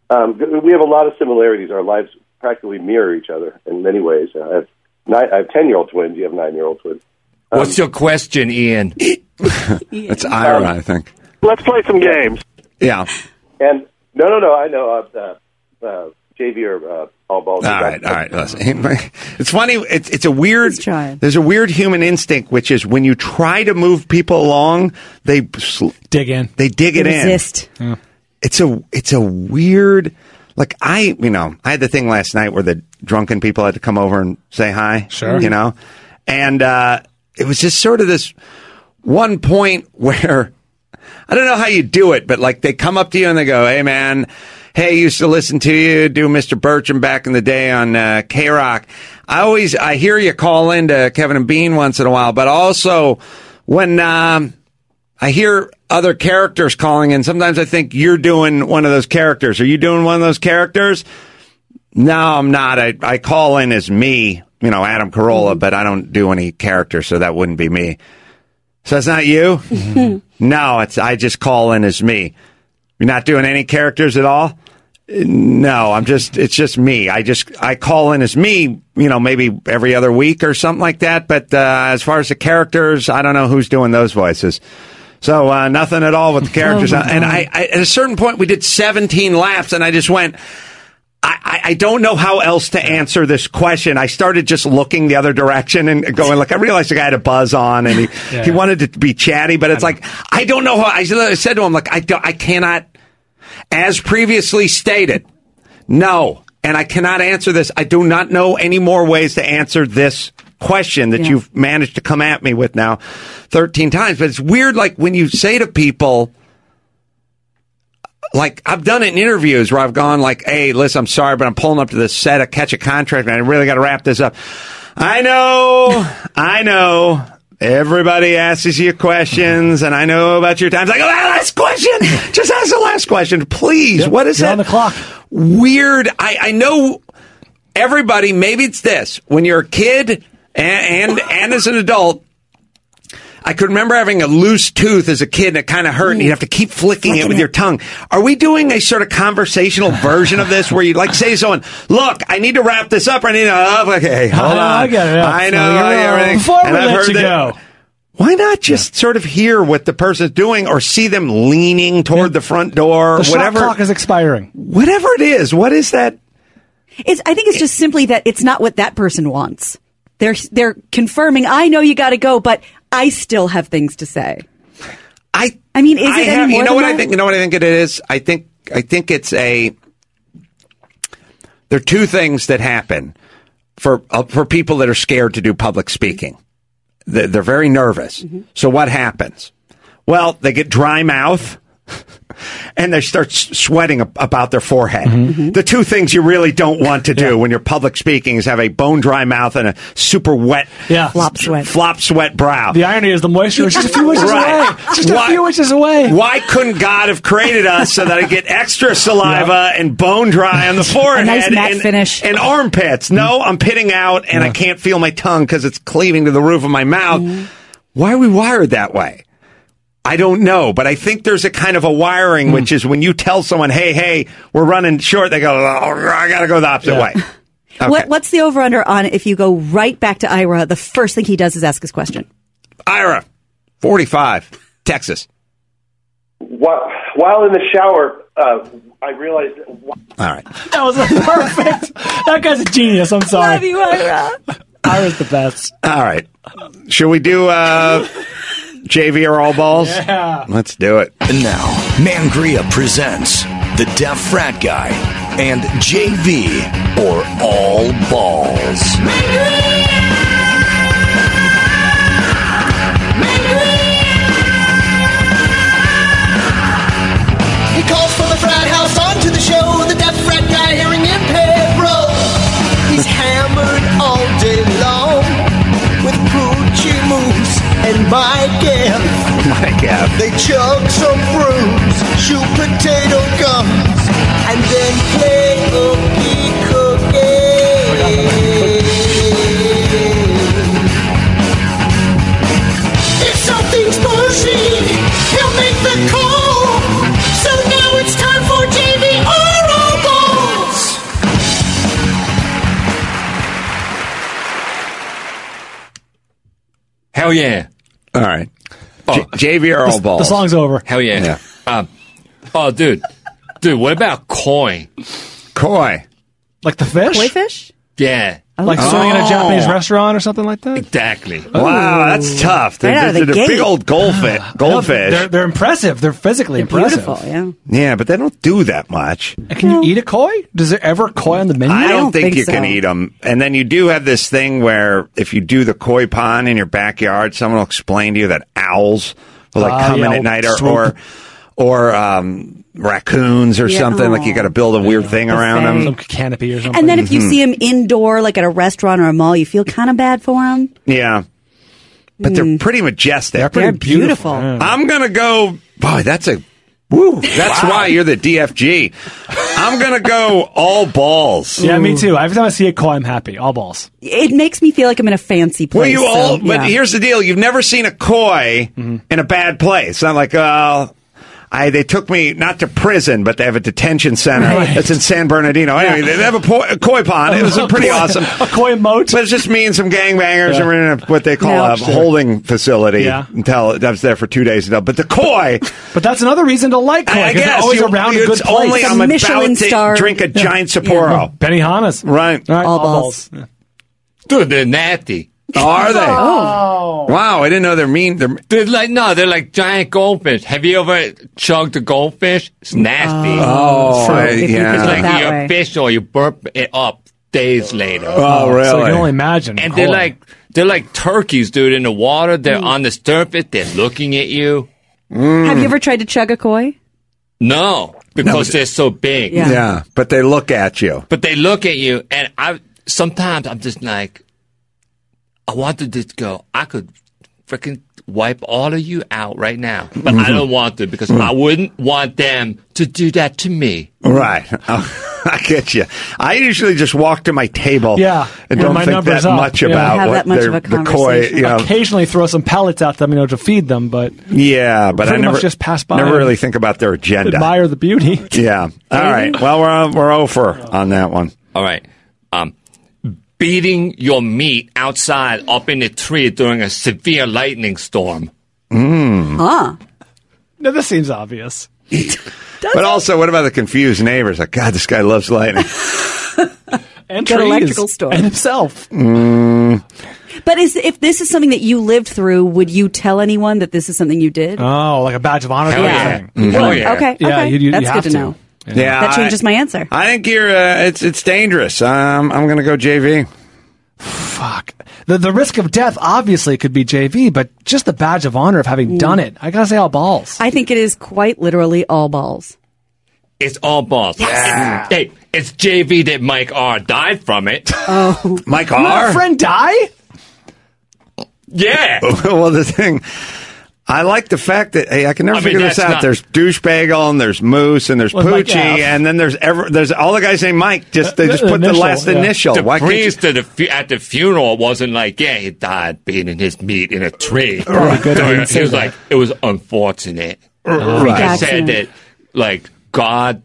[SPEAKER 16] um, g- we have a lot of similarities. Our lives practically mirror each other in many ways. I have nine, I have ten year old twins. You have nine year old twins.
[SPEAKER 9] What's your question, Ian?
[SPEAKER 8] That's Ira, I think.
[SPEAKER 16] Let's play some games.
[SPEAKER 8] Yeah.
[SPEAKER 16] And no, no, no. I know. Uh, uh, uh, JV or uh, Paul Baldwin.
[SPEAKER 8] All right, all right. Listen, it's funny. It's it's a weird. There's a weird human instinct, which is when you try to move people along, they sl-
[SPEAKER 4] dig in.
[SPEAKER 8] They dig it
[SPEAKER 4] They
[SPEAKER 14] resist.
[SPEAKER 8] in. It's a it's a weird. Like I, you know, I had the thing last night where the drunken people had to come over and say hi.
[SPEAKER 10] Sure.
[SPEAKER 8] you know, and uh, it was just sort of this one point where I don't know how you do it, but like they come up to you and they go, "Hey, man, hey, used to listen to you do Mr. Bertram back in the day on uh, K Rock. I always I hear you call into Kevin and Bean once in a while, but also when um, I hear other characters calling in, sometimes I think you're doing one of those characters. Are you doing one of those characters? No, I'm not. I, I call in as me, you know, Adam Carolla, but I don't do any characters, so that wouldn't be me. So that's not you? no, it's I just call in as me. You're not doing any characters at all? Uh, No, I'm just it's just me. I just I call in as me, you know, maybe every other week or something like that, but uh, as far as the characters, I don't know who's doing those voices. So uh, nothing at all with the characters.
[SPEAKER 10] my
[SPEAKER 8] and I, I at a certain point we did 17 laps and I just went I, I don't know how else to answer this question. I started just looking the other direction and going like I realized the guy had a buzz on and he,
[SPEAKER 10] Yeah.
[SPEAKER 8] he wanted to be chatty, but it's like I don't know how. I said I said to him like I don't, I cannot, as previously stated, no, and I cannot answer this. I do not know any more ways to answer this question that
[SPEAKER 10] Yeah.
[SPEAKER 8] you've managed to come at me with now 13 times but it's weird like when you say to people like I've done it in interviews where I've gone like, "Hey, listen, I'm sorry, but I'm pulling up to the set. I catch a contract, and I really got to wrap this up." I know, I know. Everybody asks you questions, and I know about your times. Like, oh, last question. Just ask the last question, please. what is that? On the clock. Weird. I, I know everybody. Maybe it's this. When you're a kid and and, and as an adult, I could remember having a loose tooth as a kid and it kind of hurt and you'd have to keep flicking it with your tongue. Are we doing a sort of conversational version of this where you like say to someone, look, I need to wrap this up. I need to, oh, okay, hold on.
[SPEAKER 10] I get it.
[SPEAKER 8] I know
[SPEAKER 10] Now you're on.
[SPEAKER 8] everything.
[SPEAKER 10] Before we
[SPEAKER 8] and I've
[SPEAKER 10] let
[SPEAKER 8] heard
[SPEAKER 10] you
[SPEAKER 8] that-
[SPEAKER 10] go.
[SPEAKER 8] Why not just sort of hear what the person's doing or see them leaning toward the front door or
[SPEAKER 4] the
[SPEAKER 8] whatever?
[SPEAKER 4] shot clock is expiring.
[SPEAKER 8] Whatever it is, what is that?
[SPEAKER 14] It's, I think it's just simply that it's not what that person wants. They're, they're confirming, I know you got to go, but I still have things to say.
[SPEAKER 8] I,
[SPEAKER 14] I mean, is
[SPEAKER 8] I
[SPEAKER 14] it
[SPEAKER 8] have-
[SPEAKER 14] any more
[SPEAKER 8] you know
[SPEAKER 14] than
[SPEAKER 8] what
[SPEAKER 14] that?
[SPEAKER 8] I think? You know what I think it is? I think I think it's a. There are two things that happen for uh, for people that are scared to do public speaking. They're, they're very nervous.
[SPEAKER 14] Mm-hmm.
[SPEAKER 8] So what happens? Well, they get dry mouth. And they start s- sweating ab- about their forehead.
[SPEAKER 14] Mm-hmm.
[SPEAKER 8] Mm-hmm. The two things you really don't want to do when you're public speaking is have a bone dry mouth and a super wet
[SPEAKER 4] Yeah.
[SPEAKER 8] flop
[SPEAKER 14] sweat
[SPEAKER 8] flop sweat brow.
[SPEAKER 4] The irony is the moisture is just a few inches
[SPEAKER 8] Right.
[SPEAKER 4] away. It's Just a
[SPEAKER 8] Why-
[SPEAKER 4] few inches away.
[SPEAKER 8] Why couldn't God have created us so that I get extra saliva and bone dry on the forehead,
[SPEAKER 10] nice matte
[SPEAKER 8] and,
[SPEAKER 10] finish. Mm.
[SPEAKER 8] and armpits? No, I'm pitting out, and I can't feel my tongue because it's cleaving to the roof of my mouth.
[SPEAKER 10] Mm.
[SPEAKER 8] Why are we wired that way? I don't know, but I think there's a kind of a wiring,
[SPEAKER 10] Mm.
[SPEAKER 8] which is when you tell someone, "Hey, hey, we're running short," they go, oh, "I got to go the opposite way." Okay.
[SPEAKER 14] What, what's the over under on if you go right back to Ira, the first thing he does is ask his question?
[SPEAKER 8] Ira, forty-five, Texas.
[SPEAKER 16] While, while in the shower, uh, I realized.
[SPEAKER 8] All right.
[SPEAKER 4] That was perfect. that guy's a genius. I'm sorry. Love you, Ira. Ira's the best.
[SPEAKER 8] All right. Should we do uh, JV or all balls?
[SPEAKER 12] Yeah.
[SPEAKER 8] Let's do it.
[SPEAKER 12] And now, Mangria presents The Deaf Frat Guy and JV or All Balls.
[SPEAKER 10] He calls from the frat house onto the show. The deaf frat guy, hearing impaired bro. He's hammered all day long with Poochie Moose and Mike M.
[SPEAKER 8] Mike M.
[SPEAKER 10] They chug some brews, shoot potato gums, and then play okey cookie. If something's buzzing, he'll make the call. So now it's time for JV Oral Balls.
[SPEAKER 9] Hell yeah. Oh,
[SPEAKER 8] All right. J- JV or all balls?
[SPEAKER 4] The song's over.
[SPEAKER 9] Hell yeah. Um, oh, dude. Dude, what about koi?
[SPEAKER 8] Koi.
[SPEAKER 4] Like the fish? Koi
[SPEAKER 14] fish?
[SPEAKER 9] Yeah.
[SPEAKER 4] Like swimming
[SPEAKER 9] Oh.
[SPEAKER 4] in a Japanese restaurant or something like that?
[SPEAKER 9] Exactly.
[SPEAKER 8] Oh. Wow, that's tough.
[SPEAKER 4] Right out of the
[SPEAKER 8] a big
[SPEAKER 4] gate.
[SPEAKER 8] old goldfish. goldfish.
[SPEAKER 4] They're, they're impressive. They're physically impressive.
[SPEAKER 14] Beautiful, yeah.
[SPEAKER 8] yeah, but they don't do that much.
[SPEAKER 4] And can you eat a koi? Does there ever koi on the menu?
[SPEAKER 8] I don't, think, you can eat them. And then you do have this thing where if you do the koi pond in your backyard, someone will explain to you that owls will like
[SPEAKER 10] Ah,
[SPEAKER 8] come in
[SPEAKER 10] yeah,
[SPEAKER 8] at night or
[SPEAKER 10] swoop.
[SPEAKER 8] or, or um, raccoons or
[SPEAKER 14] Yeah.
[SPEAKER 8] something. Like you got to build a weird thing around
[SPEAKER 4] thing.
[SPEAKER 8] them,
[SPEAKER 4] Some canopy or something.
[SPEAKER 14] And then if you
[SPEAKER 8] Mhm.
[SPEAKER 14] see him indoor, like at a restaurant or a mall, you feel kind of bad for him.
[SPEAKER 8] Yeah. But they're pretty majestic. They're
[SPEAKER 14] pretty Hmm. They're beautiful. beautiful.
[SPEAKER 8] I'm going to go. Boy, that's a. Woo. That's why you're the DFG. I'm going to go all balls.
[SPEAKER 4] Yeah, me too. Every time I see a koi, I'm happy. All balls.
[SPEAKER 14] It makes me feel like I'm in a fancy
[SPEAKER 8] Well,
[SPEAKER 14] place.
[SPEAKER 8] you
[SPEAKER 14] so,
[SPEAKER 8] all. But
[SPEAKER 14] yeah.
[SPEAKER 8] here's the deal you've never seen a koi in a bad place. Not like, uh, I, they took me not to prison, but they have a detention center that's in San Bernardino. Anyway,
[SPEAKER 10] Yeah.
[SPEAKER 8] they have a, po- a koi pond. It was a pretty
[SPEAKER 10] A koi-
[SPEAKER 8] awesome.
[SPEAKER 4] A koi moat.
[SPEAKER 8] But it's just me and some gangbangers,
[SPEAKER 10] Yeah.
[SPEAKER 8] and we're in a, what they call
[SPEAKER 10] Yeah.
[SPEAKER 8] a holding facility
[SPEAKER 4] Yeah.
[SPEAKER 8] until I was there for two days. Until, but the koi,
[SPEAKER 4] But that's another reason to like koi.
[SPEAKER 8] I, I
[SPEAKER 4] 'cause they're
[SPEAKER 8] guess
[SPEAKER 4] always
[SPEAKER 8] you-
[SPEAKER 4] around a
[SPEAKER 8] it's
[SPEAKER 4] good place.
[SPEAKER 8] only I'm about to drink a giant Sapporo.
[SPEAKER 4] Benny Hanna's.
[SPEAKER 8] Right.
[SPEAKER 4] All,
[SPEAKER 14] balls.
[SPEAKER 9] Dude, they're nasty.
[SPEAKER 8] Are they?
[SPEAKER 14] Oh.
[SPEAKER 8] Wow, I didn't know they're mean. They're
[SPEAKER 9] They're like no, they're like giant goldfish. Have you ever chugged a goldfish? It's nasty.
[SPEAKER 8] Oh, So I- if you yeah. could
[SPEAKER 9] It's
[SPEAKER 8] do it
[SPEAKER 9] like
[SPEAKER 8] that
[SPEAKER 9] your
[SPEAKER 8] way.
[SPEAKER 9] fish or you burp it up days later.
[SPEAKER 8] Oh, really? So you can only
[SPEAKER 4] imagine.
[SPEAKER 9] And they're
[SPEAKER 8] Cool.
[SPEAKER 9] like they're like turkeys, dude, in the water. They're
[SPEAKER 8] Mm.
[SPEAKER 9] on the surface. They're looking at you.
[SPEAKER 14] have you ever tried to chug a koi?
[SPEAKER 9] No, because they're so big.
[SPEAKER 14] Yeah.
[SPEAKER 8] yeah, but they look at you.
[SPEAKER 9] But they look at you, and I sometimes I'm just like, I want to just go. I could freaking wipe all of you out right now, but I
[SPEAKER 8] Mhm.
[SPEAKER 9] don't want to because I wouldn't want them to do that to me.
[SPEAKER 4] Mm-hmm.
[SPEAKER 8] Right. Oh, I get you. I usually just walk to my table.
[SPEAKER 4] Yeah,
[SPEAKER 8] And
[SPEAKER 4] when
[SPEAKER 8] don't
[SPEAKER 4] my
[SPEAKER 8] think
[SPEAKER 4] numbers
[SPEAKER 8] that
[SPEAKER 4] up.
[SPEAKER 8] much
[SPEAKER 4] Yeah.
[SPEAKER 8] about what they're- the koi. You know,
[SPEAKER 4] Occasionally throw some pellets at them, you know, to feed them, but
[SPEAKER 8] yeah, but I
[SPEAKER 4] Pretty much
[SPEAKER 8] never
[SPEAKER 4] just pass by
[SPEAKER 8] Never
[SPEAKER 4] and
[SPEAKER 8] really think about their agenda.
[SPEAKER 4] admire the beauty.
[SPEAKER 8] Yeah. All right. Well, we're on, we're over on that one.
[SPEAKER 9] All right. Um, beating your meat outside up in a tree during a severe lightning storm.
[SPEAKER 8] Mm.
[SPEAKER 14] Huh.
[SPEAKER 4] No, this seems obvious.
[SPEAKER 8] But also, what about the confused neighbors? Like, God, this guy loves lightning.
[SPEAKER 4] And
[SPEAKER 14] Good
[SPEAKER 4] trees.
[SPEAKER 14] electrical store.
[SPEAKER 4] And himself.
[SPEAKER 8] Mm.
[SPEAKER 14] But is, if this is something that you lived through, would you tell anyone that this is something you did?
[SPEAKER 4] Oh, like a badge of honor.
[SPEAKER 14] Hell
[SPEAKER 4] kind of
[SPEAKER 14] yeah.
[SPEAKER 4] thing.
[SPEAKER 8] Mhm. Hell
[SPEAKER 14] yeah. Okay,
[SPEAKER 4] Oh, Yeah,
[SPEAKER 14] okay.
[SPEAKER 4] You, you,
[SPEAKER 14] That's
[SPEAKER 4] you
[SPEAKER 14] good
[SPEAKER 4] have
[SPEAKER 14] to know.
[SPEAKER 8] Yeah,
[SPEAKER 14] that changes my answer.
[SPEAKER 8] I think you're. Uh, it's it's dangerous. Um, I'm going to go JV.
[SPEAKER 4] The, the risk of death obviously could be JV, but just the badge of honor of having done it. I gotta say, all balls.
[SPEAKER 14] I think it is quite literally all balls.
[SPEAKER 9] It's all balls.
[SPEAKER 14] Yes.
[SPEAKER 9] Hey, it's JV that Mike R died from it.
[SPEAKER 14] Oh,
[SPEAKER 8] Mike
[SPEAKER 4] My
[SPEAKER 8] R.
[SPEAKER 4] friend die?
[SPEAKER 9] Yeah.
[SPEAKER 8] well, the thing. I like the fact that hey, I can
[SPEAKER 10] I
[SPEAKER 8] never
[SPEAKER 10] mean,
[SPEAKER 8] figure this
[SPEAKER 10] that's
[SPEAKER 8] out.
[SPEAKER 10] not-
[SPEAKER 8] there's douche bagel and there's moose and there's
[SPEAKER 10] With Mike
[SPEAKER 8] Poochie
[SPEAKER 10] F.
[SPEAKER 8] and then there's ever there's all the guys named Mike. Just
[SPEAKER 9] Uh,
[SPEAKER 8] they just put the last initial.
[SPEAKER 9] The
[SPEAKER 8] Why can't you-
[SPEAKER 9] priest at, the fu- at the funeral wasn't like, yeah, he died beating his meat in a tree.
[SPEAKER 10] Right. Good, I
[SPEAKER 9] So
[SPEAKER 10] didn't
[SPEAKER 9] he
[SPEAKER 10] say
[SPEAKER 9] was
[SPEAKER 10] that.
[SPEAKER 9] like, it was unfortunate.
[SPEAKER 8] Uh-huh.
[SPEAKER 10] Right.
[SPEAKER 9] He just
[SPEAKER 10] Accident.
[SPEAKER 9] said that, like, God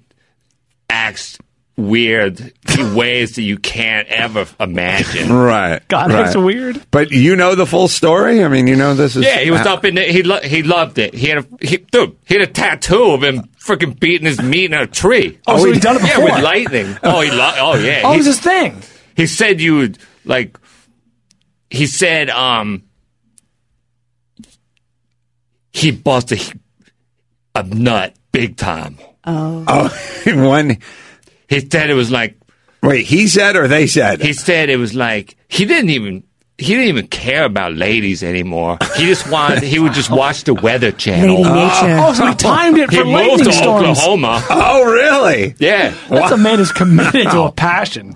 [SPEAKER 9] acts weird in ways that you can't ever imagine.
[SPEAKER 8] Right.
[SPEAKER 9] God,
[SPEAKER 8] right.
[SPEAKER 9] that's
[SPEAKER 4] weird.
[SPEAKER 8] But you know the full story. I mean, you know this is. Uh,
[SPEAKER 9] Yeah, he was up in it. He lo- he loved it. He had a he, dude. He had a tattoo of him freaking beating his meat in a tree.
[SPEAKER 4] Oh, so he'd done it
[SPEAKER 9] yeah,
[SPEAKER 4] before.
[SPEAKER 9] with lightning. Oh, he lo- oh yeah.
[SPEAKER 4] Oh,
[SPEAKER 9] He-
[SPEAKER 4] it was his thing.
[SPEAKER 9] He said you would like. He said um he busted a nut big time.
[SPEAKER 14] Oh.
[SPEAKER 8] Oh, one.
[SPEAKER 9] He said it was like.
[SPEAKER 8] Wait, he said or they said?
[SPEAKER 9] He said it was like he didn't even he didn't even care about ladies anymore. He just wanted he would just watch the weather channel.
[SPEAKER 10] Lady Nature. Oh, so he timed it
[SPEAKER 9] He
[SPEAKER 10] for
[SPEAKER 9] moved
[SPEAKER 10] lightning
[SPEAKER 9] to
[SPEAKER 10] storms.
[SPEAKER 9] Oklahoma.
[SPEAKER 8] Oh, really?
[SPEAKER 9] Yeah.
[SPEAKER 4] That's a man who's committed to a passion.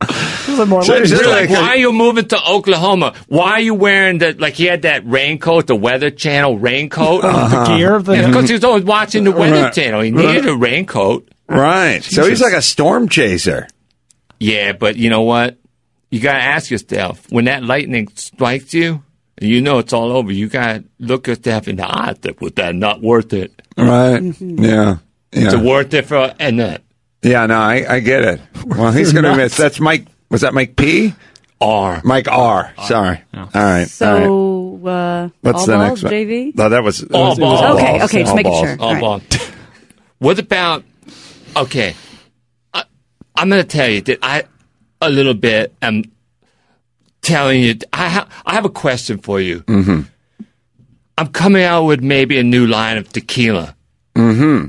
[SPEAKER 4] This is more
[SPEAKER 9] So
[SPEAKER 4] like-
[SPEAKER 9] it's just like, why are you moving to Oklahoma? Why are you wearing the like? He had that raincoat, the Weather Channel raincoat,
[SPEAKER 8] Uh-huh. The gear of the-
[SPEAKER 9] because he was always watching the Weather
[SPEAKER 8] Right.
[SPEAKER 9] Channel. He
[SPEAKER 8] Right.
[SPEAKER 9] needed a raincoat,
[SPEAKER 8] Right. So he's
[SPEAKER 9] Jesus.
[SPEAKER 8] like a storm chaser.
[SPEAKER 9] Yeah, but you know what? You gotta ask yourself when that lightning strikes you, you know it's all over. You gotta look yourself in the eye. That was that not worth it?
[SPEAKER 8] Right.
[SPEAKER 14] Mm-hmm.
[SPEAKER 8] Yeah.
[SPEAKER 9] It's
[SPEAKER 8] Yeah.
[SPEAKER 9] worth it for a nut.
[SPEAKER 8] Yeah. No, I, I get it. Well, he's going to miss. That's Mike. Was that Mike P?
[SPEAKER 9] R.
[SPEAKER 8] Mike R. Sorry. All right. all right.
[SPEAKER 14] So, uh,
[SPEAKER 8] What's
[SPEAKER 14] all
[SPEAKER 8] the
[SPEAKER 14] balls,
[SPEAKER 8] next one?
[SPEAKER 14] JV?
[SPEAKER 8] No, that was
[SPEAKER 9] All
[SPEAKER 8] it was- it was
[SPEAKER 9] balls.
[SPEAKER 14] Okay, okay, just
[SPEAKER 8] All
[SPEAKER 14] making
[SPEAKER 8] balls.
[SPEAKER 14] sure.
[SPEAKER 9] All wrong. What about? Okay, I, I'm going to tell you that I a little bit am telling you. I ha- I have a question for you.
[SPEAKER 8] Mm-hmm.
[SPEAKER 9] I'm coming out with maybe a new line of tequila,
[SPEAKER 8] Mm-hmm.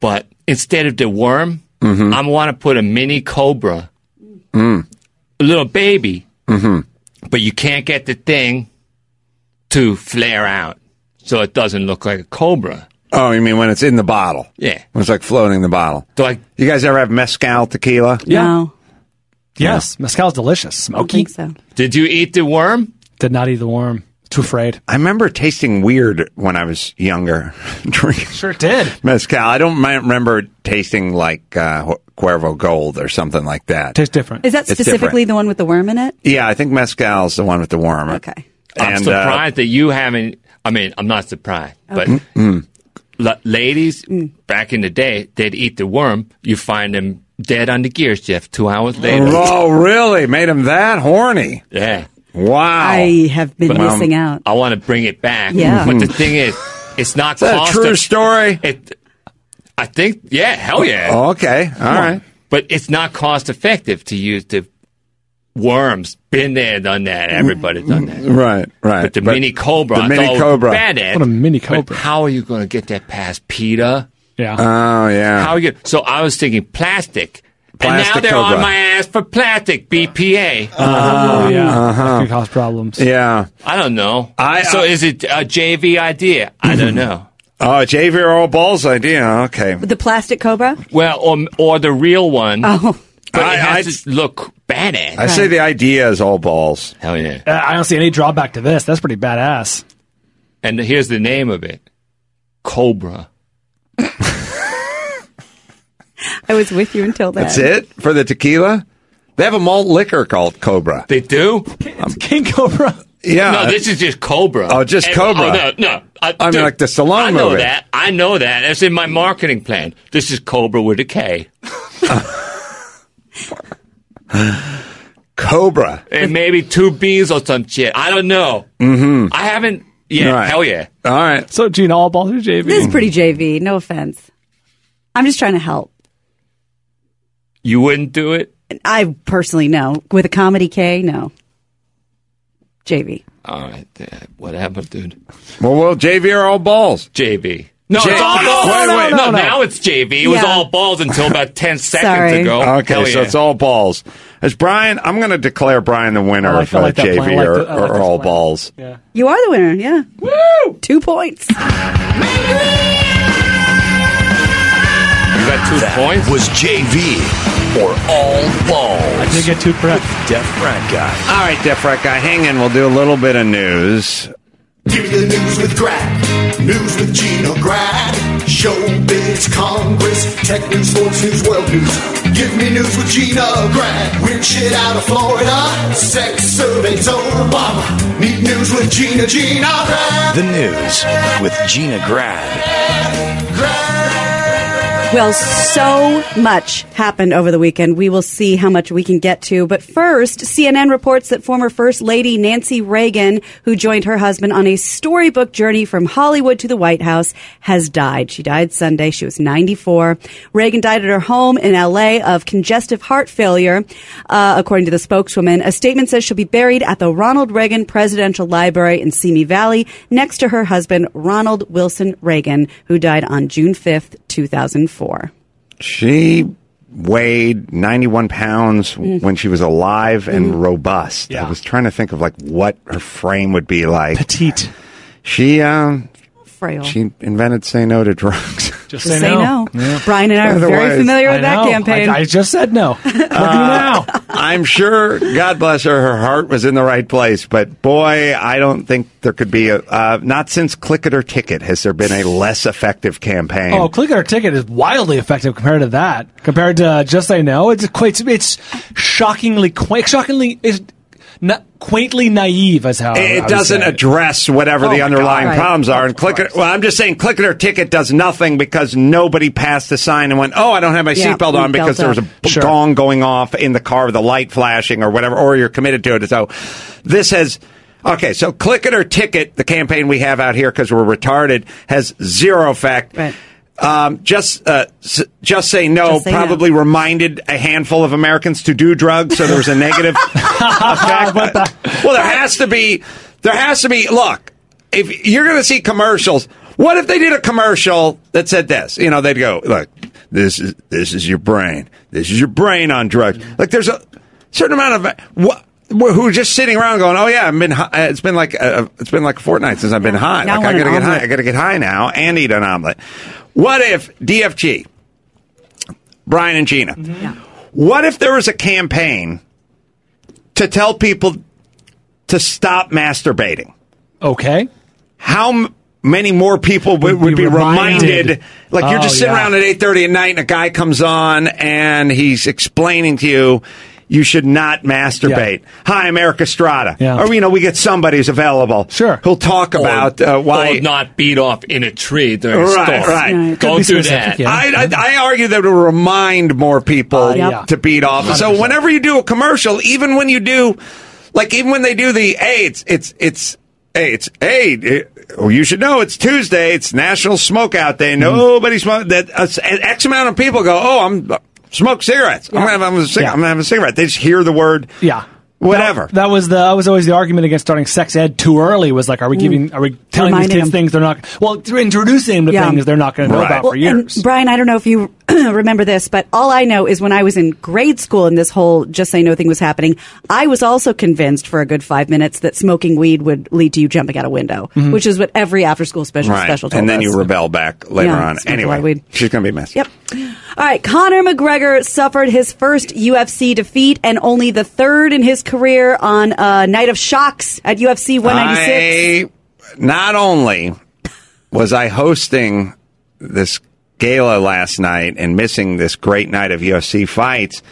[SPEAKER 9] but instead of the worm,
[SPEAKER 8] Mhm.
[SPEAKER 9] I want to put a mini cobra,
[SPEAKER 8] Mm.
[SPEAKER 9] a little baby,
[SPEAKER 8] Mm-hmm.
[SPEAKER 9] but you can't get the thing to flare out, so it doesn't look like a cobra.
[SPEAKER 8] Oh, you mean when it's in the bottle?
[SPEAKER 9] Yeah.
[SPEAKER 8] When it's like floating in the bottle.
[SPEAKER 9] Do I?
[SPEAKER 8] You guys ever have mezcal tequila?
[SPEAKER 4] Yeah.
[SPEAKER 14] No.
[SPEAKER 4] Yes, mezcal's delicious. Smoky.
[SPEAKER 14] so.
[SPEAKER 9] Did you eat the worm?
[SPEAKER 4] Did not eat the worm. Too afraid.
[SPEAKER 8] I remember it tasting weird when I was younger, drinking
[SPEAKER 4] Sure did.
[SPEAKER 8] mezcal. I don't mi- remember it tasting like uh, Cuervo Gold or something like that. Tastes
[SPEAKER 4] different.
[SPEAKER 14] Is that specifically the one with the worm in it?
[SPEAKER 8] Yeah, I think mezcal's the one with the worm.
[SPEAKER 14] Okay.
[SPEAKER 9] I'm
[SPEAKER 8] And, uh,
[SPEAKER 9] surprised that you haven't. I mean, I'm not surprised, but
[SPEAKER 8] Mm.
[SPEAKER 9] la- ladies back in the day, they'd eat the worm. You find them dead on the gear shift two hours later.
[SPEAKER 8] Oh, really? Made him that horny?
[SPEAKER 9] Yeah. um,
[SPEAKER 8] Wow.
[SPEAKER 14] I have been missing out.
[SPEAKER 9] I want to bring it back.
[SPEAKER 14] Yeah.
[SPEAKER 9] But the thing is, it's not
[SPEAKER 8] Hmm. Is that a
[SPEAKER 9] cost
[SPEAKER 8] true story?
[SPEAKER 9] It, I think, yeah, hell yeah.
[SPEAKER 8] Oh, okay. all
[SPEAKER 9] all right.
[SPEAKER 8] right.
[SPEAKER 9] But it's not cost effective to use the worms. Been there, done that. Everybody's done that.
[SPEAKER 8] Right, Mm, right.
[SPEAKER 9] But the mini cobra,
[SPEAKER 8] The
[SPEAKER 9] I
[SPEAKER 8] mini
[SPEAKER 9] thought was
[SPEAKER 8] cobra.
[SPEAKER 9] badass.
[SPEAKER 8] What a
[SPEAKER 4] mini
[SPEAKER 9] But how are you going to get that past PETA?
[SPEAKER 4] Yeah.
[SPEAKER 8] Oh, yeah.
[SPEAKER 9] How are you? So I was thinking plastic. and now
[SPEAKER 8] Plastic
[SPEAKER 9] they're
[SPEAKER 8] cobra.
[SPEAKER 9] on my ass for plastic BPA.
[SPEAKER 4] Oh, yeah. That
[SPEAKER 8] Uh-huh.
[SPEAKER 4] can cause problems.
[SPEAKER 8] Yeah.
[SPEAKER 9] I don't know.
[SPEAKER 8] I- uh,
[SPEAKER 9] so
[SPEAKER 8] I-
[SPEAKER 9] is it a JV idea? I don't know.
[SPEAKER 8] Oh, Javier Earl Ball's idea. Okay.
[SPEAKER 14] The plastic cobra?
[SPEAKER 9] Well, or, or the real one.
[SPEAKER 8] Mm-hmm.
[SPEAKER 14] Oh.
[SPEAKER 9] But it has to look badass.
[SPEAKER 8] I say the idea is all balls.
[SPEAKER 9] Hell yeah.
[SPEAKER 4] Uh, I don't see any drawback to this. That's pretty badass.
[SPEAKER 9] And here's the name of it Cobra.
[SPEAKER 14] I was with you until then.
[SPEAKER 8] That's it for the tequila? They have a malt liquor called Cobra. Um,
[SPEAKER 9] They do?
[SPEAKER 4] King Cobra.
[SPEAKER 8] Yeah.
[SPEAKER 9] No, this is just Cobra.
[SPEAKER 8] Oh, just
[SPEAKER 9] And-
[SPEAKER 8] Cobra.
[SPEAKER 9] Oh, no, no. I,
[SPEAKER 8] I mean,
[SPEAKER 9] dude,
[SPEAKER 8] like the Stallone
[SPEAKER 9] I know
[SPEAKER 8] movie.
[SPEAKER 9] that. I know that. That's in my marketing plan. This is Cobra with a K.
[SPEAKER 8] Cobra.
[SPEAKER 9] And maybe two B's or some shit. I don't know.
[SPEAKER 8] Mm-hmm.
[SPEAKER 9] I haven't. Yeah,
[SPEAKER 8] Right.
[SPEAKER 9] hell yeah.
[SPEAKER 8] All right.
[SPEAKER 4] So, Gene, all balls are JV.
[SPEAKER 8] Mm.
[SPEAKER 14] This is pretty JV. No offense. I'm just trying to help.
[SPEAKER 9] You wouldn't do it?
[SPEAKER 14] I personally know. With a comedy K, no. JV.
[SPEAKER 9] All right. yeah, Whatever, dude.
[SPEAKER 8] Well, well, Javier Earl Balls.
[SPEAKER 9] JV. No,
[SPEAKER 8] J-
[SPEAKER 9] it's all balls.
[SPEAKER 8] Wait, wait.
[SPEAKER 9] no, now it's JV. It was
[SPEAKER 14] Yeah.
[SPEAKER 9] all balls until about 10 seconds
[SPEAKER 14] Sorry.
[SPEAKER 9] ago.
[SPEAKER 8] Okay,
[SPEAKER 9] Hell
[SPEAKER 8] so
[SPEAKER 9] yeah.
[SPEAKER 8] it's all balls. As Brian, I'm going to declare Brian the winner
[SPEAKER 14] I like- I
[SPEAKER 8] of uh,
[SPEAKER 14] like that plan. I
[SPEAKER 8] JV
[SPEAKER 14] like
[SPEAKER 8] or,
[SPEAKER 14] that- I like
[SPEAKER 8] or
[SPEAKER 14] this
[SPEAKER 8] all
[SPEAKER 14] plan.
[SPEAKER 8] balls.
[SPEAKER 14] You are the winner, yeah. Woo! Two points.
[SPEAKER 9] You got two points?
[SPEAKER 12] was JV or all balls. I
[SPEAKER 4] did get two correct.
[SPEAKER 12] Deaf Rat Guy.
[SPEAKER 8] All right, Def Rat Guy, hang in. We'll do a little bit of news.
[SPEAKER 5] Give me the news with Grad. News with Gino Grad. Showbiz, Congress, tech news, sports news, world news. Give me news with Gino Grad. Weird shit out of Florida. Sex surveys, Obama. Need news with Gina, Gina Grad.
[SPEAKER 12] The news with Gina Grad.
[SPEAKER 5] Grad.
[SPEAKER 14] Well, so much happened over the weekend. We will see how much we can get to. But first, CNN reports that former First Lady Nancy Reagan, who joined her husband on a storybook journey from Hollywood to the White House, has died. She died Sunday. She was 94. Reagan died at her home in LA of congestive heart failure, uh, according to the spokeswoman. A statement says she'll be buried at the Ronald Reagan Presidential Library in Simi Valley next to her husband, Ronald Wilson Reagan, who died on June 5th, 2004.
[SPEAKER 8] She weighed 91 pounds
[SPEAKER 14] Mm.
[SPEAKER 8] when she was alive and
[SPEAKER 14] Mhm.
[SPEAKER 8] robust. I was trying to think of like what her frame would be like. Petite. She um
[SPEAKER 14] Frail.
[SPEAKER 8] she invented say no to drugs.
[SPEAKER 4] Just
[SPEAKER 14] Just say no. Brian and I are very
[SPEAKER 8] Otherwise-
[SPEAKER 14] familiar with
[SPEAKER 4] I
[SPEAKER 14] that
[SPEAKER 4] know.
[SPEAKER 14] campaign.
[SPEAKER 4] I, I just said no. What do you now?
[SPEAKER 8] Uh, I'm sure, God bless her, her heart was in the right place. But boy, I don't think there could be a. Uh, not since Click It or Ticket has there been a less effective campaign.
[SPEAKER 4] Oh, click it or ticket is wildly effective compared to that. Compared to uh, just say no, it's quite. It's shockingly quaint. Shockingly is na- quaintly naive as how I- I
[SPEAKER 8] it
[SPEAKER 4] would
[SPEAKER 8] doesn't
[SPEAKER 4] say it.
[SPEAKER 8] address whatever
[SPEAKER 4] Oh my
[SPEAKER 8] the underlying
[SPEAKER 4] God.
[SPEAKER 8] problems are. And click it. Well, I'm just saying, click it or ticket does nothing because nobody passed the sign and went, "Oh, I don't have my
[SPEAKER 4] Yeah,
[SPEAKER 8] seatbelt on"
[SPEAKER 4] we
[SPEAKER 8] because
[SPEAKER 4] felt
[SPEAKER 8] there was a
[SPEAKER 4] that.
[SPEAKER 8] b- gong going off in the car, with the light flashing or whatever, or you're committed to it. So this has. Okay, so click it or ticket, the campaign we have out here because we're retarded, has zero effect. Um, just, uh, s- just say no.
[SPEAKER 14] Just say no.
[SPEAKER 8] probably reminded a handful of Americans to do drugs, so there was a negative effect. well, there has to be. There has to be. Look, if you're going to see commercials, what if they did a commercial that said this? You know, they'd go, "Look, this is this is your brain. This is your brain on drugs." Like, there's a certain amount of what. Who are just sitting around going, "Oh yeah, I've been. High. It's been like uh, it's been like a fortnight since I've been high.
[SPEAKER 14] Now
[SPEAKER 8] Like
[SPEAKER 14] I
[SPEAKER 8] I gotta
[SPEAKER 14] want an
[SPEAKER 8] get high.
[SPEAKER 14] omelet."
[SPEAKER 8] I gotta get high now and eat an omelet. What if DFG, Brian and Gina?
[SPEAKER 14] Mm-hmm.
[SPEAKER 8] What if there was a campaign to tell people to stop masturbating.
[SPEAKER 4] Okay.
[SPEAKER 8] How m- many more people would, would be, reminded?
[SPEAKER 4] reminded.
[SPEAKER 8] Like you're
[SPEAKER 4] Oh,
[SPEAKER 8] just sitting
[SPEAKER 4] yeah.
[SPEAKER 8] around at eight thirty at night, and a guy comes on and he's explaining to you. You should not masturbate. Hi, I'm Eric Estrada. Or, you know, we get somebody who's available. Sure. Who'll talk about uh, why.
[SPEAKER 9] or not beat off in a tree during storm.
[SPEAKER 8] Right, right. Yeah, it could
[SPEAKER 9] Don't
[SPEAKER 8] be
[SPEAKER 9] do that.
[SPEAKER 8] specific, yeah. Uh, I, I argue that it'll remind more people
[SPEAKER 9] yeah.
[SPEAKER 8] to beat off. So
[SPEAKER 9] 100%.
[SPEAKER 8] whenever you do a commercial, even when you do, like even when they do the, hey, it's it's it's. Hey, it's hey. It, well, you should know it's Tuesday. It's National Smokeout Day. Nobody smoke. That uh, an X amount of people go. Oh, I'm smoke cigarettes. I'm gonna have I'm a, cig-
[SPEAKER 4] Yeah.
[SPEAKER 8] I'm gonna have a cigarette. They just hear the word.
[SPEAKER 4] Yeah.
[SPEAKER 8] Whatever.
[SPEAKER 4] That, that was the that was always the argument against starting sex ed too early. Was like, are we
[SPEAKER 14] Mm.
[SPEAKER 4] giving? Are we telling
[SPEAKER 14] Reminding
[SPEAKER 4] these kids
[SPEAKER 14] them.
[SPEAKER 4] things they're not? Well, to introducing them to
[SPEAKER 14] Yeah.
[SPEAKER 4] things they're not going to know about
[SPEAKER 14] Well,
[SPEAKER 4] for
[SPEAKER 14] and
[SPEAKER 4] years.
[SPEAKER 14] Brian, I don't know if you remember this, but all I know is when I was in grade school and this whole just say no thing was happening, I was also convinced for a good five minutes that smoking weed would lead to you jumping out a window,
[SPEAKER 8] Mhm.
[SPEAKER 14] which is what every after school special
[SPEAKER 8] right.
[SPEAKER 14] special told
[SPEAKER 8] and then
[SPEAKER 14] us.
[SPEAKER 8] you rebel back later
[SPEAKER 14] Yeah,
[SPEAKER 8] on.
[SPEAKER 14] smoke a lot of
[SPEAKER 8] Anyway,
[SPEAKER 14] weed.
[SPEAKER 8] she's gonna be messy.
[SPEAKER 14] Yep. All right, Conor McGregor suffered his first UFC defeat and only the third in his career on a night of shocks at UFC 196.
[SPEAKER 8] I, not only was I hosting this gala last night and missing this great night of UFC fights,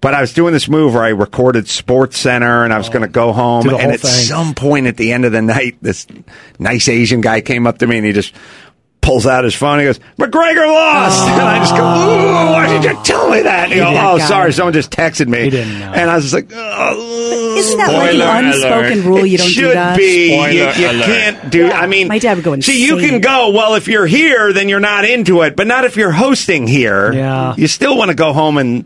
[SPEAKER 8] but I was doing this move where I recorded Sports Center and I was going to go home.
[SPEAKER 10] Do the
[SPEAKER 8] And
[SPEAKER 10] whole
[SPEAKER 8] at
[SPEAKER 10] thing.
[SPEAKER 8] some point at the end of the night, this nice Asian guy came up to me and he just pulls out his phone and he goes, McGregor lost. And I just go,
[SPEAKER 4] Oh.
[SPEAKER 8] Ooh, why did you tell me that? And he
[SPEAKER 10] You
[SPEAKER 8] goes,
[SPEAKER 10] did,
[SPEAKER 8] oh,
[SPEAKER 10] guy.
[SPEAKER 8] sorry, someone just texted me. And I was just like, "Oh."
[SPEAKER 14] Isn't that like an
[SPEAKER 8] Spoiler
[SPEAKER 14] unspoken
[SPEAKER 8] alert.
[SPEAKER 14] rule? You
[SPEAKER 8] It
[SPEAKER 14] don't
[SPEAKER 8] should
[SPEAKER 14] do that.
[SPEAKER 8] be. You- you can't do. I mean,
[SPEAKER 14] my dad would go insane.
[SPEAKER 8] see, you can go. Well, if you're here, then you're not into it. But not if you're hosting here. Yeah. You still want to go home and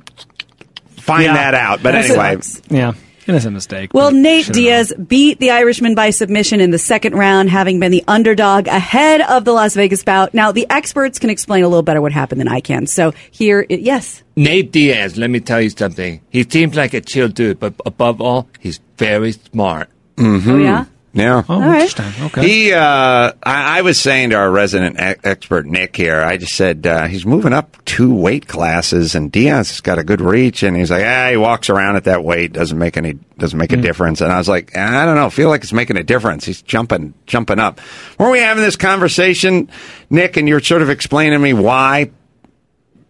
[SPEAKER 8] find
[SPEAKER 4] Yeah.
[SPEAKER 8] that out. But
[SPEAKER 4] That's
[SPEAKER 8] anyway,
[SPEAKER 14] "Oh,
[SPEAKER 4] yeah, innocent mistake.
[SPEAKER 14] Well, Nate Diaz beat the Irishman by submission in the second round, having been the underdog ahead of the Las Vegas bout. Now, the experts can explain a little better what happened than I can. So here, it, yes.
[SPEAKER 9] Nate Diaz, let me tell you something. He seems like a chill dude, but above all, he's very smart.
[SPEAKER 8] Mm-hmm.
[SPEAKER 14] Oh, yeah?
[SPEAKER 8] Yeah.
[SPEAKER 14] All right.
[SPEAKER 8] He, uh, I, I was saying to our resident e- expert Nick here, I just said uh, he's moving up two weight classes, and Diaz has got a good reach, and he's like, ah, he walks around at that weight, doesn't make any, doesn't make a difference. And I was like, I don't know, feel like it's making a difference. He's jumping, jumping up. Weren't we having this conversation, Nick? And you're sort of explaining to me why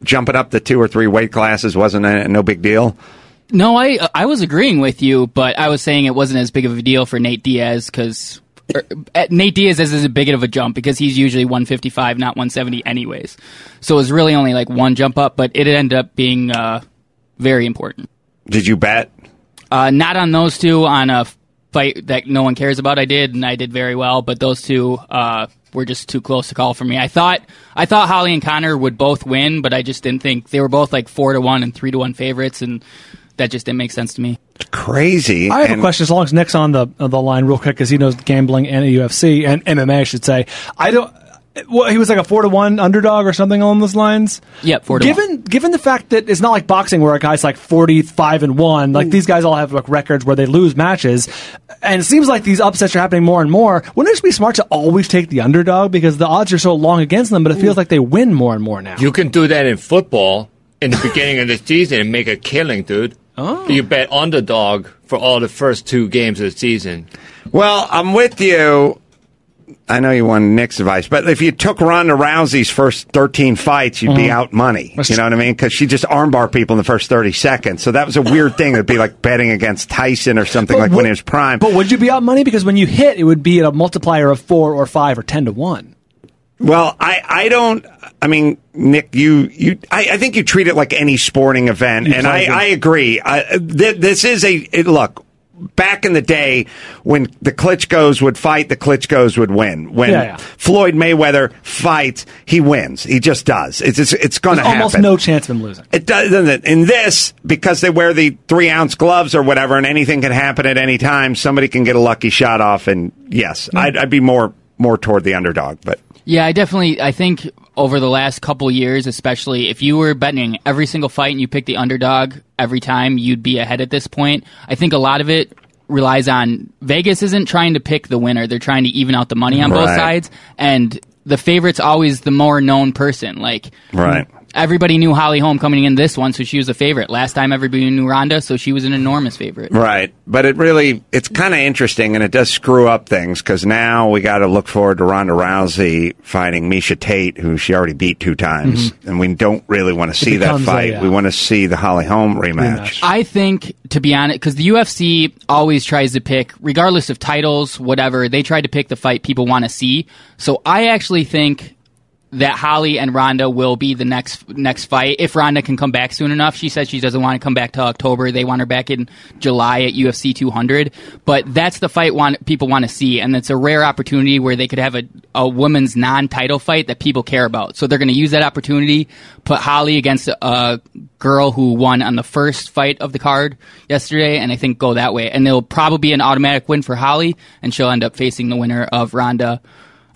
[SPEAKER 8] jumping up the two or three weight classes wasn't a, no big deal.
[SPEAKER 18] uh, No, I I was agreeing with you, but I was saying it wasn't as big of a deal for Nate Diaz because er, at- Nate Diaz is as big of a jump because he's usually 155, not 170, anyways. So it was really only like one jump up, but it ended up being uh, very important.
[SPEAKER 8] Did you bet?
[SPEAKER 18] Uh, not on those two. On a fight that no one cares about, I did, and I did very well. But those two uh, were just too close to call for me. I thought I thought Holly and Connor would both win, but I just didn't think they were both like four to one and three to one favorites, and that just didn't make sense to me.
[SPEAKER 8] Crazy.
[SPEAKER 4] I have
[SPEAKER 8] And-
[SPEAKER 4] a question. As long as Nick's on the on the line, real quick, because he knows gambling and UFC and MMA, I should say. I don't. Well, he was like a four to one underdog or something along those lines.
[SPEAKER 18] Yeah, four to
[SPEAKER 4] given given the fact that it's not like boxing where a guy's like forty five and one, like these guys all have like records where they lose matches, and it seems like these upsets are happening more and more. Wouldn't it just be smart to always take the underdog because the odds are so long against them? But it feels like they win more and more now.
[SPEAKER 9] You can do that in football in the beginning of the season and make a killing, dude. Oh. You bet underdog for all the first two games of the season.
[SPEAKER 8] Well, I'm with you. I know you won Nick's advice, but if you took Ronda Rousey's first 13 fights, you'd be
[SPEAKER 10] Mhm.
[SPEAKER 8] out money. You know what I mean? Because she just armbar people in the first 30 seconds. So that was a weird thing. It'd be like betting against Tyson or something like when he was prime.
[SPEAKER 4] But would you be out money because when you hit, it would be at a multiplier of four or five or ten to one.
[SPEAKER 8] Well, I, I don't. I mean, Nick, you, you I, I think you treat it like any sporting event,
[SPEAKER 10] You
[SPEAKER 8] and I,
[SPEAKER 10] played it.
[SPEAKER 8] I agree. I, th- this is a it, look. Back in the day, when the Klitschko's would fight, the Klitschko's would win. When
[SPEAKER 10] Yeah, yeah.
[SPEAKER 8] Floyd Mayweather fights, he wins. He just does. It's it's, it's going to
[SPEAKER 4] There's
[SPEAKER 8] happen.
[SPEAKER 4] almost no chance of him losing.
[SPEAKER 8] It doesn't. In this, because they wear the three ounce gloves or whatever, and anything can happen at any time. Somebody can get a lucky shot off, and yes, I'd, I'd be more more toward the underdog. But
[SPEAKER 18] Yeah, I definitely. I think over the last couple years, especially if you were betting every single fight and you picked the underdog every time, you'd be ahead at this point. I think a lot of it relies on Vegas isn't trying to pick the winner; they're trying to even out the money on both
[SPEAKER 10] Right.
[SPEAKER 18] sides, and the favorite's always the more known person. Like
[SPEAKER 10] Right.
[SPEAKER 18] Everybody knew Holly Holm coming in this one, so she was a favorite. Last time, everybody knew Ronda, so she was an enormous favorite.
[SPEAKER 8] Right. But it really, it's kind of interesting and it does screw up things because now we got to look forward to Ronda Rousey fighting Misha Tate, who she already beat two times. And we don't really want to see that
[SPEAKER 18] Mm-hmm. becomes a,
[SPEAKER 8] fight.
[SPEAKER 18] uh,
[SPEAKER 8] We want to see the Holly Holm rematch.
[SPEAKER 18] I think, to be honest, because the UFC always tries to pick, regardless of titles, whatever, they try to pick the fight people want to see. So I actually think that Holly and Ronda will be the next next fight if Ronda can come back soon enough. She said she doesn't want to come back till October. They want her back in July at UFC 200. But that's the fight want, people want to see, and it's a rare opportunity where they could have a a women's non-title fight that people care about. So they're going to use that opportunity. Put Holly against a girl who won on the first fight of the card yesterday, and I think go that way. And it'll probably be an automatic win for Holly, and she'll end up facing the winner of Ronda.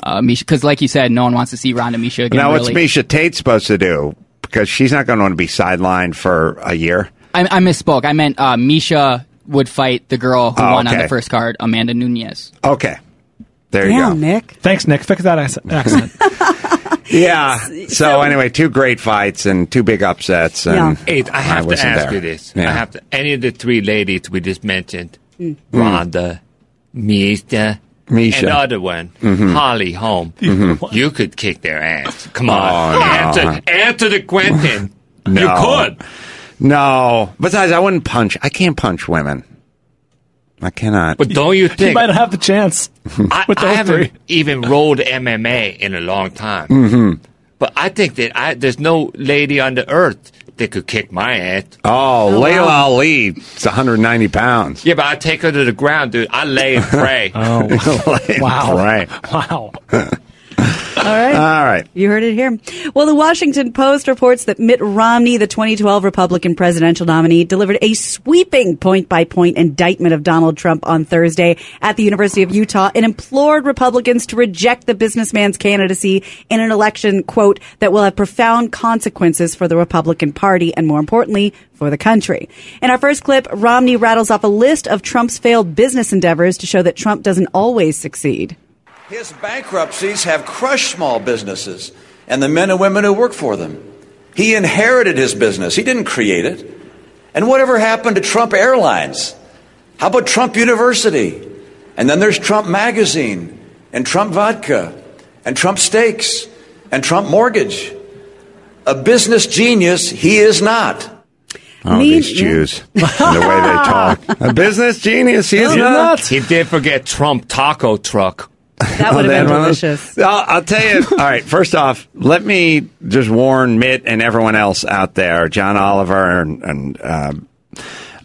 [SPEAKER 18] Uh, Misha, because like you said, no one wants to see Ronda Misha again.
[SPEAKER 8] now, what's
[SPEAKER 18] really.
[SPEAKER 8] Misha Tate supposed to do? Because she's not going to want to be sidelined for a year.
[SPEAKER 18] I, I misspoke. I meant uh, Misha would fight the girl who
[SPEAKER 8] Oh,
[SPEAKER 18] won on
[SPEAKER 8] okay.
[SPEAKER 18] the first card, Amanda Nunez.
[SPEAKER 8] Okay. There you go.
[SPEAKER 14] Nick.
[SPEAKER 4] Thanks, Nick. Fix that acc- accent.
[SPEAKER 8] Yeah. So, anyway, two great fights and two big upsets. And
[SPEAKER 9] Um, Eight, I have to
[SPEAKER 8] wasn't
[SPEAKER 9] ask
[SPEAKER 8] there.
[SPEAKER 9] you this.
[SPEAKER 8] Yeah.
[SPEAKER 9] I have to, any of the three ladies we just mentioned,
[SPEAKER 10] Mm.
[SPEAKER 9] Rhonda, Misha,
[SPEAKER 10] Misha.
[SPEAKER 9] and the other one,
[SPEAKER 8] Mm-hmm.
[SPEAKER 10] Mhm.
[SPEAKER 9] Holly Holm, you could kick their ass. Come on.
[SPEAKER 8] Oh, no.
[SPEAKER 9] answer, answer the question. You
[SPEAKER 8] No.
[SPEAKER 9] could.
[SPEAKER 8] No. Besides, I wouldn't punch. I can't punch women. I cannot.
[SPEAKER 9] But don't you
[SPEAKER 4] he
[SPEAKER 9] think?
[SPEAKER 4] might not have the chance.
[SPEAKER 9] I,
[SPEAKER 4] with
[SPEAKER 9] I
[SPEAKER 4] those
[SPEAKER 9] haven't
[SPEAKER 4] three.
[SPEAKER 9] even rolled MMA in a long time.
[SPEAKER 8] Mm-hmm.
[SPEAKER 9] But I think that I, there's no lady on the earth that could kick my ass.
[SPEAKER 8] Oh,
[SPEAKER 9] Oh,
[SPEAKER 8] Layla
[SPEAKER 9] wow.
[SPEAKER 8] Ali. It's 190 pounds.
[SPEAKER 9] Yeah, but I take her to the ground, dude. I lay and pray.
[SPEAKER 8] wow. Right.
[SPEAKER 4] Wow.
[SPEAKER 14] All right.
[SPEAKER 8] All right.
[SPEAKER 14] You heard it here. Well, the Washington Post reports that Mitt Romney, the 2012 Republican presidential nominee, delivered a sweeping point by point indictment of Donald Trump on Thursday at the University of Utah and implored Republicans to reject the businessman's candidacy in an election, quote, that will have profound consequences for the Republican Party and more importantly, for the country. In our first clip, Romney rattles off a list of Trump's failed business endeavors to show that Trump doesn't always succeed.
[SPEAKER 19] His bankruptcies have crushed small businesses and the men and women who work for them. He inherited his business, he didn't create it. And whatever happened to Trump Airlines? How about Trump University? And then there's Trump Magazine, and Trump Vodka, and Trump Steaks, and Trump Mortgage. A business genius, he is not.
[SPEAKER 8] Oh,
[SPEAKER 14] Me-
[SPEAKER 8] these Jews and the way they talk. A business genius. He is
[SPEAKER 9] He's
[SPEAKER 8] not.
[SPEAKER 9] not. He did forget Trump taco truck.
[SPEAKER 14] That
[SPEAKER 8] Oh, they had one of those? I'll, I'll tell you. All right. First off, let me just warn Mitt and everyone else out there, John Oliver and, and um,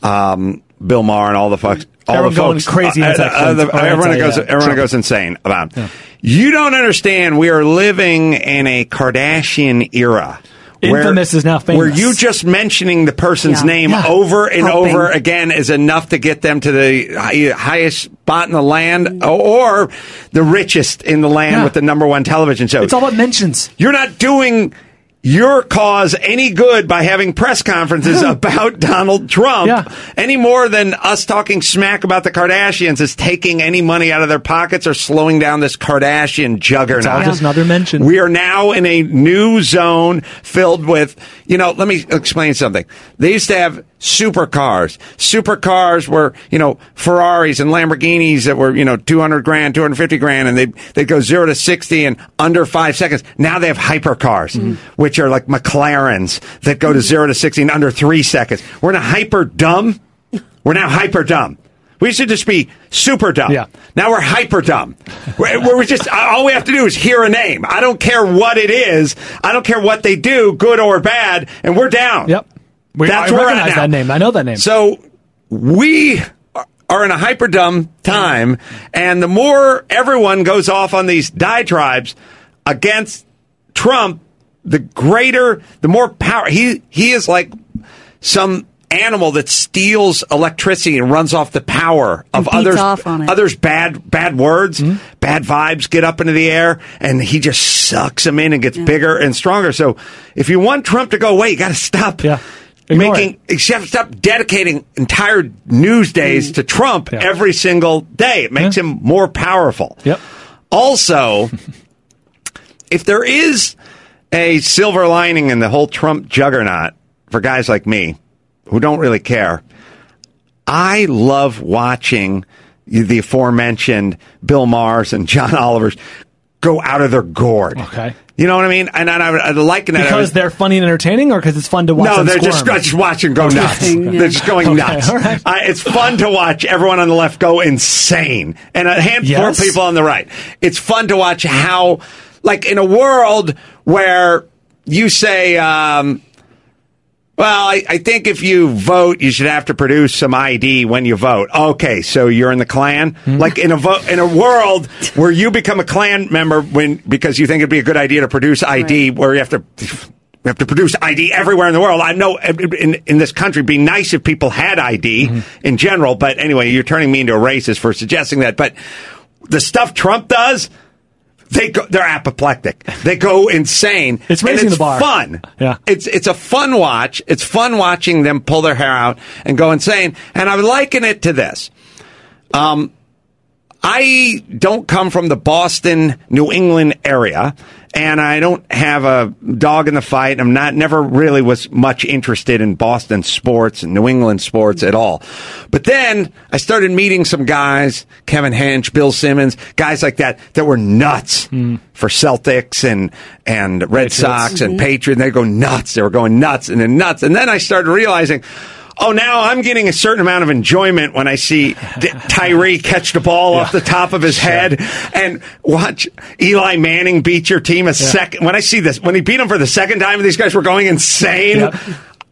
[SPEAKER 8] um, Bill Maher and all the fucks, all
[SPEAKER 4] Everyone
[SPEAKER 8] the
[SPEAKER 4] going
[SPEAKER 8] folks, uh,
[SPEAKER 4] crazy anti-Trump,
[SPEAKER 8] the-
[SPEAKER 4] or
[SPEAKER 8] everyone
[SPEAKER 4] anti,
[SPEAKER 8] goes,
[SPEAKER 4] uh,
[SPEAKER 8] everyone
[SPEAKER 4] Trump.
[SPEAKER 8] goes insane about. You don't understand. We are living in a Kardashian era.
[SPEAKER 4] Infamous is now famous.
[SPEAKER 8] Where you just mentioning the person's
[SPEAKER 4] Yeah.
[SPEAKER 8] name
[SPEAKER 4] Yeah.
[SPEAKER 8] over and
[SPEAKER 4] Helping.
[SPEAKER 8] over again is enough to get them to the hi- highest spot in the land or the richest in the land with the number one television show. It's all
[SPEAKER 4] about mentions.
[SPEAKER 8] You're not doing your cause any good by having press conferences about Donald Trump any more than us talking smack about the Kardashians is taking any money out of their pockets or slowing down this Kardashian juggernaut.
[SPEAKER 4] It's all just another mention.
[SPEAKER 8] We are now in a new zone filled with, you know, let me explain something. They used to have supercars. Supercars were, you know, Ferraris and Lamborghinis that were, you know, 200 grand, 250 grand, and they'd, they'd go zero to 60 in under five seconds. Now they have hypercars,
[SPEAKER 4] Mm-hmm.
[SPEAKER 8] which are like McLarens that go to zero to 60 in under three seconds. We're in a hyper dumb. We're now hyper dumb. We used to just be super dumb. Yeah. Now we're hyper dumb. we're, we're just all we have to do is hear a name. I don't care what it is. I don't care what they do, good or bad, and we're down. Yep.
[SPEAKER 4] We-
[SPEAKER 8] That's
[SPEAKER 4] I
[SPEAKER 8] where we're at
[SPEAKER 4] recognize
[SPEAKER 8] now.
[SPEAKER 4] that name. I know that name.
[SPEAKER 8] So we are- are in a hyper dumb time, and the more everyone goes off on these diatribes against Trump, the greater, the more power he he is like some animal that steals electricity and runs off the power of
[SPEAKER 14] beats
[SPEAKER 8] others
[SPEAKER 14] off on it. Mm-hmm.
[SPEAKER 8] others bad bad words bad vibes get up into the air and he just sucks them in and gets bigger and stronger so if you want trump to go away you got to stop making except stop dedicating entire news days to Trump every single day. It makes him more powerful. Yep. Also, if there is a silver lining in the whole Trump juggernaut for guys like me who don't really care, I love watching the aforementioned Bill Mars and John Oliver's go out of their gourd. Okay. You know what I mean? And I, I, I liken that. I was-
[SPEAKER 4] because they're funny and entertaining, or because it's fun to watch.
[SPEAKER 8] no,
[SPEAKER 4] them
[SPEAKER 8] they're just,
[SPEAKER 4] squirm?
[SPEAKER 8] just watching go
[SPEAKER 4] Okay.
[SPEAKER 8] nuts.
[SPEAKER 4] Okay.
[SPEAKER 8] They're just going
[SPEAKER 4] Okay,
[SPEAKER 8] nuts.
[SPEAKER 4] all right.
[SPEAKER 8] I, it's fun to watch everyone on the left go insane, and a handful
[SPEAKER 4] Yes.
[SPEAKER 8] of people on the right. It's fun to watch how, like, in a world where you say. Um, well, I, I think if you vote, you should have to produce some ID when you vote. Okay, so you're in the Klan,
[SPEAKER 4] Hmm.
[SPEAKER 8] like in a vo- in a world where you become a Klan member when because you think it'd be a good idea to produce ID, where you have to. We have to produce ID everywhere in the world. I know in in this country, it'd be nice if people had ID
[SPEAKER 4] Mm-hmm.
[SPEAKER 8] in general. But anyway, you're turning me into a racist for suggesting that. But the stuff Trump does, they go, they're apoplectic. They go insane. It's
[SPEAKER 4] raising
[SPEAKER 8] and it's
[SPEAKER 4] the bar.
[SPEAKER 8] Fun. Yeah. It's it's a fun watch. It's fun watching them pull their hair out and go insane. And I would liken it to this. Um, I don't come from the Boston, New England area, and I don't have a dog in the fight. I'm not never really was much interested in Boston sports and New England sports at all. But then I started meeting some guys, Kevin Hench, Bill Simmons, guys like that that were nuts for Celtics and and Red Sox and
[SPEAKER 12] Mhm.
[SPEAKER 8] Patriots. They go nuts. They were going nuts and then nuts. And then I started realizing. Oh, now I'm getting a certain amount of enjoyment when I see D- Tyree catch the ball off the top of his head and watch Eli Manning beat your team a second. When I see this, when he beat him for the second time, and these guys were going insane.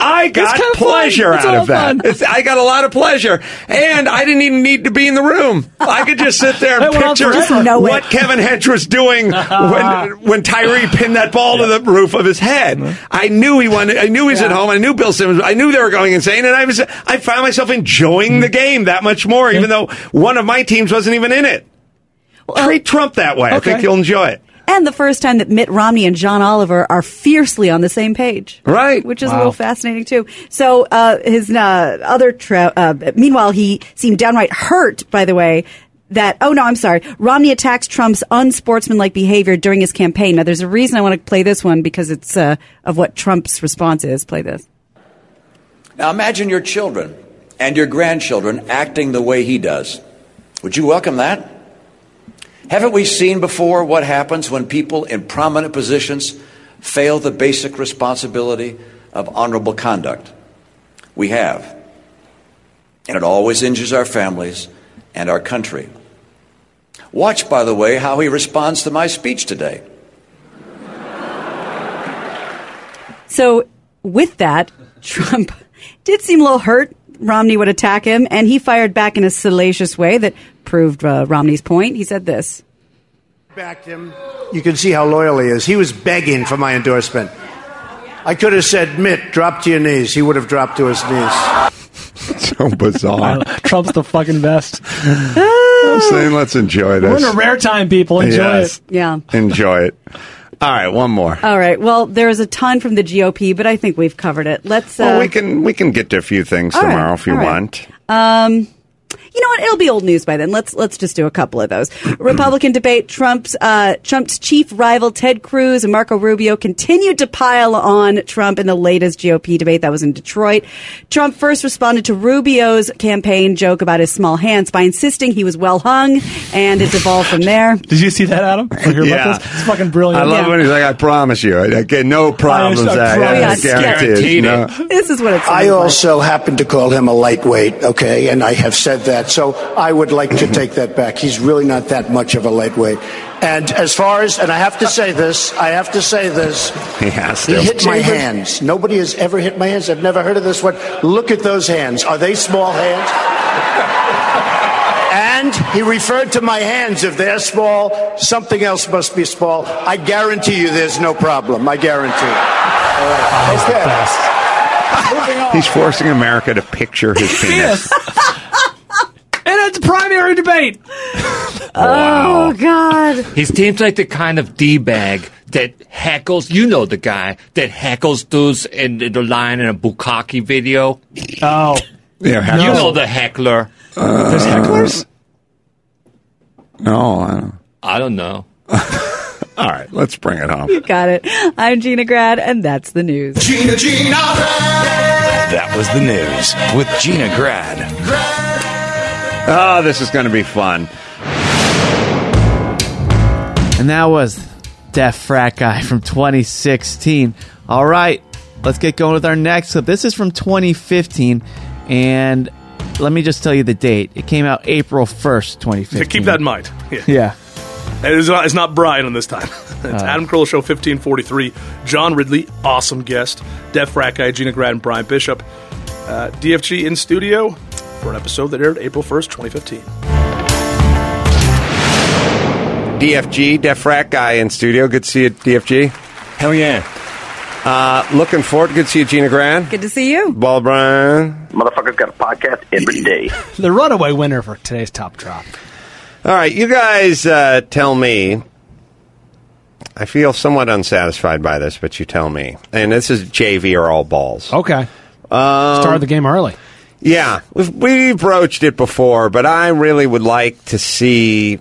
[SPEAKER 8] I got
[SPEAKER 10] kinda fun.
[SPEAKER 8] pleasure
[SPEAKER 10] It's
[SPEAKER 8] out
[SPEAKER 10] all
[SPEAKER 8] of that.
[SPEAKER 10] fun.
[SPEAKER 8] It's, I got a lot of pleasure, and I didn't even need to be in the room. I could just sit there and
[SPEAKER 10] That went on
[SPEAKER 8] picture
[SPEAKER 10] forever. Just know
[SPEAKER 8] what
[SPEAKER 10] it.
[SPEAKER 8] Kevin Hench was doing when when Tyree pinned that ball to the roof of his head. I knew he wanted. I knew he was at home. I knew Bill Simmons. I knew they were going insane, and I was. I found myself enjoying the game that much more, even though one of my teams wasn't even in it. Treat Trump that way. I think
[SPEAKER 14] okay.
[SPEAKER 8] you'll enjoy it.
[SPEAKER 14] And the first time that Mitt Romney and John Oliver are fiercely on the same page.
[SPEAKER 8] Right.
[SPEAKER 14] Which is a
[SPEAKER 8] Wow.
[SPEAKER 14] little fascinating, too. So, uh, his uh, other tra- uh, meanwhile, he seemed downright hurt, by the way. That, oh no, I'm sorry. Romney attacks Trump's unsportsmanlike behavior during his campaign. Now, there's a reason I want to play this one because it's uh, of what Trump's response is. Play this.
[SPEAKER 19] Now imagine your children and your grandchildren acting the way he does. Would you welcome that? Haven't we seen before what happens when people in prominent positions fail the basic responsibility of honorable conduct? we have. And it always injures our families and our country. Watch, by the way, how he responds to my speech today.
[SPEAKER 14] So, with that, Trump did seem a little hurt. Romney would attack him, and he fired back in a salacious way that proved uh, Romney's point. He said this.
[SPEAKER 20] Backed him. You can see how loyal he is. He was begging for my endorsement. I could have said, Mitt, drop to your knees. He would have dropped to his knees.
[SPEAKER 8] so bizarre.
[SPEAKER 4] Trump's the fucking best.
[SPEAKER 8] I'm saying let's enjoy
[SPEAKER 4] uh, We're
[SPEAKER 8] this.
[SPEAKER 4] in a rare time, people. Enjoy
[SPEAKER 8] Yes.
[SPEAKER 4] it.
[SPEAKER 14] Yeah.
[SPEAKER 8] Enjoy it. All right, one more.
[SPEAKER 14] All right. Well, there is a ton from the GOP, but I think we've covered it. Let's. Uh,
[SPEAKER 8] well, we can we can get to a few things
[SPEAKER 14] All right,
[SPEAKER 8] tomorrow if you
[SPEAKER 14] all right.
[SPEAKER 8] want.
[SPEAKER 14] Um, you know what? It'll be old news by then. Let's let's just do a couple of those. Republican debate: Trump's uh, Trump's chief rival Ted Cruz and Marco Rubio continued to pile on Trump in the latest GOP debate that was in Detroit. Trump first responded to Rubio's campaign joke about his small hands by insisting he was well hung, and it's evolved from there.
[SPEAKER 4] Did you see that, Adam? Or hear
[SPEAKER 8] Yeah.
[SPEAKER 4] about this? It's fucking brilliant.
[SPEAKER 8] I love when he's like, "I promise you, I, I get no problems."
[SPEAKER 20] I
[SPEAKER 8] I, I,
[SPEAKER 20] promise.
[SPEAKER 8] guarantee
[SPEAKER 20] Guaranteed
[SPEAKER 8] no.
[SPEAKER 20] it.
[SPEAKER 14] This is what it's.
[SPEAKER 20] I also happen to call him a lightweight, okay, and I have said that. So I would like to take that back. He's really not that much of a lightweight. And as far as, and I have to say this, I have to say this.
[SPEAKER 8] He has
[SPEAKER 20] He
[SPEAKER 8] to.
[SPEAKER 20] hit my hands. Nobody has ever hit my hands. I've never heard of this one. Look at those hands. Are they small hands? And he referred to my hands. If they're small, something else must be small. I guarantee you there's no problem. I guarantee. Moving on.
[SPEAKER 8] He's forcing America to picture his penis.
[SPEAKER 4] And it's primary debate.
[SPEAKER 14] Oh God.
[SPEAKER 9] He seems like the kind of d bag that heckles. You know the guy that heckles dudes in the the line in a bukkake video.
[SPEAKER 8] Yeah,
[SPEAKER 4] Oh,
[SPEAKER 9] you
[SPEAKER 8] heckles.
[SPEAKER 9] know the heckler.
[SPEAKER 8] There's hecklers? Uh, No, I don't.
[SPEAKER 9] I don't know.
[SPEAKER 8] All right, let's bring it home.
[SPEAKER 14] You got it. I'm Gina Grad, and that's the news.
[SPEAKER 10] Gina, Gina.
[SPEAKER 8] That was the news with Gina Grad. Oh, this is going to be fun.
[SPEAKER 1] And that was Deaf Frat Guy from 2016. All right, let's get going with our next clip. This is from 2015, and let me just tell you the date. It came out April 1st, 2015.
[SPEAKER 2] Keep that in mind. Yeah.
[SPEAKER 1] Yeah.
[SPEAKER 2] It is not, it's not Brian on this time. it's
[SPEAKER 8] Uh.
[SPEAKER 1] Oh.
[SPEAKER 2] Adam Carolla Show 1543. John Ridley, awesome guest. Def Rat Guy, Gina Grad, and Brian Bishop. Uh, DFG in studio for an episode that aired April 1st, 2015.
[SPEAKER 8] DFG, Def Rat Guy in studio. Good to see you, DFG. Hell yeah. Uh, looking forward. Good to see you, Gina Grad.
[SPEAKER 14] Good to see you.
[SPEAKER 8] Ball Brian.
[SPEAKER 21] Motherfucker's got a podcast every day.
[SPEAKER 4] The runaway winner for today's top drop.
[SPEAKER 8] All right, you guys uh, tell me. I feel somewhat unsatisfied by this, but you tell me. And this is JV or all balls.
[SPEAKER 4] Okay.
[SPEAKER 8] Um,
[SPEAKER 4] Started the game early.
[SPEAKER 8] Yeah, we've, we broached it before, but I really would like to see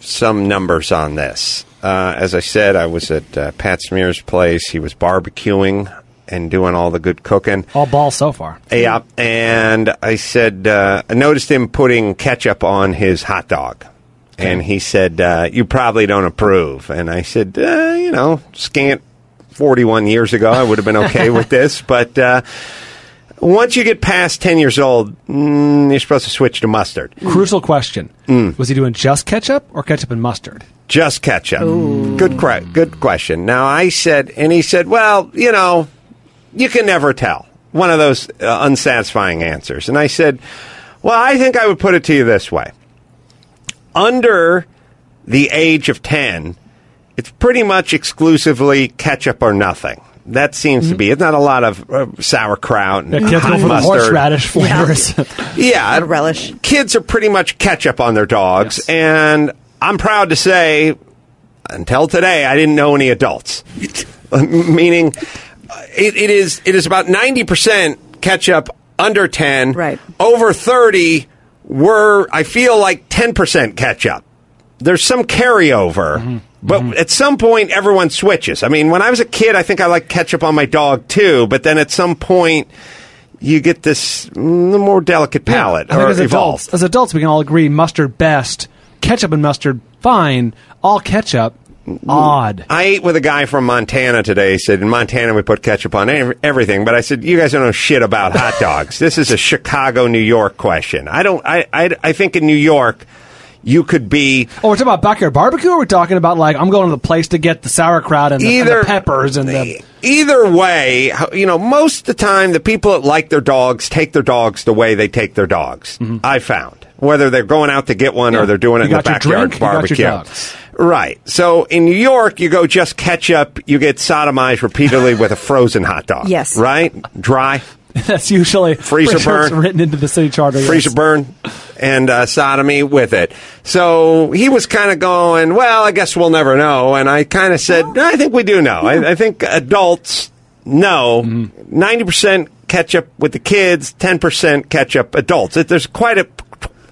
[SPEAKER 8] some numbers on this. Uh, as I said, I was at uh, Pat Smear's place. He was barbecuing and doing all the good cooking.
[SPEAKER 4] All balls so far.
[SPEAKER 8] Yeah, and I said uh, I noticed him putting ketchup on his hot dog, and he said uh, you probably don't approve. And I said, uh, you know, scant forty-one years ago, I would have been okay with this, but uh, once you get past ten years old, mm, you're supposed to switch to mustard.
[SPEAKER 4] Crucial question.
[SPEAKER 8] Mm.
[SPEAKER 4] Was he doing just ketchup or ketchup and mustard?
[SPEAKER 8] Just ketchup. Good, que- good question. Now I said, and he said, well, you know, you can never tell. One of those uh, unsatisfying answers. And I said, well, I think I would put it to you this way: under the age of ten, it's pretty much exclusively ketchup or nothing. That seems to be. It's not a lot of uh, sauerkraut and
[SPEAKER 4] Yeah, kids go
[SPEAKER 8] hot
[SPEAKER 4] for the
[SPEAKER 8] mustard.
[SPEAKER 4] horseradish flavors.
[SPEAKER 8] Yeah, relish. Kids are pretty much ketchup on their dogs, and I'm proud to say, until today, I didn't know any adults. Meaning, uh, it, it is it is about ninety percent ketchup under ten. Right over thirty were I feel like ten percent ketchup. There's some carryover.
[SPEAKER 4] Mm-hmm.
[SPEAKER 8] But at some point, everyone switches. I mean, when I was a kid, I think I liked ketchup on my dog too. But then at some point, you get this mm, more delicate palate
[SPEAKER 4] I think
[SPEAKER 8] or
[SPEAKER 4] as
[SPEAKER 8] evolves.
[SPEAKER 4] adults, as adults, we can all agree mustard best, ketchup and mustard fine, all ketchup
[SPEAKER 8] Mm-hmm.
[SPEAKER 22] odd.
[SPEAKER 8] I ate with a guy from Montana today. He said, in Montana, we put ketchup on ev- everything. But I said, you guys don't know shit about hot dogs. this is a Chicago, New York question. I don't, I, I, I think in New York, you could be
[SPEAKER 4] Oh, we're talking about backyard barbecue, or we're talking about like I'm going to the place to get the sauerkraut and the, and the
[SPEAKER 8] Either-
[SPEAKER 4] peppers and the.
[SPEAKER 8] either way, how- you know, most of the time, the people that like their dogs take their dogs the way they take their dogs. I found whether they're going out to get one or they're doing it
[SPEAKER 4] Mm-hmm. You
[SPEAKER 8] in the
[SPEAKER 4] got your
[SPEAKER 8] backyard
[SPEAKER 4] drink, you got your
[SPEAKER 8] barbecue.
[SPEAKER 4] dogs.
[SPEAKER 8] Right. So in New York, you go just ketchup, you get sodomized repeatedly with a frozen hot dog.
[SPEAKER 4] Yes.
[SPEAKER 8] Right? Dry.
[SPEAKER 4] That's usually
[SPEAKER 8] Freezer
[SPEAKER 4] pretty sure it's
[SPEAKER 8] burn.
[SPEAKER 4] written into the city charter. yes.
[SPEAKER 8] Freezer burn and uh, sodomy with it. So he was kind of going, well, I guess we'll never know. And I kind of said, "No, I think we do know. I, I think adults know 90% catch up with the kids, 10% catch up adults. It- There's quite a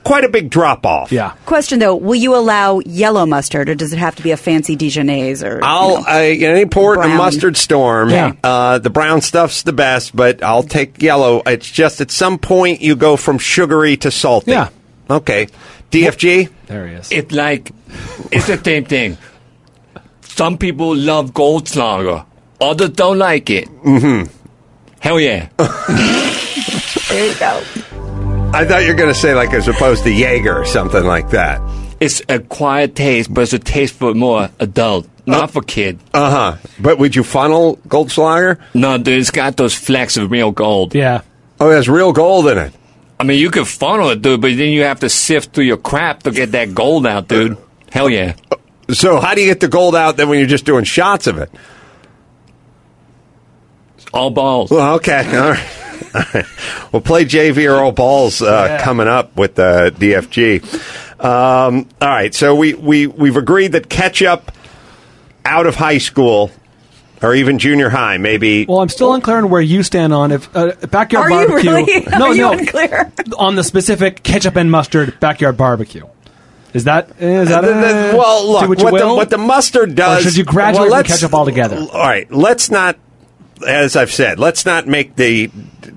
[SPEAKER 8] quite a big drop off. Yeah.
[SPEAKER 14] Question though, will you allow yellow mustard, or does it have to be a fancy Dijonnaise? Or
[SPEAKER 8] I'll I, you know, any port in a
[SPEAKER 14] Brown.
[SPEAKER 8] mustard storm.
[SPEAKER 14] Yeah.
[SPEAKER 8] Uh, the brown stuff's the best, but I'll take yellow. It's just at some point you go from sugary to salty. Yeah. Okay. DFG.
[SPEAKER 4] There he is.
[SPEAKER 9] It's like, it's the same thing. Some people love Goldschlager, others don't like it.
[SPEAKER 8] Mm-hmm.
[SPEAKER 9] Hell yeah.
[SPEAKER 14] there you go.
[SPEAKER 8] I thought you were going to say like as opposed to Jaeger or something like that.
[SPEAKER 9] It's a quiet taste, but it's a taste for more adult, not for kid.
[SPEAKER 8] Uh huh. But would you funnel Goldschlager?
[SPEAKER 9] No, dude, it's got those flecks of real gold.
[SPEAKER 4] Yeah.
[SPEAKER 8] Oh, there's real gold in it.
[SPEAKER 9] I mean, you could funnel it, dude, but then you have to sift through your crap to get that gold out, dude. Hell yeah.
[SPEAKER 8] So how do you get the gold out then when you're just doing shots of it?
[SPEAKER 9] All balls.
[SPEAKER 8] Well, okay. All right. All right. We'll play JV or all balls uh, coming up with uh, DFG. Um, all right. So we, we, we've agreed that ketchup out of high school or even junior high, maybe.
[SPEAKER 4] Well, I'm still unclear on where you stand on if uh, backyard
[SPEAKER 14] Are you
[SPEAKER 4] barbecue.
[SPEAKER 14] really?
[SPEAKER 4] No,
[SPEAKER 14] Are you
[SPEAKER 4] no,
[SPEAKER 14] unclear?
[SPEAKER 4] on the specific ketchup and mustard backyard barbecue. Is that is that
[SPEAKER 8] Uh, the- the-
[SPEAKER 4] uh,
[SPEAKER 8] well, look,
[SPEAKER 4] do what, you
[SPEAKER 8] what the-
[SPEAKER 4] will?
[SPEAKER 8] what the mustard does-
[SPEAKER 4] Or should you graduate
[SPEAKER 8] well,
[SPEAKER 4] from
[SPEAKER 8] let's-
[SPEAKER 4] ketchup altogether?
[SPEAKER 8] all right. Let's not, as I've said, let's not make the. d- d-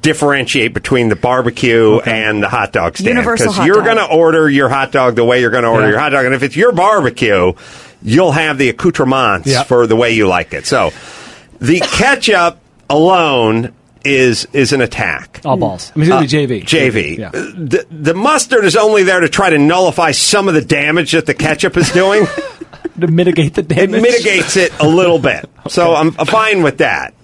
[SPEAKER 8] Differentiate between the barbecue and the hot dog stand
[SPEAKER 14] Universal hot
[SPEAKER 8] you're
[SPEAKER 14] dog.
[SPEAKER 8] going to order your hot dog the way you're going to order
[SPEAKER 14] Yeah.
[SPEAKER 8] your hot dog, and if it's your barbecue, you'll have the accoutrements
[SPEAKER 14] Yeah.
[SPEAKER 8] for the way you like it. So, the ketchup alone is is an attack.
[SPEAKER 4] All balls. I mean,
[SPEAKER 8] Uh,
[SPEAKER 4] it's gonna be JV.
[SPEAKER 8] JV.
[SPEAKER 4] Yeah.
[SPEAKER 8] The, the mustard is only there to try to nullify some of the damage that the ketchup is doing.
[SPEAKER 4] to mitigate the
[SPEAKER 8] it
[SPEAKER 4] damage?
[SPEAKER 8] mitigates it a little bit. So I'm fine with that.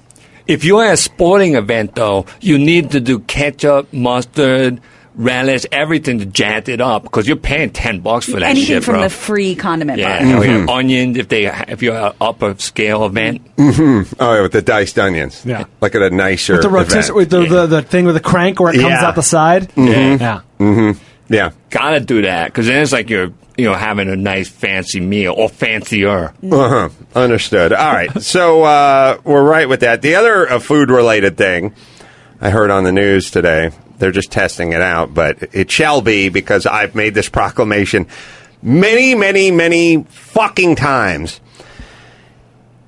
[SPEAKER 9] If you're at a sporting event, though, you need to do ketchup, mustard, relish, everything to jazz it up because you're paying 10 bucks for that
[SPEAKER 14] Anything
[SPEAKER 9] shit,
[SPEAKER 14] from
[SPEAKER 9] bro.
[SPEAKER 14] the free condiment
[SPEAKER 9] yeah,
[SPEAKER 14] bar.
[SPEAKER 9] hell yeah. onions if they if you're at upper scale event.
[SPEAKER 8] Mm-hmm. Oh, yeah, with the diced onions.
[SPEAKER 4] Yeah.
[SPEAKER 8] Like at a nicer
[SPEAKER 4] With the rotisserie, with the, the, the thing with the crank where it comes
[SPEAKER 9] Yeah.
[SPEAKER 4] out the side. Yeah.
[SPEAKER 8] Mm-hmm. Yeah.
[SPEAKER 9] Gotta do that because then it's like you're you know having a nice fancy meal or fancier.
[SPEAKER 8] Uh-huh. Understood. All right. So uh, we're right with that. The other uh, food related thing I heard on the news today, they're just testing it out, but it shall be because I've made this proclamation many, many, many fucking times.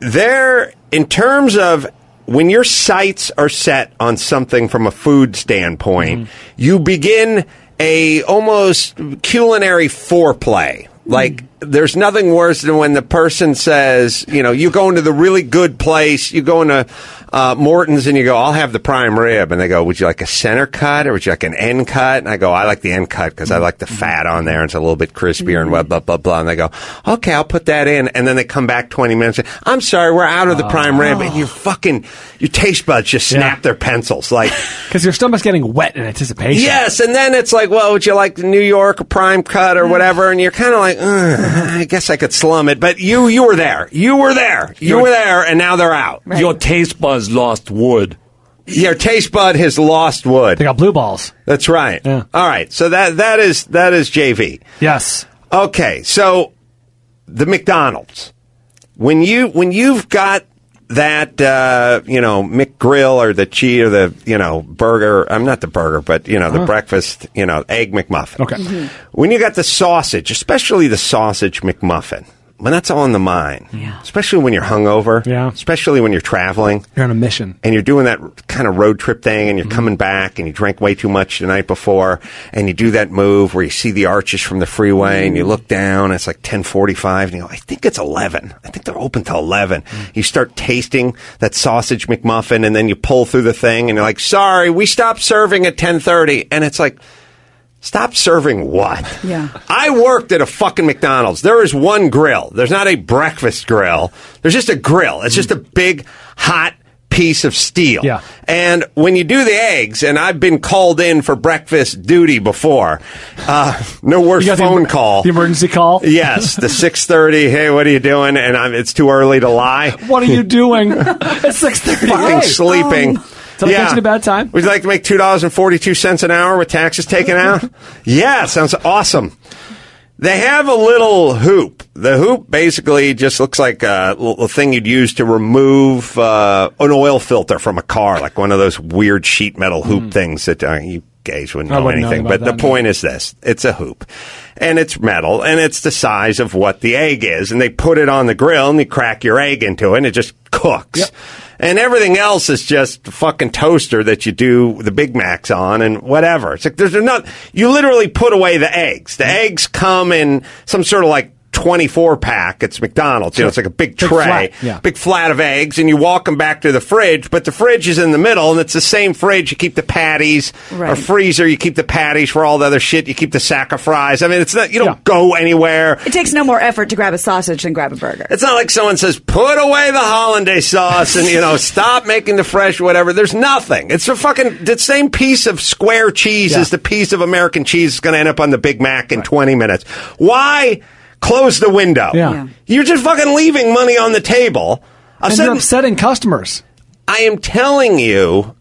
[SPEAKER 8] There, in terms of when your sights are set on something from a food standpoint, you begin a almost culinary foreplay. Like there's nothing worse than when the person says, you know, you go into the really good place, you go into uh, Morton's and you go, I'll have the prime rib, and they go, would you like a center cut or would you like an end cut? And I go, I like the end cut because I like the fat on there. and It's a little bit crispier and blah blah blah blah. And they go, okay, I'll put that in, and then they come back 20 minutes. and, I'm sorry, we're out of the prime rib, and your fucking your taste buds just snap their pencils like.
[SPEAKER 4] Because your stomach's getting wet in anticipation.
[SPEAKER 8] Yes, and then it's like, well, would you like the New York or prime cut or whatever? And you're kind of like, "Ugh, I guess I could slum it, but you you were there, you were there, you were there, and now they're out.
[SPEAKER 9] Your taste buds lost wood.
[SPEAKER 8] Your taste bud has lost wood. They
[SPEAKER 4] got blue balls.
[SPEAKER 8] That's right. All right, so that that is that is JV.
[SPEAKER 4] Yes.
[SPEAKER 8] Okay, so the McDonald's when you when you've got that uh, you know McGrill or the cheese or the you know burger. I'm not the burger, but you know the
[SPEAKER 10] Uh-huh.
[SPEAKER 8] breakfast. You know egg McMuffin.
[SPEAKER 14] Mm-hmm.
[SPEAKER 10] Okay. Mhm.
[SPEAKER 8] When you got the sausage, especially the sausage McMuffin, when that's all in the mind, yeah. especially when you're hungover, yeah. especially when you're traveling,
[SPEAKER 4] You're on a mission.
[SPEAKER 8] and you're doing that kind of road trip thing and you're coming back and you drank way too much the night before and you do that move where you see the arches from the freeway and you look down and it's like 1045 and you go, I think it's 11. I think they're open till 11. You start tasting that sausage McMuffin and then you pull through the thing and you're like, sorry, we stopped serving at 1030. And it's like, Stop serving what?
[SPEAKER 14] Yeah.
[SPEAKER 8] I worked at a fucking McDonald's. There is one grill. There's not a breakfast grill. There's just a grill. It's just a big hot piece of steel. Yeah. And when you do the eggs, and I've been called in for breakfast duty before, uh, no worse phone call.
[SPEAKER 4] The emergency call.
[SPEAKER 8] yes, the six thirty. Hey, what are you doing? And I'm, it's too early to lie.
[SPEAKER 4] What are you Um, doing? it's six thirty.
[SPEAKER 8] Fucking sleeping.
[SPEAKER 4] Did I catch you at a bad time?
[SPEAKER 8] Would you like to make two dollars and forty two cents an hour with taxes taken out? yeah, sounds awesome. They have a little hoop. The hoop basically just looks like a little thing you'd use to remove uh, an oil filter from a car, like one of those weird sheet metal hoop things that uh, you guys wouldn't
[SPEAKER 12] Hmm. I
[SPEAKER 8] know
[SPEAKER 12] wouldn't know
[SPEAKER 8] anything.
[SPEAKER 12] about
[SPEAKER 8] but
[SPEAKER 12] that,
[SPEAKER 8] the
[SPEAKER 12] no.
[SPEAKER 8] point point is this it's a hoop and it's metal and it's the size of what the egg is and they put it on the grill and you crack your egg into it and it just cooks and everything else is just a fucking toaster that you do the big macs on and whatever it's like there's not you literally put away the eggs the eggs come in some sort of like 24 pack it's mcdonald's you know it's like a big
[SPEAKER 12] Big
[SPEAKER 8] tray
[SPEAKER 12] flat, yeah.
[SPEAKER 8] big flat of eggs and you walk them back to the fridge but the fridge is in the middle and it's the same fridge you keep the patties or
[SPEAKER 12] Right.
[SPEAKER 8] freezer you keep the patties for all the other shit you keep the sack of fries i mean it's not you don't go anywhere
[SPEAKER 4] Mm-hmm.
[SPEAKER 7] It takes no more effort to grab a sausage than grab a burger.
[SPEAKER 8] it's not like someone says put away the hollandaise sauce and you know stop making the fresh whatever there's nothing it's a fucking the same piece of square cheese is the piece of american cheese that's going to end up on the big mac in 20 minutes why close the window
[SPEAKER 4] Yeah. Yeah.
[SPEAKER 8] you're just fucking leaving money on the table I'm
[SPEAKER 4] And
[SPEAKER 8] sitting-
[SPEAKER 4] you're upsetting customers.
[SPEAKER 8] I am telling you,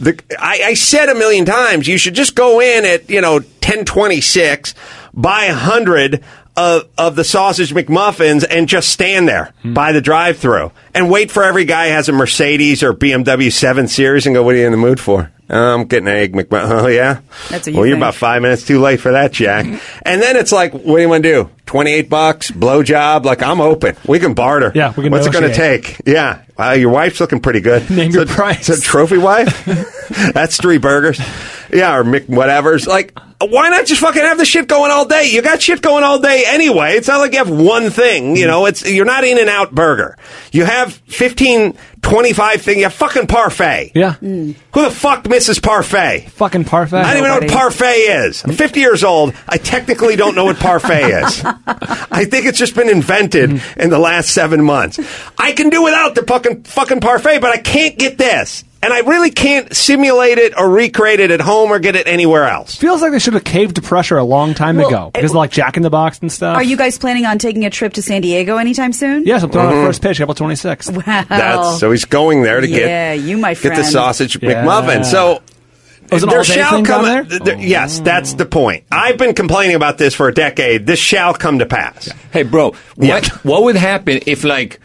[SPEAKER 8] the, I, I said a million times, you should just go in at, you know, 1026, buy a 100 of, of the sausage McMuffins and just stand there
[SPEAKER 4] Hmm.
[SPEAKER 8] by the drive through and wait for every guy who has a Mercedes or BMW 7 Series and go, what are you in the mood for? "Uh, I'm getting an egg McMuffin. Oh, yeah?
[SPEAKER 12] That's what you
[SPEAKER 8] Well, you're
[SPEAKER 12] think.
[SPEAKER 8] about five minutes too late for that, Jack. and then it's like, what do you want to do? 28 bucks, blow job. Like, I'm open. We can barter.
[SPEAKER 4] Yeah, we can
[SPEAKER 8] What's it going to
[SPEAKER 4] negotiate.
[SPEAKER 8] take? steak. Yeah. Wow, your wife's looking pretty good. Name your price. It's a trophy wife? That's three burgers. Yeah, or Mc whatever's. Like, why not just fucking have the shit going all day? You got shit going all day anyway. It's not like you have one thing,
[SPEAKER 4] Mm-hmm.
[SPEAKER 8] you know. It's you're not in and out burger. You have 15 25 thing. You have fucking parfait.
[SPEAKER 4] Yeah.
[SPEAKER 8] Who the fuck misses parfait?
[SPEAKER 4] Fucking parfait.
[SPEAKER 8] Mm. I don't even know what parfait is. I'm 50 years old. I technically don't know what parfait is. I think it's just been invented in the last seven months. I can do without the fucking fucking parfait, but I can't get this, and I really can't simulate it or recreate it at home or get it anywhere else.
[SPEAKER 4] Feels like they should have caved to pressure a long time
[SPEAKER 7] Well,
[SPEAKER 4] ago
[SPEAKER 7] it-
[SPEAKER 4] because of, like Jack in the Box and stuff.
[SPEAKER 7] Are you guys planning on taking a trip to San Diego anytime soon?
[SPEAKER 4] Uh, Yes, I'm throwing out
[SPEAKER 8] Mhm.
[SPEAKER 4] first pitch, April 26th.
[SPEAKER 7] Wow.
[SPEAKER 8] That's so he's going there to
[SPEAKER 7] Yeah,
[SPEAKER 8] get
[SPEAKER 7] you, my
[SPEAKER 8] get the
[SPEAKER 7] friend.
[SPEAKER 8] sausage
[SPEAKER 7] Yeah.
[SPEAKER 8] McMuffin. So
[SPEAKER 4] Was it an
[SPEAKER 8] there
[SPEAKER 4] all-day
[SPEAKER 8] shall
[SPEAKER 4] thing
[SPEAKER 8] come
[SPEAKER 4] down
[SPEAKER 8] th- there- yes, that's the point. I've been complaining about this for a decade. This shall come to pass.
[SPEAKER 9] Hey, bro, what what would happen if like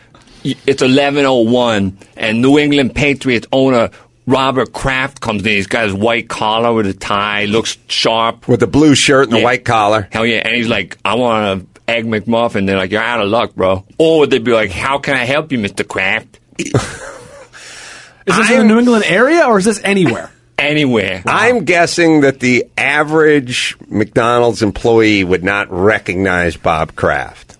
[SPEAKER 9] y- it's eleven oh one and New England Patriots owner Robert Kraft comes in? He's got his white collar with a tie, looks sharp
[SPEAKER 8] with the blue shirt and the white collar.
[SPEAKER 9] Hell yeah! And he's like, I want an egg McMuffin. They're like, you're out of luck, bro. Or would they be like, How can I help you, Mister Kraft?
[SPEAKER 4] Is this in the New England area or is this anywhere?
[SPEAKER 9] Anywhere.
[SPEAKER 8] I'm guessing that the average McDonald's employee would not recognize Bob Kraft.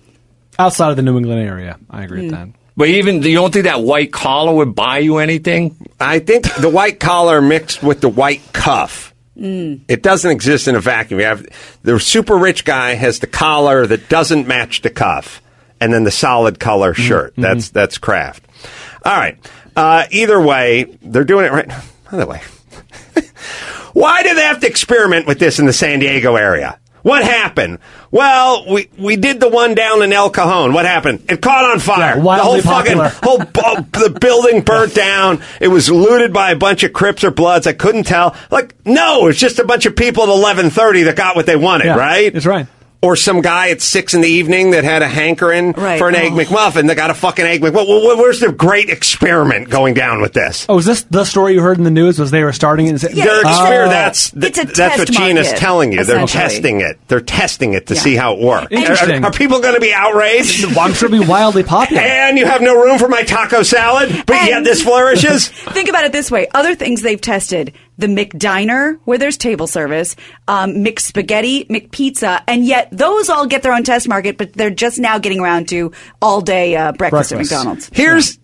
[SPEAKER 4] Outside of the New England area. I agree
[SPEAKER 8] Mm.
[SPEAKER 4] with that.
[SPEAKER 9] But even you don't think that white collar would buy you anything?
[SPEAKER 8] I think the white collar mixed with the white cuff.
[SPEAKER 10] Mm.
[SPEAKER 8] It doesn't exist in a vacuum. You have the super rich guy has the collar that doesn't match the cuff, and then the solid color
[SPEAKER 9] Mm-hmm.
[SPEAKER 8] shirt. That's that's Kraft. All right. Uh, either way, they're doing it right. By the way, Why do they have to experiment with this in the San Diego area? What happened? Well, we, we did the one down in El Cajon. What happened? It caught on fire. the whole
[SPEAKER 4] wildly popular.
[SPEAKER 8] fucking whole bu- the building burnt down. It was looted by a bunch of Crips or Bloods. I couldn't tell. Like, no, it's just a bunch of people at eleven thirty that got what they wanted,
[SPEAKER 4] Yeah,
[SPEAKER 8] right?
[SPEAKER 4] That's right.
[SPEAKER 8] or some guy at six in the evening that had a hankering
[SPEAKER 4] Right.
[SPEAKER 8] for an
[SPEAKER 4] Oh.
[SPEAKER 8] egg McMuffin that got a fucking egg McMuffin. Well, well, where's the great experiment going down with this?
[SPEAKER 4] Oh, is this the story you heard in the news? Was they were starting it?
[SPEAKER 8] They're exper-
[SPEAKER 4] Oh.
[SPEAKER 8] that's th- that's what Gina's telling you. They're testing it. They're testing it to
[SPEAKER 4] Yeah.
[SPEAKER 8] see how it works.
[SPEAKER 4] Interesting.
[SPEAKER 8] Are, are people going to be outraged?
[SPEAKER 4] I'm sure it'll be wildly popular.
[SPEAKER 8] And you have no room for my taco salad, but yet this flourishes.
[SPEAKER 14] Think about it this way: other things they've tested: the McDiner, where there's table service, um, McSpaghetti, McPizza, and yet those all get their own test market, but they're just now getting around to all day uh, breakfast, at McDonald's.
[SPEAKER 8] Here's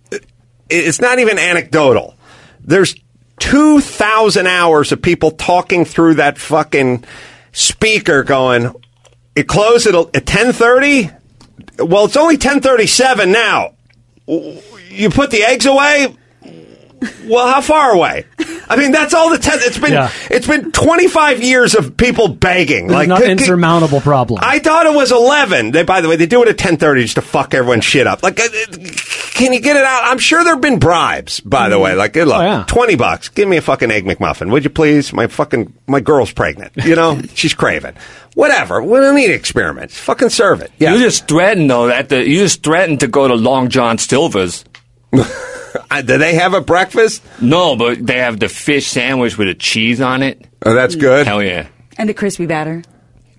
[SPEAKER 8] it's not even anecdotal. There's 2,000 hours of people talking through that fucking speaker going, it closed at 10:30? Well, it's only 10:37 now. W- You put the eggs away? Well, how far away? I mean, that's all the test. It's been
[SPEAKER 4] Yeah.
[SPEAKER 8] it's been 25 years of people begging.
[SPEAKER 4] It's
[SPEAKER 8] like
[SPEAKER 4] not
[SPEAKER 8] c-
[SPEAKER 4] an
[SPEAKER 8] c-
[SPEAKER 4] insurmountable problem.
[SPEAKER 8] I thought it was eleven. They, by the way, they do it at ten thirty just to fuck everyone's shit up. Like, uh, uh, can you get it out? I'm sure there've been bribes. By the
[SPEAKER 14] Mm.
[SPEAKER 8] way, like, good
[SPEAKER 14] Oh,
[SPEAKER 8] luck. Twenty bucks. Give me a fucking egg McMuffin, would you please? My fucking my girl's pregnant. You know, she's craving. Whatever. We don't need experiments. Fucking serve it.
[SPEAKER 9] You just threatened though that the, you just threatened to go to Long John Silver's.
[SPEAKER 8] Do they have a breakfast?
[SPEAKER 9] No, but they have the fish sandwich with a cheese on it.
[SPEAKER 8] Oh,
[SPEAKER 4] Mm.
[SPEAKER 8] that's good.
[SPEAKER 9] Hell yeah.
[SPEAKER 14] And the crispy batter.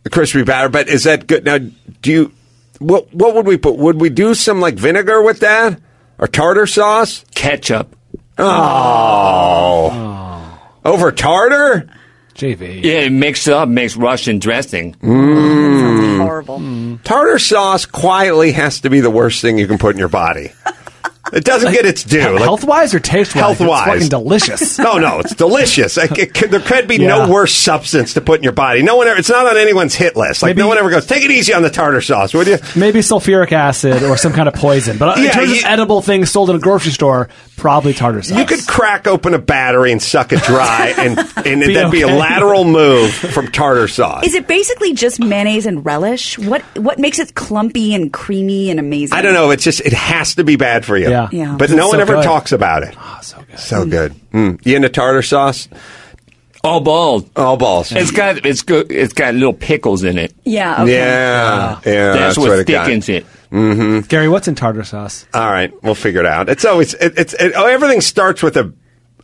[SPEAKER 8] The crispy batter. But is that good? Now, do you? What what would we put? Would we do some like vinegar with that or tartar sauce?
[SPEAKER 9] Ketchup.
[SPEAKER 8] Oh. Over tartar?
[SPEAKER 4] JV.
[SPEAKER 9] Yeah, it mixed up, makes Russian dressing.
[SPEAKER 8] Mm.
[SPEAKER 14] horrible.
[SPEAKER 8] Tartar sauce quietly has to be the worst thing you can put in your body. It doesn't get its due. Like,
[SPEAKER 4] Health wise or taste wise?
[SPEAKER 8] Health wise,
[SPEAKER 4] It's fucking delicious.
[SPEAKER 8] no, no, it's delicious. Like, it could, there could be
[SPEAKER 4] Yeah.
[SPEAKER 8] no worse substance to put in your body. No one ever. It's not on anyone's hit list. Like no one ever goes, take it easy on the tartar sauce, would you?
[SPEAKER 4] Maybe sulfuric acid or some kind of poison. But uh, in
[SPEAKER 8] Yeah,
[SPEAKER 4] terms of edible things sold in a grocery store, probably tartar sauce.
[SPEAKER 8] You could crack open a battery and suck it dry, and and
[SPEAKER 4] Be
[SPEAKER 8] that'd be a
[SPEAKER 4] okay.
[SPEAKER 8] lateral move from tartar sauce.
[SPEAKER 14] Is it basically just mayonnaise and relish? What what makes it clumpy and creamy and amazing?
[SPEAKER 8] I don't know. It's just it has to be bad for you.
[SPEAKER 14] Yeah. Yeah.
[SPEAKER 8] But
[SPEAKER 14] It's
[SPEAKER 8] no one
[SPEAKER 14] so
[SPEAKER 8] ever
[SPEAKER 14] good.
[SPEAKER 8] talks about it.
[SPEAKER 4] Ah,
[SPEAKER 8] so good. So good. Mm. You into tartar sauce?
[SPEAKER 9] All balls.
[SPEAKER 8] All balls.
[SPEAKER 9] It's got it's good. It's got little pickles in it.
[SPEAKER 14] Yeah.
[SPEAKER 8] okay. Yeah,
[SPEAKER 9] That's,
[SPEAKER 8] yeah, that's
[SPEAKER 9] what,
[SPEAKER 8] what it got.
[SPEAKER 9] thickens it.
[SPEAKER 8] hmm
[SPEAKER 4] Gary, what's in tartar sauce?
[SPEAKER 8] All right, we'll figure it out. It's always it, it's it, oh, everything starts with a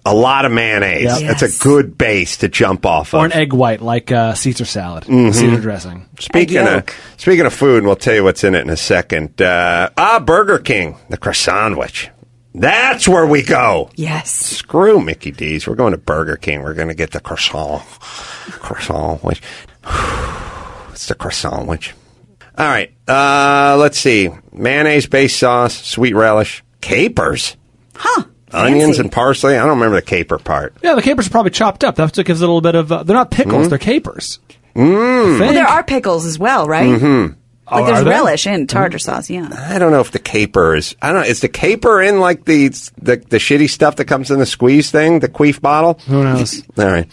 [SPEAKER 8] a lot of mayonnaise.
[SPEAKER 4] Yep.
[SPEAKER 8] That's a good base to jump off
[SPEAKER 4] Or
[SPEAKER 8] of.
[SPEAKER 4] an egg white like uh, Caesar salad,
[SPEAKER 8] Mhm.
[SPEAKER 4] Caesar dressing.
[SPEAKER 8] Speaking of speaking of food, and we'll tell you what's in it in a second. Uh, ah, Burger King, the croissant sandwich. That's where we go.
[SPEAKER 14] Yes.
[SPEAKER 8] Screw Mickey D's. We're going to Burger King. We're going to get the croissant. Croissant which it's the croissant which. All right. Uh, let's see. Mayonnaise based sauce, sweet relish, capers. Huh. Onions
[SPEAKER 4] fancy.
[SPEAKER 8] and parsley. I don't remember the caper part.
[SPEAKER 4] Yeah, the capers are probably chopped up. That's what gives it a little bit of. Uh, they're not pickles,
[SPEAKER 8] Mhm.
[SPEAKER 4] they're capers.
[SPEAKER 8] Mm.
[SPEAKER 14] Well, there are pickles as well, right?
[SPEAKER 8] Mhm.
[SPEAKER 14] Like there's relish in tartar sauce. Yeah.
[SPEAKER 8] I don't know if the caper is. I don't. know. Is the caper in like the the, the shitty stuff that comes in the squeeze thing, the queef bottle?
[SPEAKER 4] Who knows?
[SPEAKER 8] All right.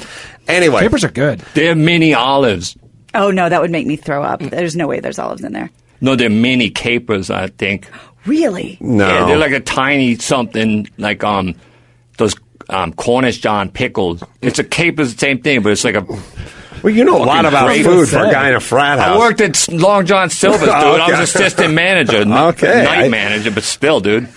[SPEAKER 8] Anyway,
[SPEAKER 4] Capers are good.
[SPEAKER 9] They're mini olives.
[SPEAKER 14] Oh no, that would make me throw up. There's no way there's olives in there.
[SPEAKER 9] No, they're mini capers. I think.
[SPEAKER 14] Really?
[SPEAKER 9] Yeah, they're like a tiny something like um those um Cornish John pickles. It's a caper's the same thing, but it's like a.
[SPEAKER 8] Well, you know a lot about food for a guy in a frat house.
[SPEAKER 9] I worked at Long John Silver's, dude. I
[SPEAKER 8] Okay.
[SPEAKER 9] was assistant manager, not
[SPEAKER 8] Okay,
[SPEAKER 9] night
[SPEAKER 8] I- Uh,
[SPEAKER 9] manager, but still, dude.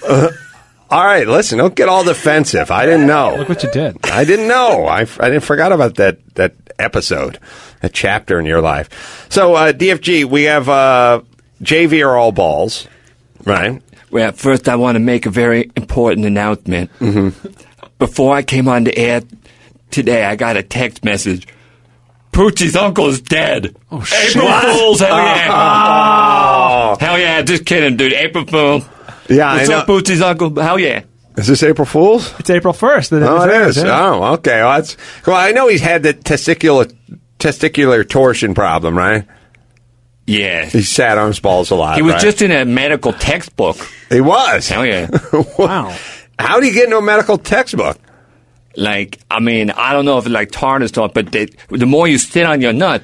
[SPEAKER 8] all right, listen. Don't get all defensive. I didn't know.
[SPEAKER 4] Look what you did.
[SPEAKER 8] I didn't know. I, f- I didn't forgot about that that episode, that chapter in your life. So uh, DFG, we have uh, JV or all balls, right?
[SPEAKER 9] Well, first I want to make a very important announcement.
[SPEAKER 8] Mm-hmm.
[SPEAKER 9] Before I came on the air today, I got a text message. Poochie's uncle's dead. Oh, shit. April Fools, hell yeah. Hell yeah, just kidding, dude. April Fool.
[SPEAKER 8] Oh. Yeah,
[SPEAKER 9] What's
[SPEAKER 8] I
[SPEAKER 9] up, Poochie's uncle? Hell yeah.
[SPEAKER 8] Is this April Fool's?
[SPEAKER 4] It's April 1st. The day
[SPEAKER 8] Oh,
[SPEAKER 4] before,
[SPEAKER 8] it is.
[SPEAKER 4] yeah.
[SPEAKER 8] Oh, okay. Well, that's, well, I know he's had the testicular testicular torsion problem, right?
[SPEAKER 9] Yeah.
[SPEAKER 8] He sat on his balls a lot.
[SPEAKER 9] He was
[SPEAKER 8] right?
[SPEAKER 9] just in a medical textbook.
[SPEAKER 8] He was.
[SPEAKER 9] Hell yeah.
[SPEAKER 4] wow.
[SPEAKER 8] How do you get into a medical textbook?
[SPEAKER 9] Like, I mean, I don't know if like tartar sauce, but they, the more you sit on your nut,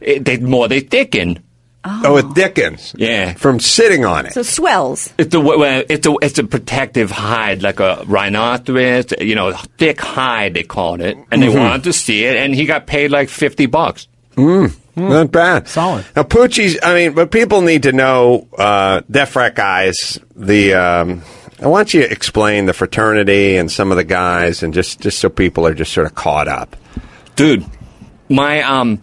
[SPEAKER 9] it, the more they thicken.
[SPEAKER 8] Oh. it thickens.
[SPEAKER 9] Yeah.
[SPEAKER 8] From sitting on it.
[SPEAKER 14] So swells.
[SPEAKER 9] It's a well, it's a it's a protective hide, like a rhinoceros, you know, thick hide they called it, and they
[SPEAKER 8] Mhm.
[SPEAKER 9] wanted to see it, and he got paid like fifty bucks.
[SPEAKER 23] Mm, Not bad. Solid.
[SPEAKER 8] Now, Poochie's, I mean, but people need to know, uh, Defrec guys, the, um, I want you to explain the fraternity and some of the guys and just, just so people are just sort of caught up.
[SPEAKER 9] Dude, my um,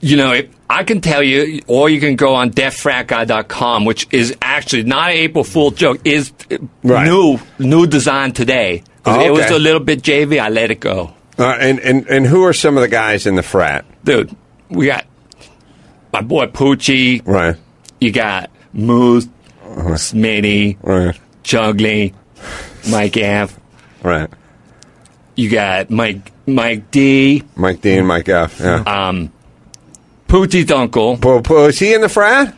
[SPEAKER 9] you know, if I can tell you, or you can go on deathfratguy.com, which is actually not an April Fool joke, is new new design today. 'Cause
[SPEAKER 8] Oh,
[SPEAKER 9] It was
[SPEAKER 8] okay.
[SPEAKER 9] a little bit JV. I let it go,
[SPEAKER 8] Uh, and, and, and who are some of the guys in the frat?
[SPEAKER 9] dude. We got my boy Poochie.
[SPEAKER 8] Right.
[SPEAKER 9] You got Moose, Smitty,
[SPEAKER 8] right.
[SPEAKER 9] Juggly, Mike F.
[SPEAKER 8] Right.
[SPEAKER 9] You got Mike Mike D.
[SPEAKER 8] Mike D and Mike F. Yeah.
[SPEAKER 9] Um, Pootie's uncle.
[SPEAKER 8] Po, po, is he in the frat?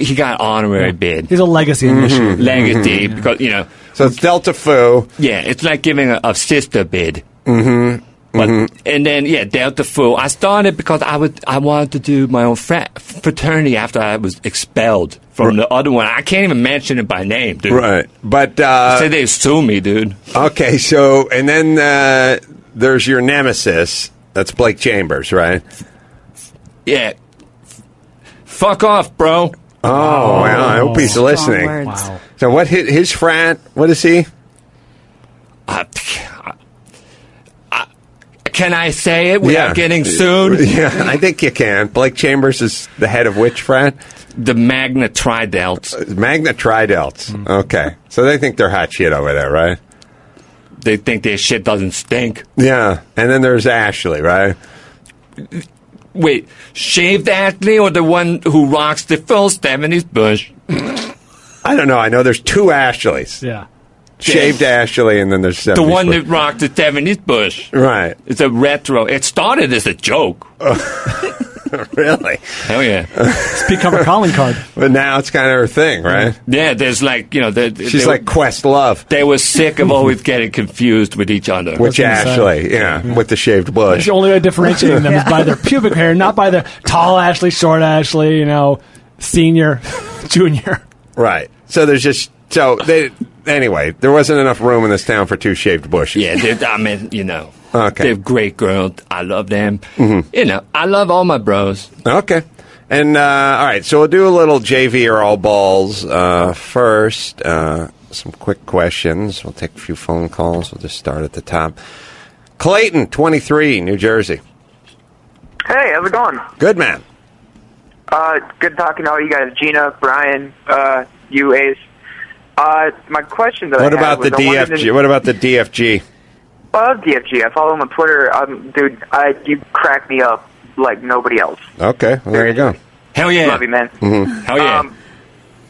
[SPEAKER 9] He got honorary bid.
[SPEAKER 4] He's a legacy initiative.
[SPEAKER 9] Mm-hmm. Legacy, because you know.
[SPEAKER 8] Mm-hmm. So it's Delta Foo.
[SPEAKER 9] Yeah, it's like giving a, a sister bid.
[SPEAKER 8] Mm-hmm.
[SPEAKER 9] But and then yeah, Delta Foo. I started because I would I wanted to do my own frat, fraternity after I was expelled from the other one. I can't even mention it by name, dude.
[SPEAKER 8] Right, but uh,
[SPEAKER 9] say they sue me, dude.
[SPEAKER 8] Okay, so and then uh, there's your nemesis. That's Blake Chambers, right?
[SPEAKER 9] Yeah, fuck off, bro.
[SPEAKER 8] Oh, wow! I hope he's
[SPEAKER 9] Strong
[SPEAKER 8] listening.
[SPEAKER 9] words. Wow.
[SPEAKER 8] So what? hi- His frat? What is he?
[SPEAKER 9] Can I say it without getting sued?
[SPEAKER 8] Yeah, I think you can. Blake Chambers is the head of which frat?
[SPEAKER 9] The Magna Tridelts. Mm-hmm.
[SPEAKER 8] Magna Tridelts. Okay, so they think they're hot shit over there, right?
[SPEAKER 9] They think their shit doesn't stink.
[SPEAKER 8] Yeah, and then there's Ashley, right?
[SPEAKER 9] Wait, shaved Ashley or the one who rocks the first seventies bush?
[SPEAKER 8] I don't know. I know there's two Ashleys.
[SPEAKER 4] Yeah.
[SPEAKER 8] Shaved Ashley, and then there's
[SPEAKER 9] The one that rocked the seventies bush.
[SPEAKER 8] Right.
[SPEAKER 9] It's a retro. It started as a joke.
[SPEAKER 8] Oh. really?
[SPEAKER 9] Hell yeah. Mm.
[SPEAKER 4] Speak cover calling card.
[SPEAKER 8] But now it's kind of her thing, right?
[SPEAKER 9] Yeah, there's like you know, the,
[SPEAKER 8] She's like Quest Love.
[SPEAKER 9] They were sick of always getting confused with each other.
[SPEAKER 8] Which Ashley, yeah, with the shaved bush.
[SPEAKER 4] That's the only way of differentiating them is by their pubic hair, not by their tall Ashley, short Ashley, you know, senior, junior.
[SPEAKER 8] Right. So there's just so they anyway, there wasn't enough room in this town for two shaved bushes.
[SPEAKER 9] Yeah, they're- I mean, you know,
[SPEAKER 8] Okay.
[SPEAKER 9] they're great girls. I love them.
[SPEAKER 8] Mhm.
[SPEAKER 9] You know, I love all my bros.
[SPEAKER 8] Okay. And uh, all right, so we'll do a little JV or all balls uh, first. Uh, some quick questions. We'll take a few phone calls. We'll just start at the top. Clayton, 23, New Jersey.
[SPEAKER 6] Hey, how's it going?
[SPEAKER 8] Good man.
[SPEAKER 6] Uh, good talking to all you guys, Gina, Brian, uh, you, Ace. Uh, my question
[SPEAKER 8] What
[SPEAKER 6] that I had
[SPEAKER 8] about
[SPEAKER 6] was
[SPEAKER 8] the
[SPEAKER 6] I wanted to-
[SPEAKER 8] DFG? What about the DFG?
[SPEAKER 6] Love DFG. I follow him on Twitter. Um, dude, I, you crack me up like nobody else.
[SPEAKER 8] Okay, well, there you go.
[SPEAKER 9] Hell yeah.
[SPEAKER 6] Love you, man.
[SPEAKER 8] Mhm.
[SPEAKER 9] Hell yeah.
[SPEAKER 6] Um,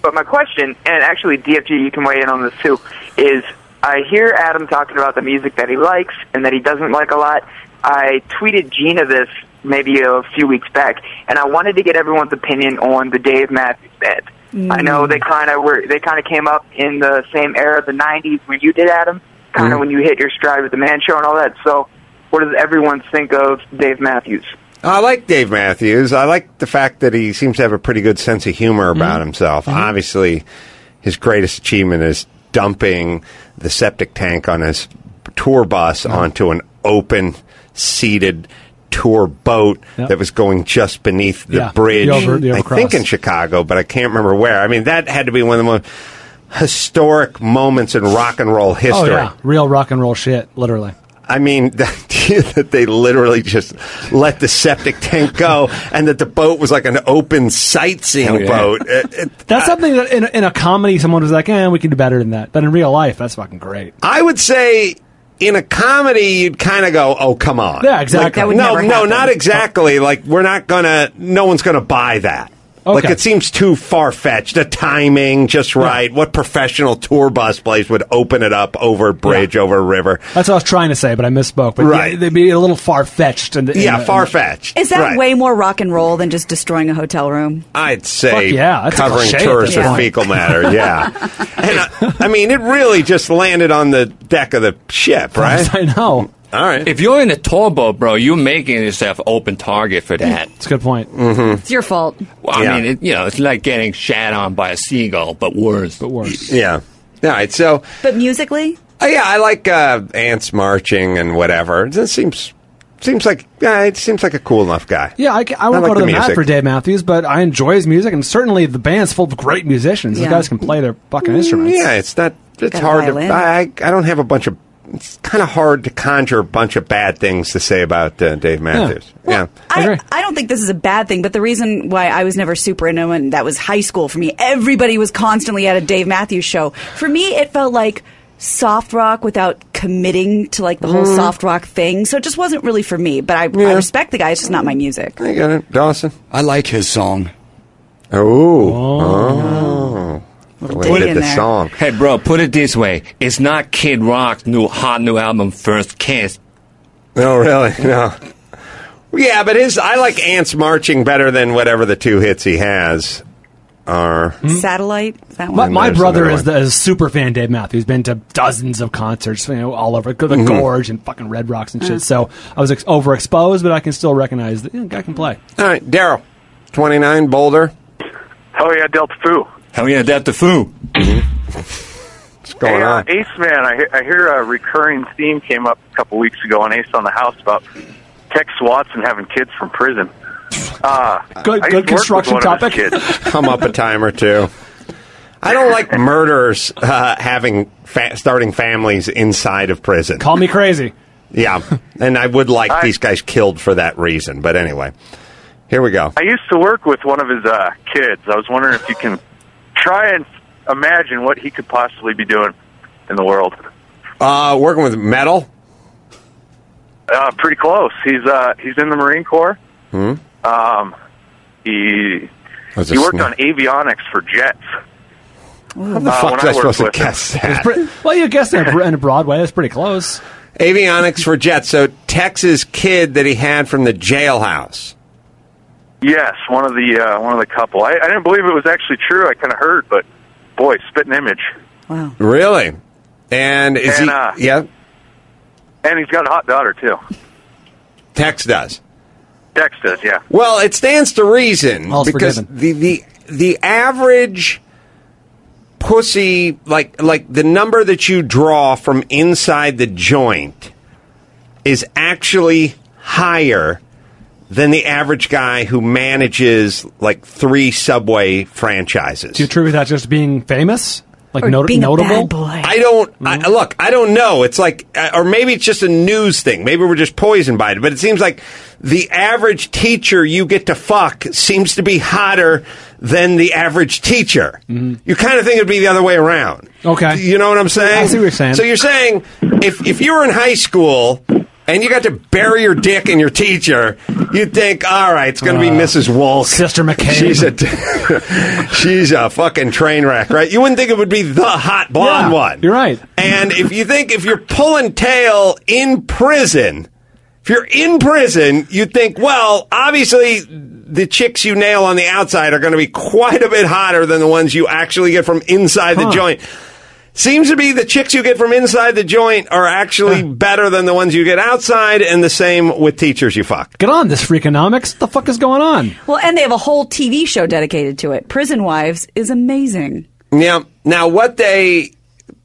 [SPEAKER 6] but my question, and actually, DFG, you can weigh in on this too, is I hear Adam talking about the music that he likes and that he doesn't like a lot. I tweeted Gina this maybe a few weeks back, and I wanted to get everyone's opinion on the Dave Matthews Band. I
[SPEAKER 9] Mm.
[SPEAKER 6] know they kind of were they kind of came up in the same era of the '90s when you did Adam,
[SPEAKER 9] Mm.
[SPEAKER 6] kind of when you hit your stride with the Man Show and all that. So, what does everyone think of Dave Matthews?
[SPEAKER 8] I like Dave Matthews. I like the fact that he seems to have a pretty good sense of humor
[SPEAKER 15] Mm-hmm.
[SPEAKER 8] about himself. Obviously, his greatest achievement is dumping the septic tank on his tour bus onto an open seated tour boat
[SPEAKER 15] Yep.
[SPEAKER 8] that was going just beneath the
[SPEAKER 15] Yeah, the
[SPEAKER 8] bridge.
[SPEAKER 15] over- the
[SPEAKER 8] I
[SPEAKER 15] overcross.
[SPEAKER 8] think in Chicago, but I can't remember where. I mean, that had to be one of the most historic moments in rock and roll history.
[SPEAKER 4] Oh, yeah. Real rock and roll shit, literally.
[SPEAKER 8] I mean, the idea that they literally just let the septic tank go and that the boat was like an open sightseeing
[SPEAKER 4] Hell yeah.
[SPEAKER 8] boat. It- it-
[SPEAKER 4] That's something that in, in a comedy, someone was like, eh, we can do better than that. But in real life, that's fucking great.
[SPEAKER 8] I would say in a comedy, you'd kind of go, oh, come on.
[SPEAKER 4] Yeah, exactly.
[SPEAKER 8] Like,
[SPEAKER 4] That would
[SPEAKER 8] no,
[SPEAKER 4] never
[SPEAKER 8] no,
[SPEAKER 4] happen.
[SPEAKER 8] not exactly. Like, we're not going to, no one's going to buy that. Like,
[SPEAKER 4] Okay.
[SPEAKER 8] it seems too far fetched. The timing, just right. What professional tour bus place would open it up over a bridge, over a river?
[SPEAKER 4] That's what I was trying to say, but I misspoke. But
[SPEAKER 8] Right.
[SPEAKER 4] yeah, they'd be a little far fetched.
[SPEAKER 8] Yeah, far-fetched.
[SPEAKER 14] Is that
[SPEAKER 8] Right.
[SPEAKER 14] way more rock and roll than just destroying a hotel room?
[SPEAKER 8] I'd say
[SPEAKER 4] Fuck yeah, that's a
[SPEAKER 8] covering
[SPEAKER 4] cliche at
[SPEAKER 8] tourists
[SPEAKER 4] this
[SPEAKER 8] with
[SPEAKER 4] point.
[SPEAKER 8] fecal matter. Yeah, and I, I mean it really just landed on the deck of the ship, right?
[SPEAKER 4] I know.
[SPEAKER 8] All right.
[SPEAKER 9] If you're in a tour boat, bro, you're making yourself open target for that.
[SPEAKER 4] It's a good point.
[SPEAKER 14] It's your fault.
[SPEAKER 9] Well, I
[SPEAKER 8] Yeah.
[SPEAKER 9] mean, it, you know, it's like getting shat on by a seagull, but worse. But
[SPEAKER 4] worse.
[SPEAKER 8] Yeah. All right. So
[SPEAKER 14] But musically,
[SPEAKER 8] uh, yeah, I like uh, ants marching and whatever. It just seems Seems like yeah, it seems like a cool enough guy.
[SPEAKER 4] Yeah, I, ca- I won't
[SPEAKER 8] like
[SPEAKER 4] go to
[SPEAKER 8] the
[SPEAKER 4] the, mat
[SPEAKER 8] music.
[SPEAKER 4] for Dave Matthews, but I enjoy his music, and certainly the band's full of great musicians.
[SPEAKER 8] Yeah.
[SPEAKER 4] These guys can play their fucking instruments.
[SPEAKER 8] Yeah, it's not. It's hard to. I, I don't have a bunch of. It's kind of hard to conjure a bunch of bad things to say about uh, Dave Matthews. Yeah.
[SPEAKER 7] I, I don't think this is a bad thing, but the reason why I was never super into him, and that was high school for me, everybody was constantly at a Dave Matthews show. For me, it felt like soft rock without committing to like the whole
[SPEAKER 4] Mm-hmm.
[SPEAKER 8] Mm.
[SPEAKER 7] soft rock thing. So it just wasn't really for me, but I, I respect the guy. It's just not my music.
[SPEAKER 4] Mm-hmm.
[SPEAKER 8] I got it, Dawson.
[SPEAKER 12] I like his song.
[SPEAKER 8] Oh, oh,
[SPEAKER 7] dig in there.
[SPEAKER 8] song.
[SPEAKER 9] Hey, bro, put it this way: it's not Kid Rock's new hot new album, First Kiss.
[SPEAKER 8] No, really, no. Oh, Yeah, but his I like Ants Marching better than whatever the two hits he has are.
[SPEAKER 7] Satellite, is that
[SPEAKER 4] My,
[SPEAKER 7] one.
[SPEAKER 4] my
[SPEAKER 8] There's
[SPEAKER 4] brother
[SPEAKER 8] another
[SPEAKER 4] is the is super fan Dave Matthews. Been to dozens of concerts, you know, all over the
[SPEAKER 8] Mhm.
[SPEAKER 4] Gorge and fucking Red Rocks and
[SPEAKER 8] Yeah.
[SPEAKER 4] shit. So I was ex- overexposed, but I can still recognize that you know, guy can play.
[SPEAKER 8] All right, Daryl, twenty nine, Boulder.
[SPEAKER 11] Hell Oh, yeah, Delta Foo.
[SPEAKER 8] Hell yeah, that the foo. What's going
[SPEAKER 11] Hey, uh,
[SPEAKER 8] on?
[SPEAKER 11] Ace Man, I, he- I hear a recurring theme came up a couple weeks ago on Ace on the House about Tex Watson having kids from prison. Uh,
[SPEAKER 4] Good-
[SPEAKER 11] I
[SPEAKER 4] good
[SPEAKER 11] used to work with
[SPEAKER 4] construction
[SPEAKER 11] one of his
[SPEAKER 4] topic.
[SPEAKER 11] kids.
[SPEAKER 8] Come up a time or two. I don't like murderers uh, having fa- starting families inside of prison.
[SPEAKER 4] Call me crazy.
[SPEAKER 8] Yeah, and I would like these guys killed for that reason. But anyway, here we go.
[SPEAKER 11] I used to work with one of his uh, kids. I was wondering if you can try and imagine what he could possibly be doing in the world.
[SPEAKER 8] Uh, working with metal.
[SPEAKER 11] Uh, pretty close. He's uh, he's in the Marine Corps.
[SPEAKER 8] Hmm?
[SPEAKER 11] Um, he
[SPEAKER 8] That's
[SPEAKER 11] he
[SPEAKER 8] a
[SPEAKER 11] worked
[SPEAKER 8] sn-
[SPEAKER 11] on avionics for jets. Uh,
[SPEAKER 4] How
[SPEAKER 8] the fuck
[SPEAKER 11] when
[SPEAKER 8] was I
[SPEAKER 11] worked
[SPEAKER 8] supposed to
[SPEAKER 11] with him.
[SPEAKER 8] guess that?
[SPEAKER 4] well, you guessed in a, in a Broadway. That's pretty close.
[SPEAKER 8] Avionics for jets. So Texas kid that he had from the jailhouse.
[SPEAKER 11] Yes, one of the uh, one of the couple. I, I didn't believe it was actually true. I kind of heard, but boy, spitting image.
[SPEAKER 8] Really? And is
[SPEAKER 11] And,
[SPEAKER 8] he?
[SPEAKER 11] uh,
[SPEAKER 8] yeah,
[SPEAKER 11] And he's got a hot daughter too.
[SPEAKER 8] Tex does.
[SPEAKER 11] Dex does, yeah.
[SPEAKER 8] Well, it stands to reason
[SPEAKER 11] All's
[SPEAKER 8] because the the the average pussy like like the number that you draw from inside the joint is actually higher than the average guy who manages like three subway franchises.
[SPEAKER 4] Do you attribute that just being famous, like not- notable?
[SPEAKER 8] I don't I, look. I don't know. It's like, uh, or maybe it's just a news thing. Maybe we're just poisoned by it. But it seems like the average teacher you get to fuck seems to be hotter than the average teacher.
[SPEAKER 4] Mm-hmm.
[SPEAKER 8] You kind of think it'd be the other way around.
[SPEAKER 4] Okay.
[SPEAKER 8] You know what I'm saying?
[SPEAKER 4] I see what you're saying.
[SPEAKER 8] So you're saying if if you were in high school. And you got to bury your dick in your teacher. You'd think, all right, it's going to be Mrs. Wolf, Sister
[SPEAKER 4] Uh, McCabe.
[SPEAKER 8] She's a she's a fucking train wreck, right? You wouldn't think it would be the hot blonde
[SPEAKER 4] Yeah,
[SPEAKER 8] one. You're right. And if you think if you're pulling tail in prison, if you're in prison, you think, well, obviously the chicks you nail on the outside are going to be quite a bit hotter than the ones you actually get from inside the
[SPEAKER 24] Huh.
[SPEAKER 8] joint. Seems to be the chicks you get from inside the joint are actually better than the ones you get outside, and the same with teachers you fuck.
[SPEAKER 4] Get on this freakonomics. The fuck is going on?
[SPEAKER 7] Well, and they have a whole TV show dedicated to it. Prison Wives is amazing.
[SPEAKER 8] Yeah. Now, what they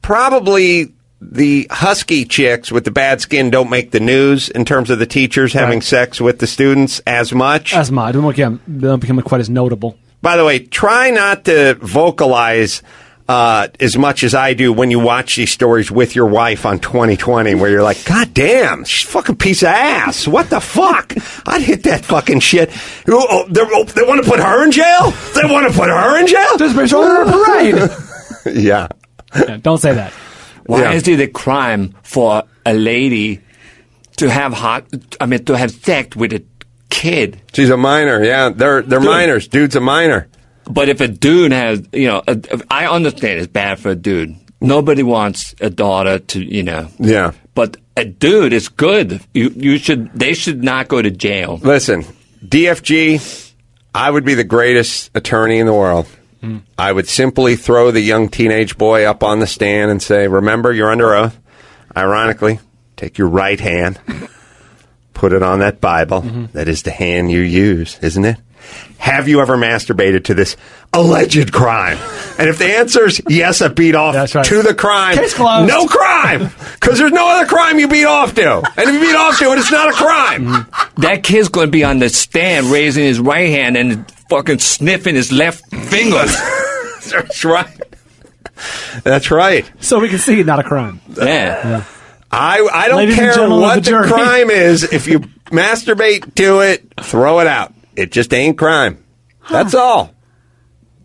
[SPEAKER 8] probably the husky chicks with the bad skin don't make the news in terms of the teachers having sex with the students as much.
[SPEAKER 4] As my, don't become, don't become quite as notable.
[SPEAKER 8] By the way, try not to vocalize. Uh, as much as I do when you watch these stories with your wife on 2020, where you're like, God damn, she's a fucking piece of ass. What the fuck? I'd hit that fucking shit. Oh, oh, they're- oh, they want to put her in jail? They want to put her in jail?
[SPEAKER 4] Just be sure a parade.
[SPEAKER 8] yeah.
[SPEAKER 4] Don't say that.
[SPEAKER 9] Why
[SPEAKER 4] Yeah.
[SPEAKER 9] is it a crime for a lady to have hot? I mean, to have sex with a kid?
[SPEAKER 8] She's a minor. Yeah, they're they're minors. Dude's a minor.
[SPEAKER 9] But if a dude has, you know, a, I understand it's bad for a dude. Nobody wants a daughter to, you know.
[SPEAKER 8] Yeah.
[SPEAKER 9] But a dude is good. You you should. They should not go to jail.
[SPEAKER 8] Listen, DFG, I would be the greatest attorney in the world.
[SPEAKER 9] Hmm.
[SPEAKER 8] I would simply throw the young teenage boy up on the stand and say, Remember, you're under oath. Ironically, take your right hand, put it on that Bible.
[SPEAKER 9] Mm-hmm.
[SPEAKER 8] That is the hand you use, isn't it? Have you ever masturbated to this alleged crime? And if the answer is yes, I beat off to the crime.
[SPEAKER 10] Case closed.
[SPEAKER 8] No crime, because there's no other crime you beat off to. And if you beat off to it, it's not a crime.
[SPEAKER 9] Mm-hmm. That kid's going to be on the stand raising his right hand and fucking sniffing his left finger. That's right.
[SPEAKER 8] That's right.
[SPEAKER 4] So we can see not a crime.
[SPEAKER 9] Yeah.
[SPEAKER 8] I I don't
[SPEAKER 4] Ladies and
[SPEAKER 8] care
[SPEAKER 4] gentlemen of
[SPEAKER 8] what
[SPEAKER 4] the
[SPEAKER 8] the,
[SPEAKER 4] jury.
[SPEAKER 8] crime is. If you masturbate to it, throw it out. It just ain't crime. That's all.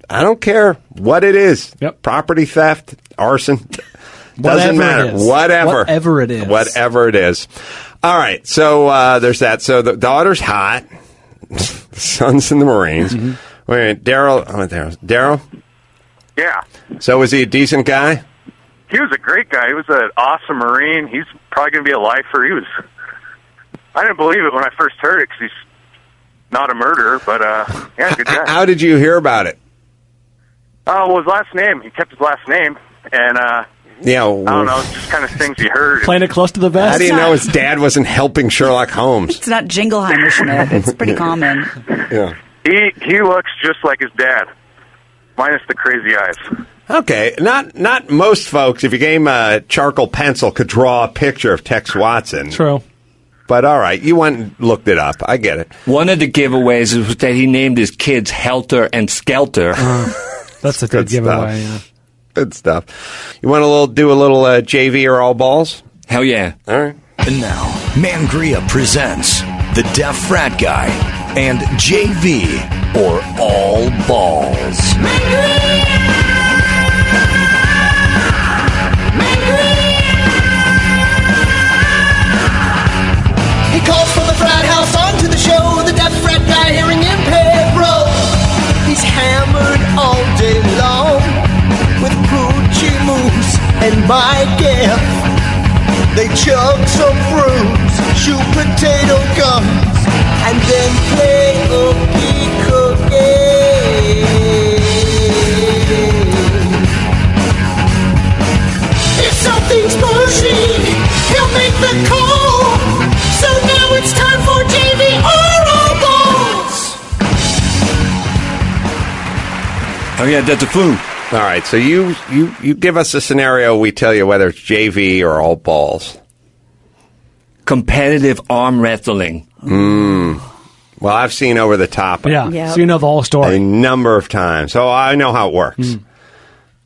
[SPEAKER 8] I don't care what it is. Property theft, arson.
[SPEAKER 4] Whatever
[SPEAKER 8] Doesn't
[SPEAKER 4] it
[SPEAKER 8] matter.
[SPEAKER 4] is.
[SPEAKER 8] Whatever.
[SPEAKER 4] Whatever it is.
[SPEAKER 8] Whatever it is. All right. So uh, there's that. So the daughter's hot. the son's in the Marines.
[SPEAKER 4] Mm-hmm.
[SPEAKER 8] Wait a minute. Daryl. Oh, Daryl. Daryl.
[SPEAKER 11] Yeah.
[SPEAKER 8] So was he a decent guy?
[SPEAKER 11] He was a great guy. He was an awesome Marine. He's probably going to be a lifer. He was. I didn't believe it when I first heard it because he's not a murderer, but uh, yeah, good guy.
[SPEAKER 8] How did you hear about it?
[SPEAKER 11] Uh, well, his last name. He kept his last name, and uh, I
[SPEAKER 8] Yeah.
[SPEAKER 11] don't know, it's just kind of things you heard.
[SPEAKER 4] Playing it close to the vest.
[SPEAKER 8] How do you know his dad wasn't helping Sherlock Holmes?
[SPEAKER 7] It's not Jingleheimer Schmidt. It's pretty common.
[SPEAKER 8] Yeah.
[SPEAKER 11] He he looks just like his dad, minus the crazy eyes.
[SPEAKER 8] Okay, not not most folks. If you gave him a charcoal pencil, could draw a picture of Tex Watson.
[SPEAKER 4] True,
[SPEAKER 8] but all right, you went and looked it up. I get it.
[SPEAKER 9] One of the giveaways was that he named his kids Helter and Skelter.
[SPEAKER 4] Uh, That's a
[SPEAKER 8] good,
[SPEAKER 9] giveaway,
[SPEAKER 8] Stuff. Good stuff. You want a little? Do a little uh, JV or all balls?
[SPEAKER 9] Hell yeah!
[SPEAKER 8] All right.
[SPEAKER 13] And now, Mangria presents The Deaf Frat Guy and JV or All Balls.
[SPEAKER 24] He calls from the frat house onto the show. The deaf frat guy hearing impaired bro. He's hammered all day long with Poochie Moose and Mike F. They chug some brews, chew potato gums, and then play okey cookie. If something's bougie, he'll make the call. So now it's time for JV Oral Balls.
[SPEAKER 8] Oh yeah, that's a flu. All right, so you you you give us a scenario. We tell you whether it's JV or all balls.
[SPEAKER 9] Competitive arm wrestling.
[SPEAKER 8] Mm. Well, I've seen over the top.
[SPEAKER 4] Yeah. So you know the whole story. Hmm.
[SPEAKER 8] a number of times. So I know how it works.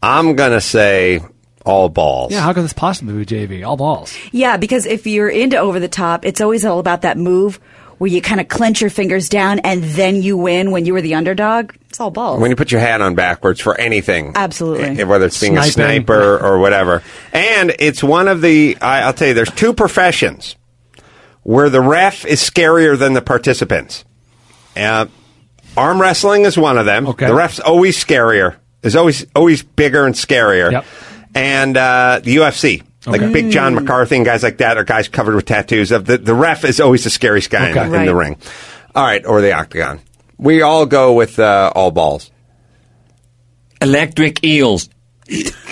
[SPEAKER 8] I'm going to say all balls.
[SPEAKER 4] Yeah, how could this possibly be JV? All balls.
[SPEAKER 7] Yeah, because if you're into over the top, it's always all about that move where you kind of clench your fingers down and then you win when you were the underdog. It's all balls.
[SPEAKER 8] When you put your hat on backwards for anything,
[SPEAKER 7] Absolutely.
[SPEAKER 8] eh, whether it's being a
[SPEAKER 7] Sniping.
[SPEAKER 8] sniper or whatever. And it's one of the, I, I'll tell you, there's two professions where the ref is scarier than the participants. Uh, arm wrestling is one of them. Okay. The ref's always scarier, is always, always bigger and scarier. Yep. And uh, the UFC. Like
[SPEAKER 25] Okay.
[SPEAKER 8] Big John McCarthy and guys like that, or guys covered with tattoos. Of the, the ref is always the scariest guy in,
[SPEAKER 25] Okay.
[SPEAKER 8] in the
[SPEAKER 25] Right.
[SPEAKER 8] ring. All right, or the octagon. We all go with uh, all balls.
[SPEAKER 9] Electric eels.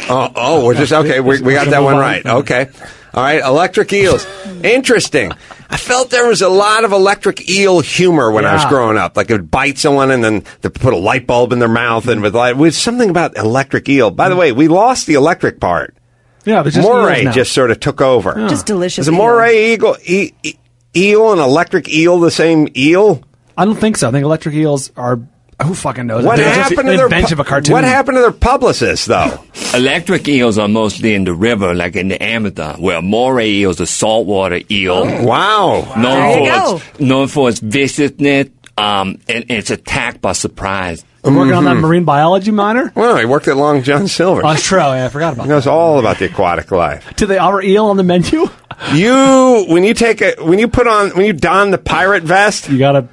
[SPEAKER 8] Oh, oh, we're just okay. We, we got that one right. Okay, all right. Electric eels. Interesting. I felt there was a lot of electric eel humor when I was
[SPEAKER 25] Yeah.
[SPEAKER 8] growing up. Like it would bite someone and then they put a light bulb in their mouth and with light. With something about electric eel. By the way, we lost the electric part.
[SPEAKER 4] Yeah, but just
[SPEAKER 8] Moray
[SPEAKER 4] eels now.
[SPEAKER 8] just sort of took over.
[SPEAKER 4] Yeah. Just delicious
[SPEAKER 8] Uh, Is a moray eagle, e- e- eel and electric eel the same eel?
[SPEAKER 4] I don't think so. I think electric eels are. Who fucking knows?
[SPEAKER 8] What
[SPEAKER 4] They're just
[SPEAKER 8] happened to
[SPEAKER 4] an
[SPEAKER 8] their
[SPEAKER 4] invention
[SPEAKER 8] pu-
[SPEAKER 4] of a cartoon?
[SPEAKER 8] What happened to their publicists though?
[SPEAKER 9] Electric eels are mostly in the river, like in the Amazon, where moray eels are saltwater eel.
[SPEAKER 8] Oh, Wow.
[SPEAKER 9] Known,
[SPEAKER 10] There you
[SPEAKER 9] for
[SPEAKER 10] go.
[SPEAKER 9] its, known for its viciousness um, and, and its attack by surprise.
[SPEAKER 4] I'm working
[SPEAKER 8] Mm-hmm.
[SPEAKER 4] on that marine biology minor.
[SPEAKER 8] Well, he worked at Long John Silver.
[SPEAKER 4] Oh, that's true. Yeah, I forgot about.
[SPEAKER 8] He knows all about the aquatic life.
[SPEAKER 4] that. Do they offer eel on the menu?
[SPEAKER 8] You when you take a when you put on when you don the pirate vest, Uh,
[SPEAKER 4] you gotta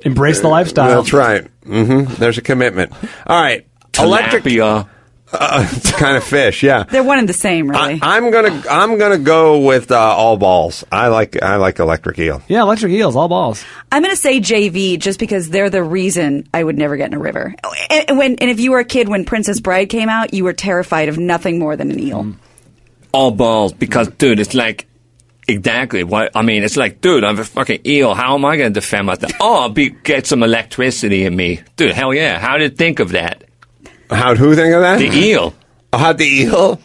[SPEAKER 4] embrace the lifestyle.
[SPEAKER 8] That's right. hmm There's a commitment. All right, electric. Uh, it's kind of fish. Yeah.
[SPEAKER 7] They're one and the same, really.
[SPEAKER 8] I, am gonna I'm gonna go with uh, all balls. I like I like electric eel.
[SPEAKER 4] Yeah, electric eels, all balls.
[SPEAKER 7] I'm going to say JV just because they're the reason I would never get in a river. Oh, And, and when, and if you were a kid when Princess Bride came out, you were terrified of nothing more than an eel.
[SPEAKER 9] All balls, because, dude, it's like exactly what I mean. It's like, dude, I'm a fucking eel. How am I going to defend myself? Oh, I'll be, get some electricity in me. Dude, hell yeah. How did you think of that?
[SPEAKER 8] How'd who think of that?
[SPEAKER 9] The eel.
[SPEAKER 8] Oh, how'd the eel?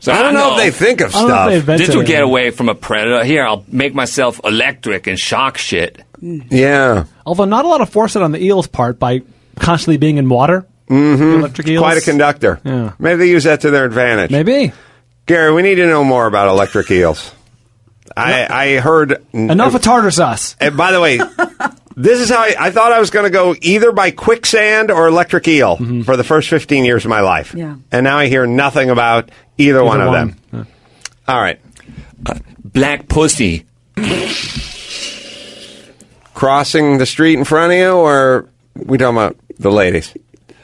[SPEAKER 9] So
[SPEAKER 8] I don't know if they think of I don't know if stuff. they invented
[SPEAKER 9] This will
[SPEAKER 8] it.
[SPEAKER 9] get away from a predator. Here, I'll make myself electric and shock shit.
[SPEAKER 8] Yeah.
[SPEAKER 4] Although not a lot of foresight on the eel's part by constantly being in water.
[SPEAKER 8] Mm-hmm.
[SPEAKER 4] Electric eels.
[SPEAKER 8] Quite a conductor.
[SPEAKER 4] Yeah.
[SPEAKER 8] Maybe they use that to their advantage.
[SPEAKER 4] Maybe.
[SPEAKER 8] Gary, we need to know more about electric eels. I, I heard uh,
[SPEAKER 4] Enough of tartar sauce.
[SPEAKER 8] And by the way, this is how I, I thought I was going to go either by quicksand or electric eel
[SPEAKER 4] Mm-hmm.
[SPEAKER 8] for the first 15 years of my life.
[SPEAKER 10] Yeah.
[SPEAKER 8] And now I hear nothing about either, one of them. All right.
[SPEAKER 9] Uh, black pussy.
[SPEAKER 8] Crossing the street in front of you, or we talking about Uh, the ladies?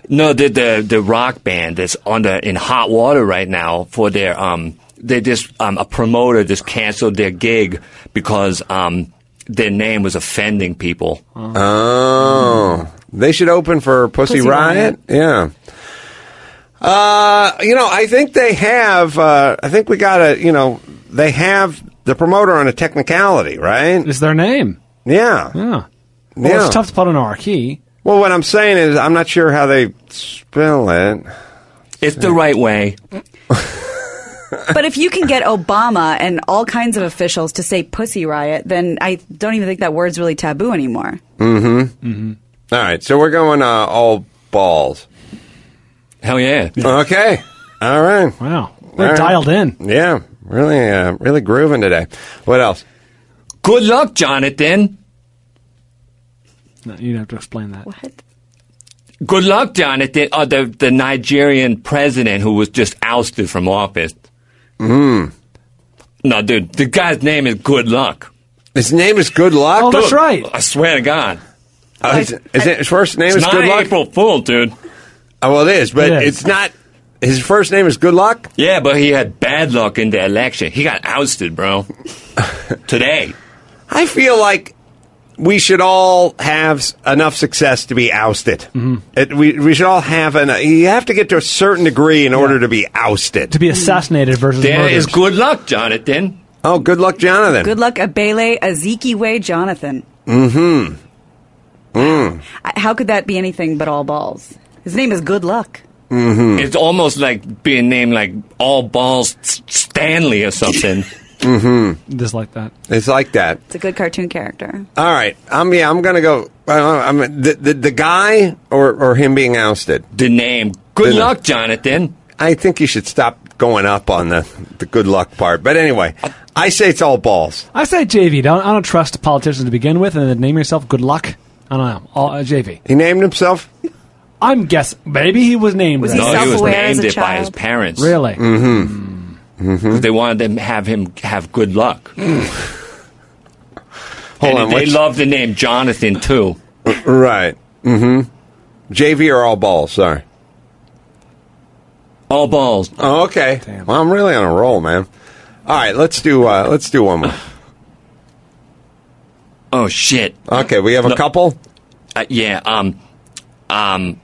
[SPEAKER 9] No, the the, the rock band that's on the in hot water right now for their um they just um a promoter just canceled their gig because um their name was offending people.
[SPEAKER 8] Oh, they should open for Pussy,
[SPEAKER 9] Pussy Riot.
[SPEAKER 8] Riot. Yeah. Uh, you know, I think they have. Uh, I think we got to. You know, they have the promoter on a technicality, right?
[SPEAKER 4] Is their name?
[SPEAKER 8] Yeah.
[SPEAKER 4] Yeah. Well,
[SPEAKER 8] Yeah.
[SPEAKER 4] it's tough to put on our key.
[SPEAKER 8] Well, what I'm saying is, I'm not sure how they spell it.
[SPEAKER 9] It's the right way.
[SPEAKER 7] but if you can get Obama and all kinds of officials to say pussy riot, then I don't even think that word's really taboo anymore.
[SPEAKER 8] Mm-hmm. Mm-hmm. All right, so we're going uh, all balls.
[SPEAKER 9] Hell yeah!
[SPEAKER 8] Okay. All right.
[SPEAKER 4] Wow. They're dialed in.
[SPEAKER 8] Yeah. Really, uh, really grooving today. What else?
[SPEAKER 9] Good luck, Jonathan.
[SPEAKER 4] No, you'd have to explain that. What?
[SPEAKER 9] Good luck, Jonathan. Uh, the the Nigerian president who was just ousted from office.
[SPEAKER 8] Mm.
[SPEAKER 9] No, dude, the guy's name is Good Luck.
[SPEAKER 8] His name is Good Luck.
[SPEAKER 9] Oh, that's right. I swear to God.
[SPEAKER 8] Uh, is, is it, his first name
[SPEAKER 9] It's
[SPEAKER 8] is
[SPEAKER 9] not
[SPEAKER 8] Good Luck?
[SPEAKER 9] April Fool, dude.
[SPEAKER 8] Oh, well, it is, but it's not. His first name is Good Luck.
[SPEAKER 9] Yeah, but he had bad luck in the election. He got ousted, bro. Today.
[SPEAKER 8] I feel like we should all have s- enough success to be ousted.
[SPEAKER 4] Mm-hmm.
[SPEAKER 8] It, we, we should all have an. You have to get to a certain degree in order to be ousted.
[SPEAKER 4] To be assassinated versus
[SPEAKER 8] There
[SPEAKER 4] murdered.
[SPEAKER 8] is
[SPEAKER 9] Good luck, Jonathan.
[SPEAKER 8] Oh, good luck, Jonathan.
[SPEAKER 7] Good luck, Abele Azikiwe Jonathan.
[SPEAKER 8] Mm-hmm. Mm.
[SPEAKER 7] I- How could that be anything but all balls? His name is Good Luck.
[SPEAKER 9] It's almost like being named like All Balls S- Stanley or something.
[SPEAKER 8] Mm-hmm.
[SPEAKER 4] Just like that.
[SPEAKER 8] It's like that.
[SPEAKER 7] It's a good cartoon character.
[SPEAKER 8] All right. Um, yeah, I'm going to go. Uh, I'm, the, the, the guy or, or him being ousted?
[SPEAKER 9] The name. Good luck, Jonathan.
[SPEAKER 8] I think you should stop going up on the, the good luck part. But anyway, I say it's all balls.
[SPEAKER 4] I say JV. Don't, I don't trust politicians to begin with, and then name yourself Good Luck. I don't know. All, uh, JV.
[SPEAKER 8] He named himself?
[SPEAKER 4] I'm guessing. Maybe he was named that.
[SPEAKER 9] no, he was named it by his parents.
[SPEAKER 4] Really?
[SPEAKER 9] Mm-hmm. They wanted them to have him have good luck.
[SPEAKER 8] Mm. Hold
[SPEAKER 9] and
[SPEAKER 8] on,
[SPEAKER 9] They
[SPEAKER 8] what's-
[SPEAKER 9] love the name Jonathan too.
[SPEAKER 8] Right. Mm-hmm. JV or all balls? Sorry.
[SPEAKER 9] All balls.
[SPEAKER 8] Oh, okay. Well, I'm really on a roll, man. All right, let's do uh, let's do one more.
[SPEAKER 9] Oh shit.
[SPEAKER 8] Okay, we have a
[SPEAKER 9] No.
[SPEAKER 8] couple.
[SPEAKER 9] Uh, yeah. Um. Um.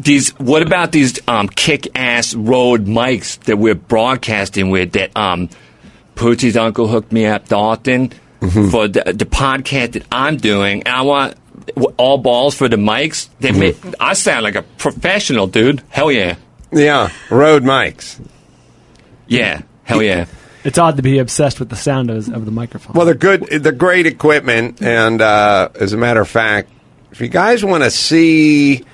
[SPEAKER 9] These. What about these um, kick-ass road mics that we're broadcasting with? That um, Poochie's uncle hooked me up to Austin
[SPEAKER 8] Mm-hmm.
[SPEAKER 9] for the, the podcast that I'm doing, and I want w- all balls for the mics. They
[SPEAKER 8] Mm-hmm.
[SPEAKER 9] make, I sound like a professional, dude. Hell yeah.
[SPEAKER 8] Yeah, road mics.
[SPEAKER 9] Yeah. Hell yeah.
[SPEAKER 4] It's odd to be obsessed with the sound of, of the microphone.
[SPEAKER 8] Well, they're good. They're great equipment, and uh, as a matter of fact, if you guys want to see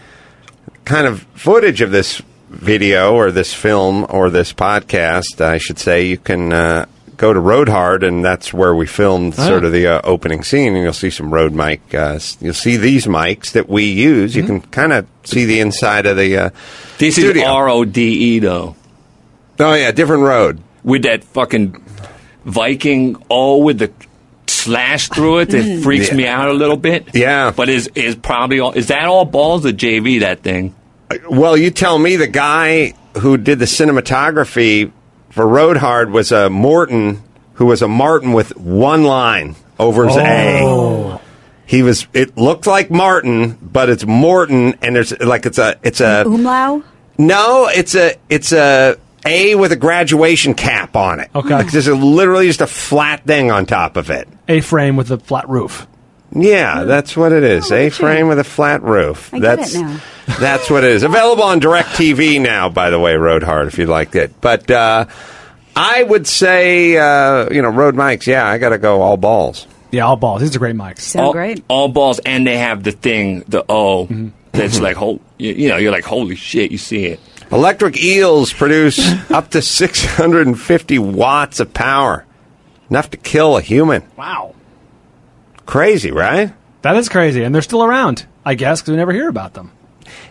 [SPEAKER 8] kind of footage of this video or this film or this podcast, I should say, you can uh, go to Road Hard, and that's where we filmed
[SPEAKER 15] Ah.
[SPEAKER 8] sort of the uh, opening scene, and you'll see some road mic. Uh, s- you'll see these mics that we use. You can kind of see the inside of the uh,
[SPEAKER 9] This
[SPEAKER 8] studio.
[SPEAKER 9] is R O D E though.
[SPEAKER 8] Oh yeah, different road.
[SPEAKER 9] With that fucking Viking O with the slash through it,
[SPEAKER 8] Mm.
[SPEAKER 9] it freaks
[SPEAKER 8] Yeah.
[SPEAKER 9] me out a little bit.
[SPEAKER 8] Yeah,
[SPEAKER 9] but is is probably all, is that all balls or JV that thing?
[SPEAKER 8] Well, you tell me the guy who did the cinematography for Road Hard was a Morton who was a Martin with one line over his A. He was it looked like Martin, but it's Morton and there's like it's a it's a
[SPEAKER 7] Umlau?
[SPEAKER 8] No, it's a it's a A with a graduation cap on it.
[SPEAKER 4] Okay.
[SPEAKER 8] Like, there's a, literally just a flat thing on top of it.
[SPEAKER 4] A frame with a flat roof. Oh,
[SPEAKER 8] Yeah, that's what it is. A eh? frame with a flat roof.
[SPEAKER 4] I get it
[SPEAKER 8] that's
[SPEAKER 4] now.
[SPEAKER 8] That's what it is. Available on Direct TV now, by the way, Road Hard, if you liked it. But uh, I would say, uh, you know, Road Mics, yeah, I got to go all balls.
[SPEAKER 4] Yeah, all balls. These are great mics.
[SPEAKER 9] all, All balls, and they have the thing, the O,
[SPEAKER 8] Mm-hmm.
[SPEAKER 9] that's like, ho- you, you know, you're like, holy shit, you see it.
[SPEAKER 8] Electric eels produce up to 650 watts of power, enough to kill a human.
[SPEAKER 4] Wow.
[SPEAKER 8] Crazy, right?
[SPEAKER 4] That is crazy. And they're still around, I guess, because we never hear about them.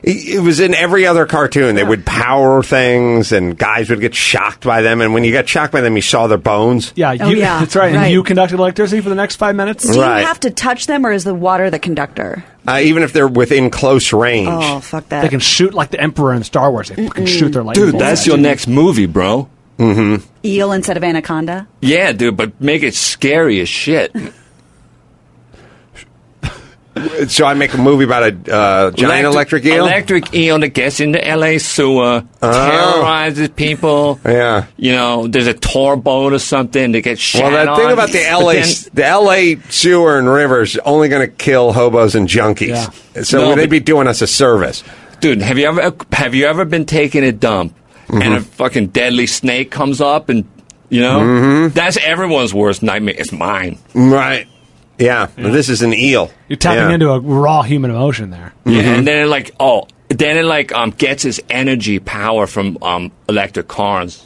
[SPEAKER 8] It it was in every other cartoon. They would power things, and guys would get shocked by them. And when you got shocked by them, you saw their bones.
[SPEAKER 4] Yeah,
[SPEAKER 14] Oh,
[SPEAKER 4] you,
[SPEAKER 14] yeah.
[SPEAKER 4] that's right. And
[SPEAKER 14] Right.
[SPEAKER 4] you conducted electricity for the next five minutes?
[SPEAKER 14] Do
[SPEAKER 8] Right.
[SPEAKER 14] you have to touch them, or is the water the conductor?
[SPEAKER 8] Uh, even if they're within close range.
[SPEAKER 14] Oh, fuck that.
[SPEAKER 4] They can shoot like the Emperor in Star Wars. They fucking
[SPEAKER 14] Mm-mm.
[SPEAKER 4] shoot their lightning
[SPEAKER 9] Dude,
[SPEAKER 4] bolts
[SPEAKER 9] that's
[SPEAKER 4] at
[SPEAKER 9] your
[SPEAKER 4] you.
[SPEAKER 9] next movie, bro.
[SPEAKER 8] Mm-hmm.
[SPEAKER 14] Eel instead of anaconda.
[SPEAKER 9] Yeah, dude, but make it scary as shit.
[SPEAKER 8] So I make a movie about a uh, giant electric, eel.
[SPEAKER 9] Electric eel that gets into LA sewer,
[SPEAKER 8] Oh.
[SPEAKER 9] terrorizes people.
[SPEAKER 8] Yeah.
[SPEAKER 9] You know, there's a tour boat or something that gets shot
[SPEAKER 8] well, that
[SPEAKER 9] on.
[SPEAKER 8] thing about the
[SPEAKER 9] But
[SPEAKER 8] LA,
[SPEAKER 9] then-
[SPEAKER 8] the LA sewer and rivers is only going to kill hobos and junkies.
[SPEAKER 9] Yeah.
[SPEAKER 8] So
[SPEAKER 9] No,
[SPEAKER 8] they'd
[SPEAKER 9] but-
[SPEAKER 8] be doing us a service.
[SPEAKER 9] dude, have you ever have you ever been taking a dump and a
[SPEAKER 8] Mhm.
[SPEAKER 9] fucking deadly snake comes up and you know
[SPEAKER 8] Mhm.
[SPEAKER 9] that's everyone's worst nightmare. It's mine.
[SPEAKER 8] Right. Yeah. This is an eel.
[SPEAKER 4] You're tapping
[SPEAKER 9] Yeah.
[SPEAKER 4] into a raw human emotion there.
[SPEAKER 8] Mm-hmm.
[SPEAKER 9] Yeah, and then it like oh, then it like um gets its energy power from um electric cars.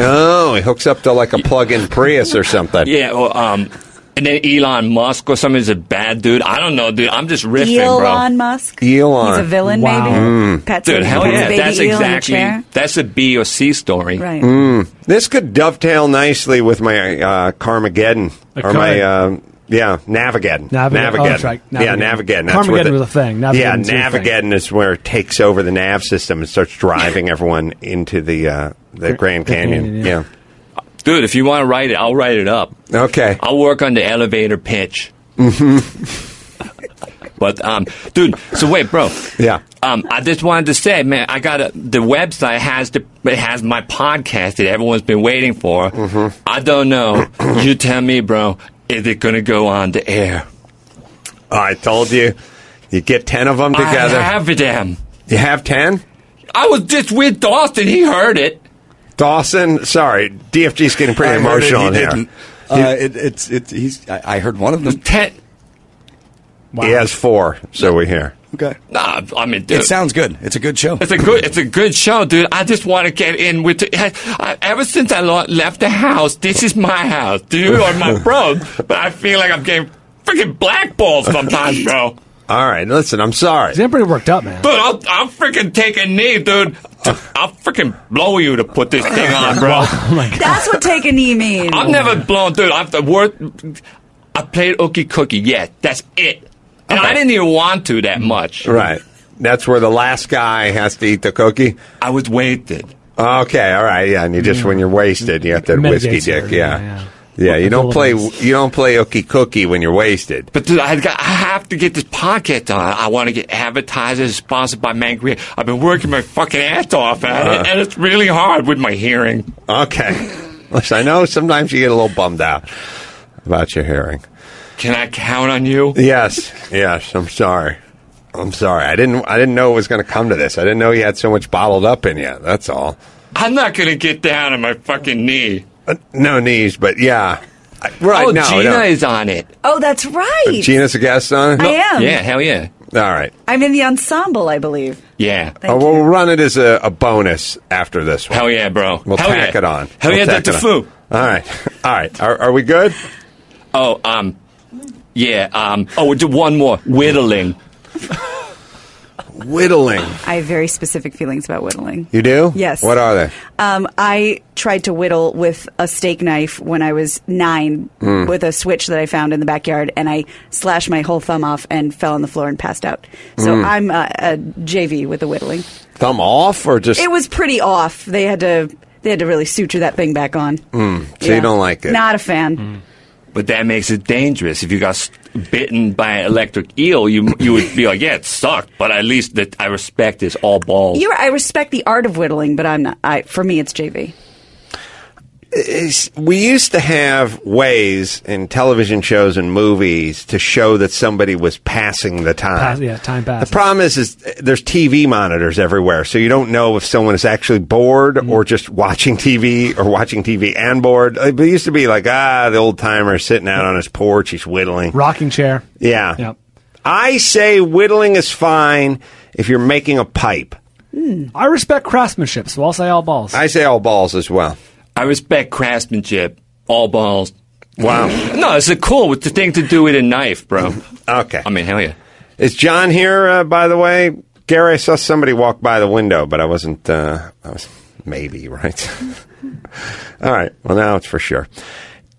[SPEAKER 8] Oh, he hooks up to like a plug-in Prius or something.
[SPEAKER 9] Yeah, or, um, and then Elon Musk or something is a bad dude. I don't know, dude. I'm just riffing,
[SPEAKER 14] Elon
[SPEAKER 9] bro.
[SPEAKER 14] Musk.
[SPEAKER 8] Elon.
[SPEAKER 14] He's a villain,
[SPEAKER 9] Wow.
[SPEAKER 14] maybe.
[SPEAKER 8] Mm.
[SPEAKER 14] Pets
[SPEAKER 9] Dude,
[SPEAKER 14] a-
[SPEAKER 9] hell
[SPEAKER 14] pets a
[SPEAKER 9] yeah,
[SPEAKER 14] baby
[SPEAKER 9] that's
[SPEAKER 14] eel in a
[SPEAKER 9] exactly
[SPEAKER 14] chair.
[SPEAKER 9] that's a B or C story.
[SPEAKER 14] Right.
[SPEAKER 8] Mm. This could dovetail nicely with my uh, Carmageddon
[SPEAKER 4] It
[SPEAKER 8] or my
[SPEAKER 4] could.
[SPEAKER 8] uh, yeah Navageddon.
[SPEAKER 4] Navigator- oh, that's right,
[SPEAKER 8] Yeah,
[SPEAKER 4] Navigator.
[SPEAKER 8] Navageddon. That's where
[SPEAKER 4] Carmageddon
[SPEAKER 8] the-
[SPEAKER 4] was a thing.
[SPEAKER 8] yeah,
[SPEAKER 4] Navigator's a thing.
[SPEAKER 8] Navageddon is where it takes over the nav system and starts driving everyone into the uh, the Grand Canyon. yeah.
[SPEAKER 9] Dude, if you want to write it, I'll write it up.
[SPEAKER 8] Okay.
[SPEAKER 9] I'll work on the elevator pitch. But um, dude, so wait, bro.
[SPEAKER 8] Yeah.
[SPEAKER 9] Um, I just wanted to say, man, I got a, the website has the it has my podcast that everyone's been waiting for.
[SPEAKER 8] Mm-hmm.
[SPEAKER 9] I don't know. you tell me, bro. Is it gonna go on the air?
[SPEAKER 8] I told you, you get ten of them together.
[SPEAKER 9] I have them.
[SPEAKER 8] You have ten.
[SPEAKER 9] I was just with Dawson. He heard it.
[SPEAKER 8] Dawson, sorry, DFG's getting pretty
[SPEAKER 11] I heard it,
[SPEAKER 8] emotional
[SPEAKER 11] he
[SPEAKER 8] in here.
[SPEAKER 11] didn't. Uh, it, it's it's he's. I, I heard one of them.
[SPEAKER 9] Ten.
[SPEAKER 8] He has four, so we hear.
[SPEAKER 11] Okay.
[SPEAKER 9] Nah, I mean, dude.
[SPEAKER 11] It sounds good. It's a good show.
[SPEAKER 9] It's a good, it's a good show, dude. I just want to get in with. The, I, I- ever since I lo- left the house, this is my house, dude, or my bro. But I feel like I'm getting freaking blackballed sometimes, bro.
[SPEAKER 8] All right, listen, I'm sorry.
[SPEAKER 4] He's pretty worked up, man.
[SPEAKER 9] Dude, I'll, I'll freaking take a knee, dude. I'll freaking blow you to put this thing on, bro.
[SPEAKER 8] Oh
[SPEAKER 14] That's what take a knee means.
[SPEAKER 9] Oh I've never blown, dude. I've the word. I played Ookie Cookie. Yeah, that's it. And I didn't even want to that much.
[SPEAKER 8] Right. That's where the last guy has to eat the cookie.
[SPEAKER 9] I was wasted.
[SPEAKER 8] Okay, all right, yeah. And you just when you're wasted, you have that
[SPEAKER 9] Mitigates
[SPEAKER 8] whiskey dick,
[SPEAKER 9] it,
[SPEAKER 8] yeah. yeah. you don't play you don't play ookie cookie when you're wasted.
[SPEAKER 9] But dude, I, got, I have to get this podcast on. I want to get advertisers sponsored by Mangria. I've been working my fucking ass off at
[SPEAKER 8] Uh-huh.
[SPEAKER 9] it, and it's really hard with my hearing.
[SPEAKER 8] Okay, listen, I know sometimes you get a little bummed out about your hearing.
[SPEAKER 9] Can I count on you?
[SPEAKER 8] Yes, yes. I'm sorry. I'm sorry. I didn't I didn't know it was going to come to this. I didn't know you had so much bottled up in you. That's all.
[SPEAKER 9] I'm not gonna get down on my fucking knee.
[SPEAKER 8] Uh, no knees, but yeah. I- Right.
[SPEAKER 9] Oh,
[SPEAKER 8] no,
[SPEAKER 9] Gina
[SPEAKER 8] no.
[SPEAKER 9] is on it.
[SPEAKER 14] Oh, that's right.
[SPEAKER 8] Gina's a guest on it.
[SPEAKER 14] I am. Yeah,
[SPEAKER 9] hell yeah.
[SPEAKER 8] All right.
[SPEAKER 14] I'm in the ensemble, I believe.
[SPEAKER 9] Yeah.
[SPEAKER 8] Oh, we'll run it as a, a bonus after this one.
[SPEAKER 9] Hell yeah, bro.
[SPEAKER 8] We'll
[SPEAKER 9] Hell
[SPEAKER 8] tack
[SPEAKER 9] yeah.
[SPEAKER 8] it on.
[SPEAKER 9] Hell
[SPEAKER 8] We'll
[SPEAKER 9] yeah,
[SPEAKER 8] tack
[SPEAKER 9] Dr.
[SPEAKER 8] it on.
[SPEAKER 9] Fu.
[SPEAKER 8] All right. All right. Are, are we good?
[SPEAKER 9] Oh, um, yeah. Um, oh, we'll do one more whittling.
[SPEAKER 8] Whittling.
[SPEAKER 14] I have very specific feelings about whittling.
[SPEAKER 8] You do?
[SPEAKER 14] Yes.
[SPEAKER 8] What are they?
[SPEAKER 14] Um, I tried to whittle with a steak knife when I was nine
[SPEAKER 8] Mm.
[SPEAKER 14] with a switch that I found in the backyard, and I slashed my whole thumb off and fell on the floor and passed out. So
[SPEAKER 8] Mm.
[SPEAKER 14] I'm uh, a JV with the whittling.
[SPEAKER 8] Thumb off or just?
[SPEAKER 14] it was pretty off. They had to they had to really suture that thing back on.
[SPEAKER 8] Hmm.
[SPEAKER 9] Mm,
[SPEAKER 14] so you Yeah. don't like it. Hmm. Not a fan.
[SPEAKER 9] But that makes it dangerous. If you got s- bitten by an electric eel, you you would be like, yeah, it sucked, but at least that I respect is all balls.
[SPEAKER 14] You, I respect the art of whittling, but I'm not. I, for me, it's JV.
[SPEAKER 8] is- we used to have ways in television shows and movies to show that somebody was passing the time.
[SPEAKER 26] Pass- yeah, time
[SPEAKER 8] The
[SPEAKER 26] passes.
[SPEAKER 8] problem is, is there's TV monitors everywhere, so you don't know if someone is actually bored
[SPEAKER 26] Mm.
[SPEAKER 8] or just watching TV or watching TV and bored. Uh, It used to be like, ah, the old timer sitting out on his porch, he's whittling.
[SPEAKER 26] Rocking chair.
[SPEAKER 8] Yeah. I say whittling is fine if you're making a pipe. Hmm.
[SPEAKER 4] I respect craftsmanship, so I'll say all balls.
[SPEAKER 8] I say all balls as well.
[SPEAKER 9] I respect craftsmanship. All balls.
[SPEAKER 8] Wow.
[SPEAKER 9] no, it's a cool it's the thing to do with a knife, bro.
[SPEAKER 8] okay.
[SPEAKER 9] I mean, hell yeah.
[SPEAKER 8] Is John here, uh, by the way? Gary, I saw somebody walk by the window, but I wasn't. Uh, I was maybe right. All right. Well, now it's for sure.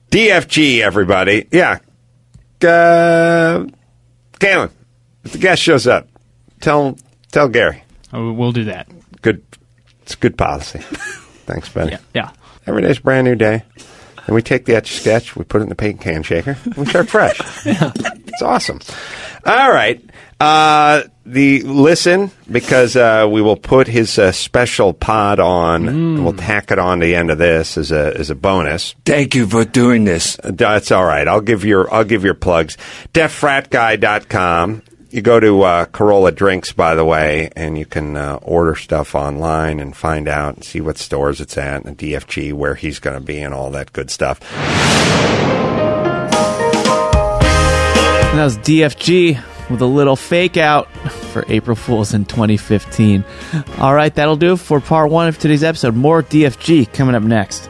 [SPEAKER 8] DFG, everybody. Yeah. Uh, Galen, if the guest shows up, tell tell Gary.
[SPEAKER 16] Oh, we'll do that.
[SPEAKER 8] Good. It's good policy. Thanks, buddy.
[SPEAKER 16] Yeah.
[SPEAKER 8] Every day's a brand new day. And we take the etch sketch, we put it in the paint can shaker, and we start fresh. It's awesome. All right. Uh, the listen because uh, we will put his uh, special pod on.
[SPEAKER 9] Hmm.
[SPEAKER 8] And we'll tack it on the end of this as a as a bonus. Uh,
[SPEAKER 9] Thank you for doing this.
[SPEAKER 8] That's all right. I'll give your I'll give your plugs. Deaffratguy.com. You go to uh, Corolla Drinks, by the way, and you can uh, order stuff online and find out and see what stores it's at and DFG where he's going to be and all that good stuff.
[SPEAKER 1] And that was DFG with a little fake out for April Fools in 2015. All right, that'll do it for part one of today's episode. More DFG coming up next.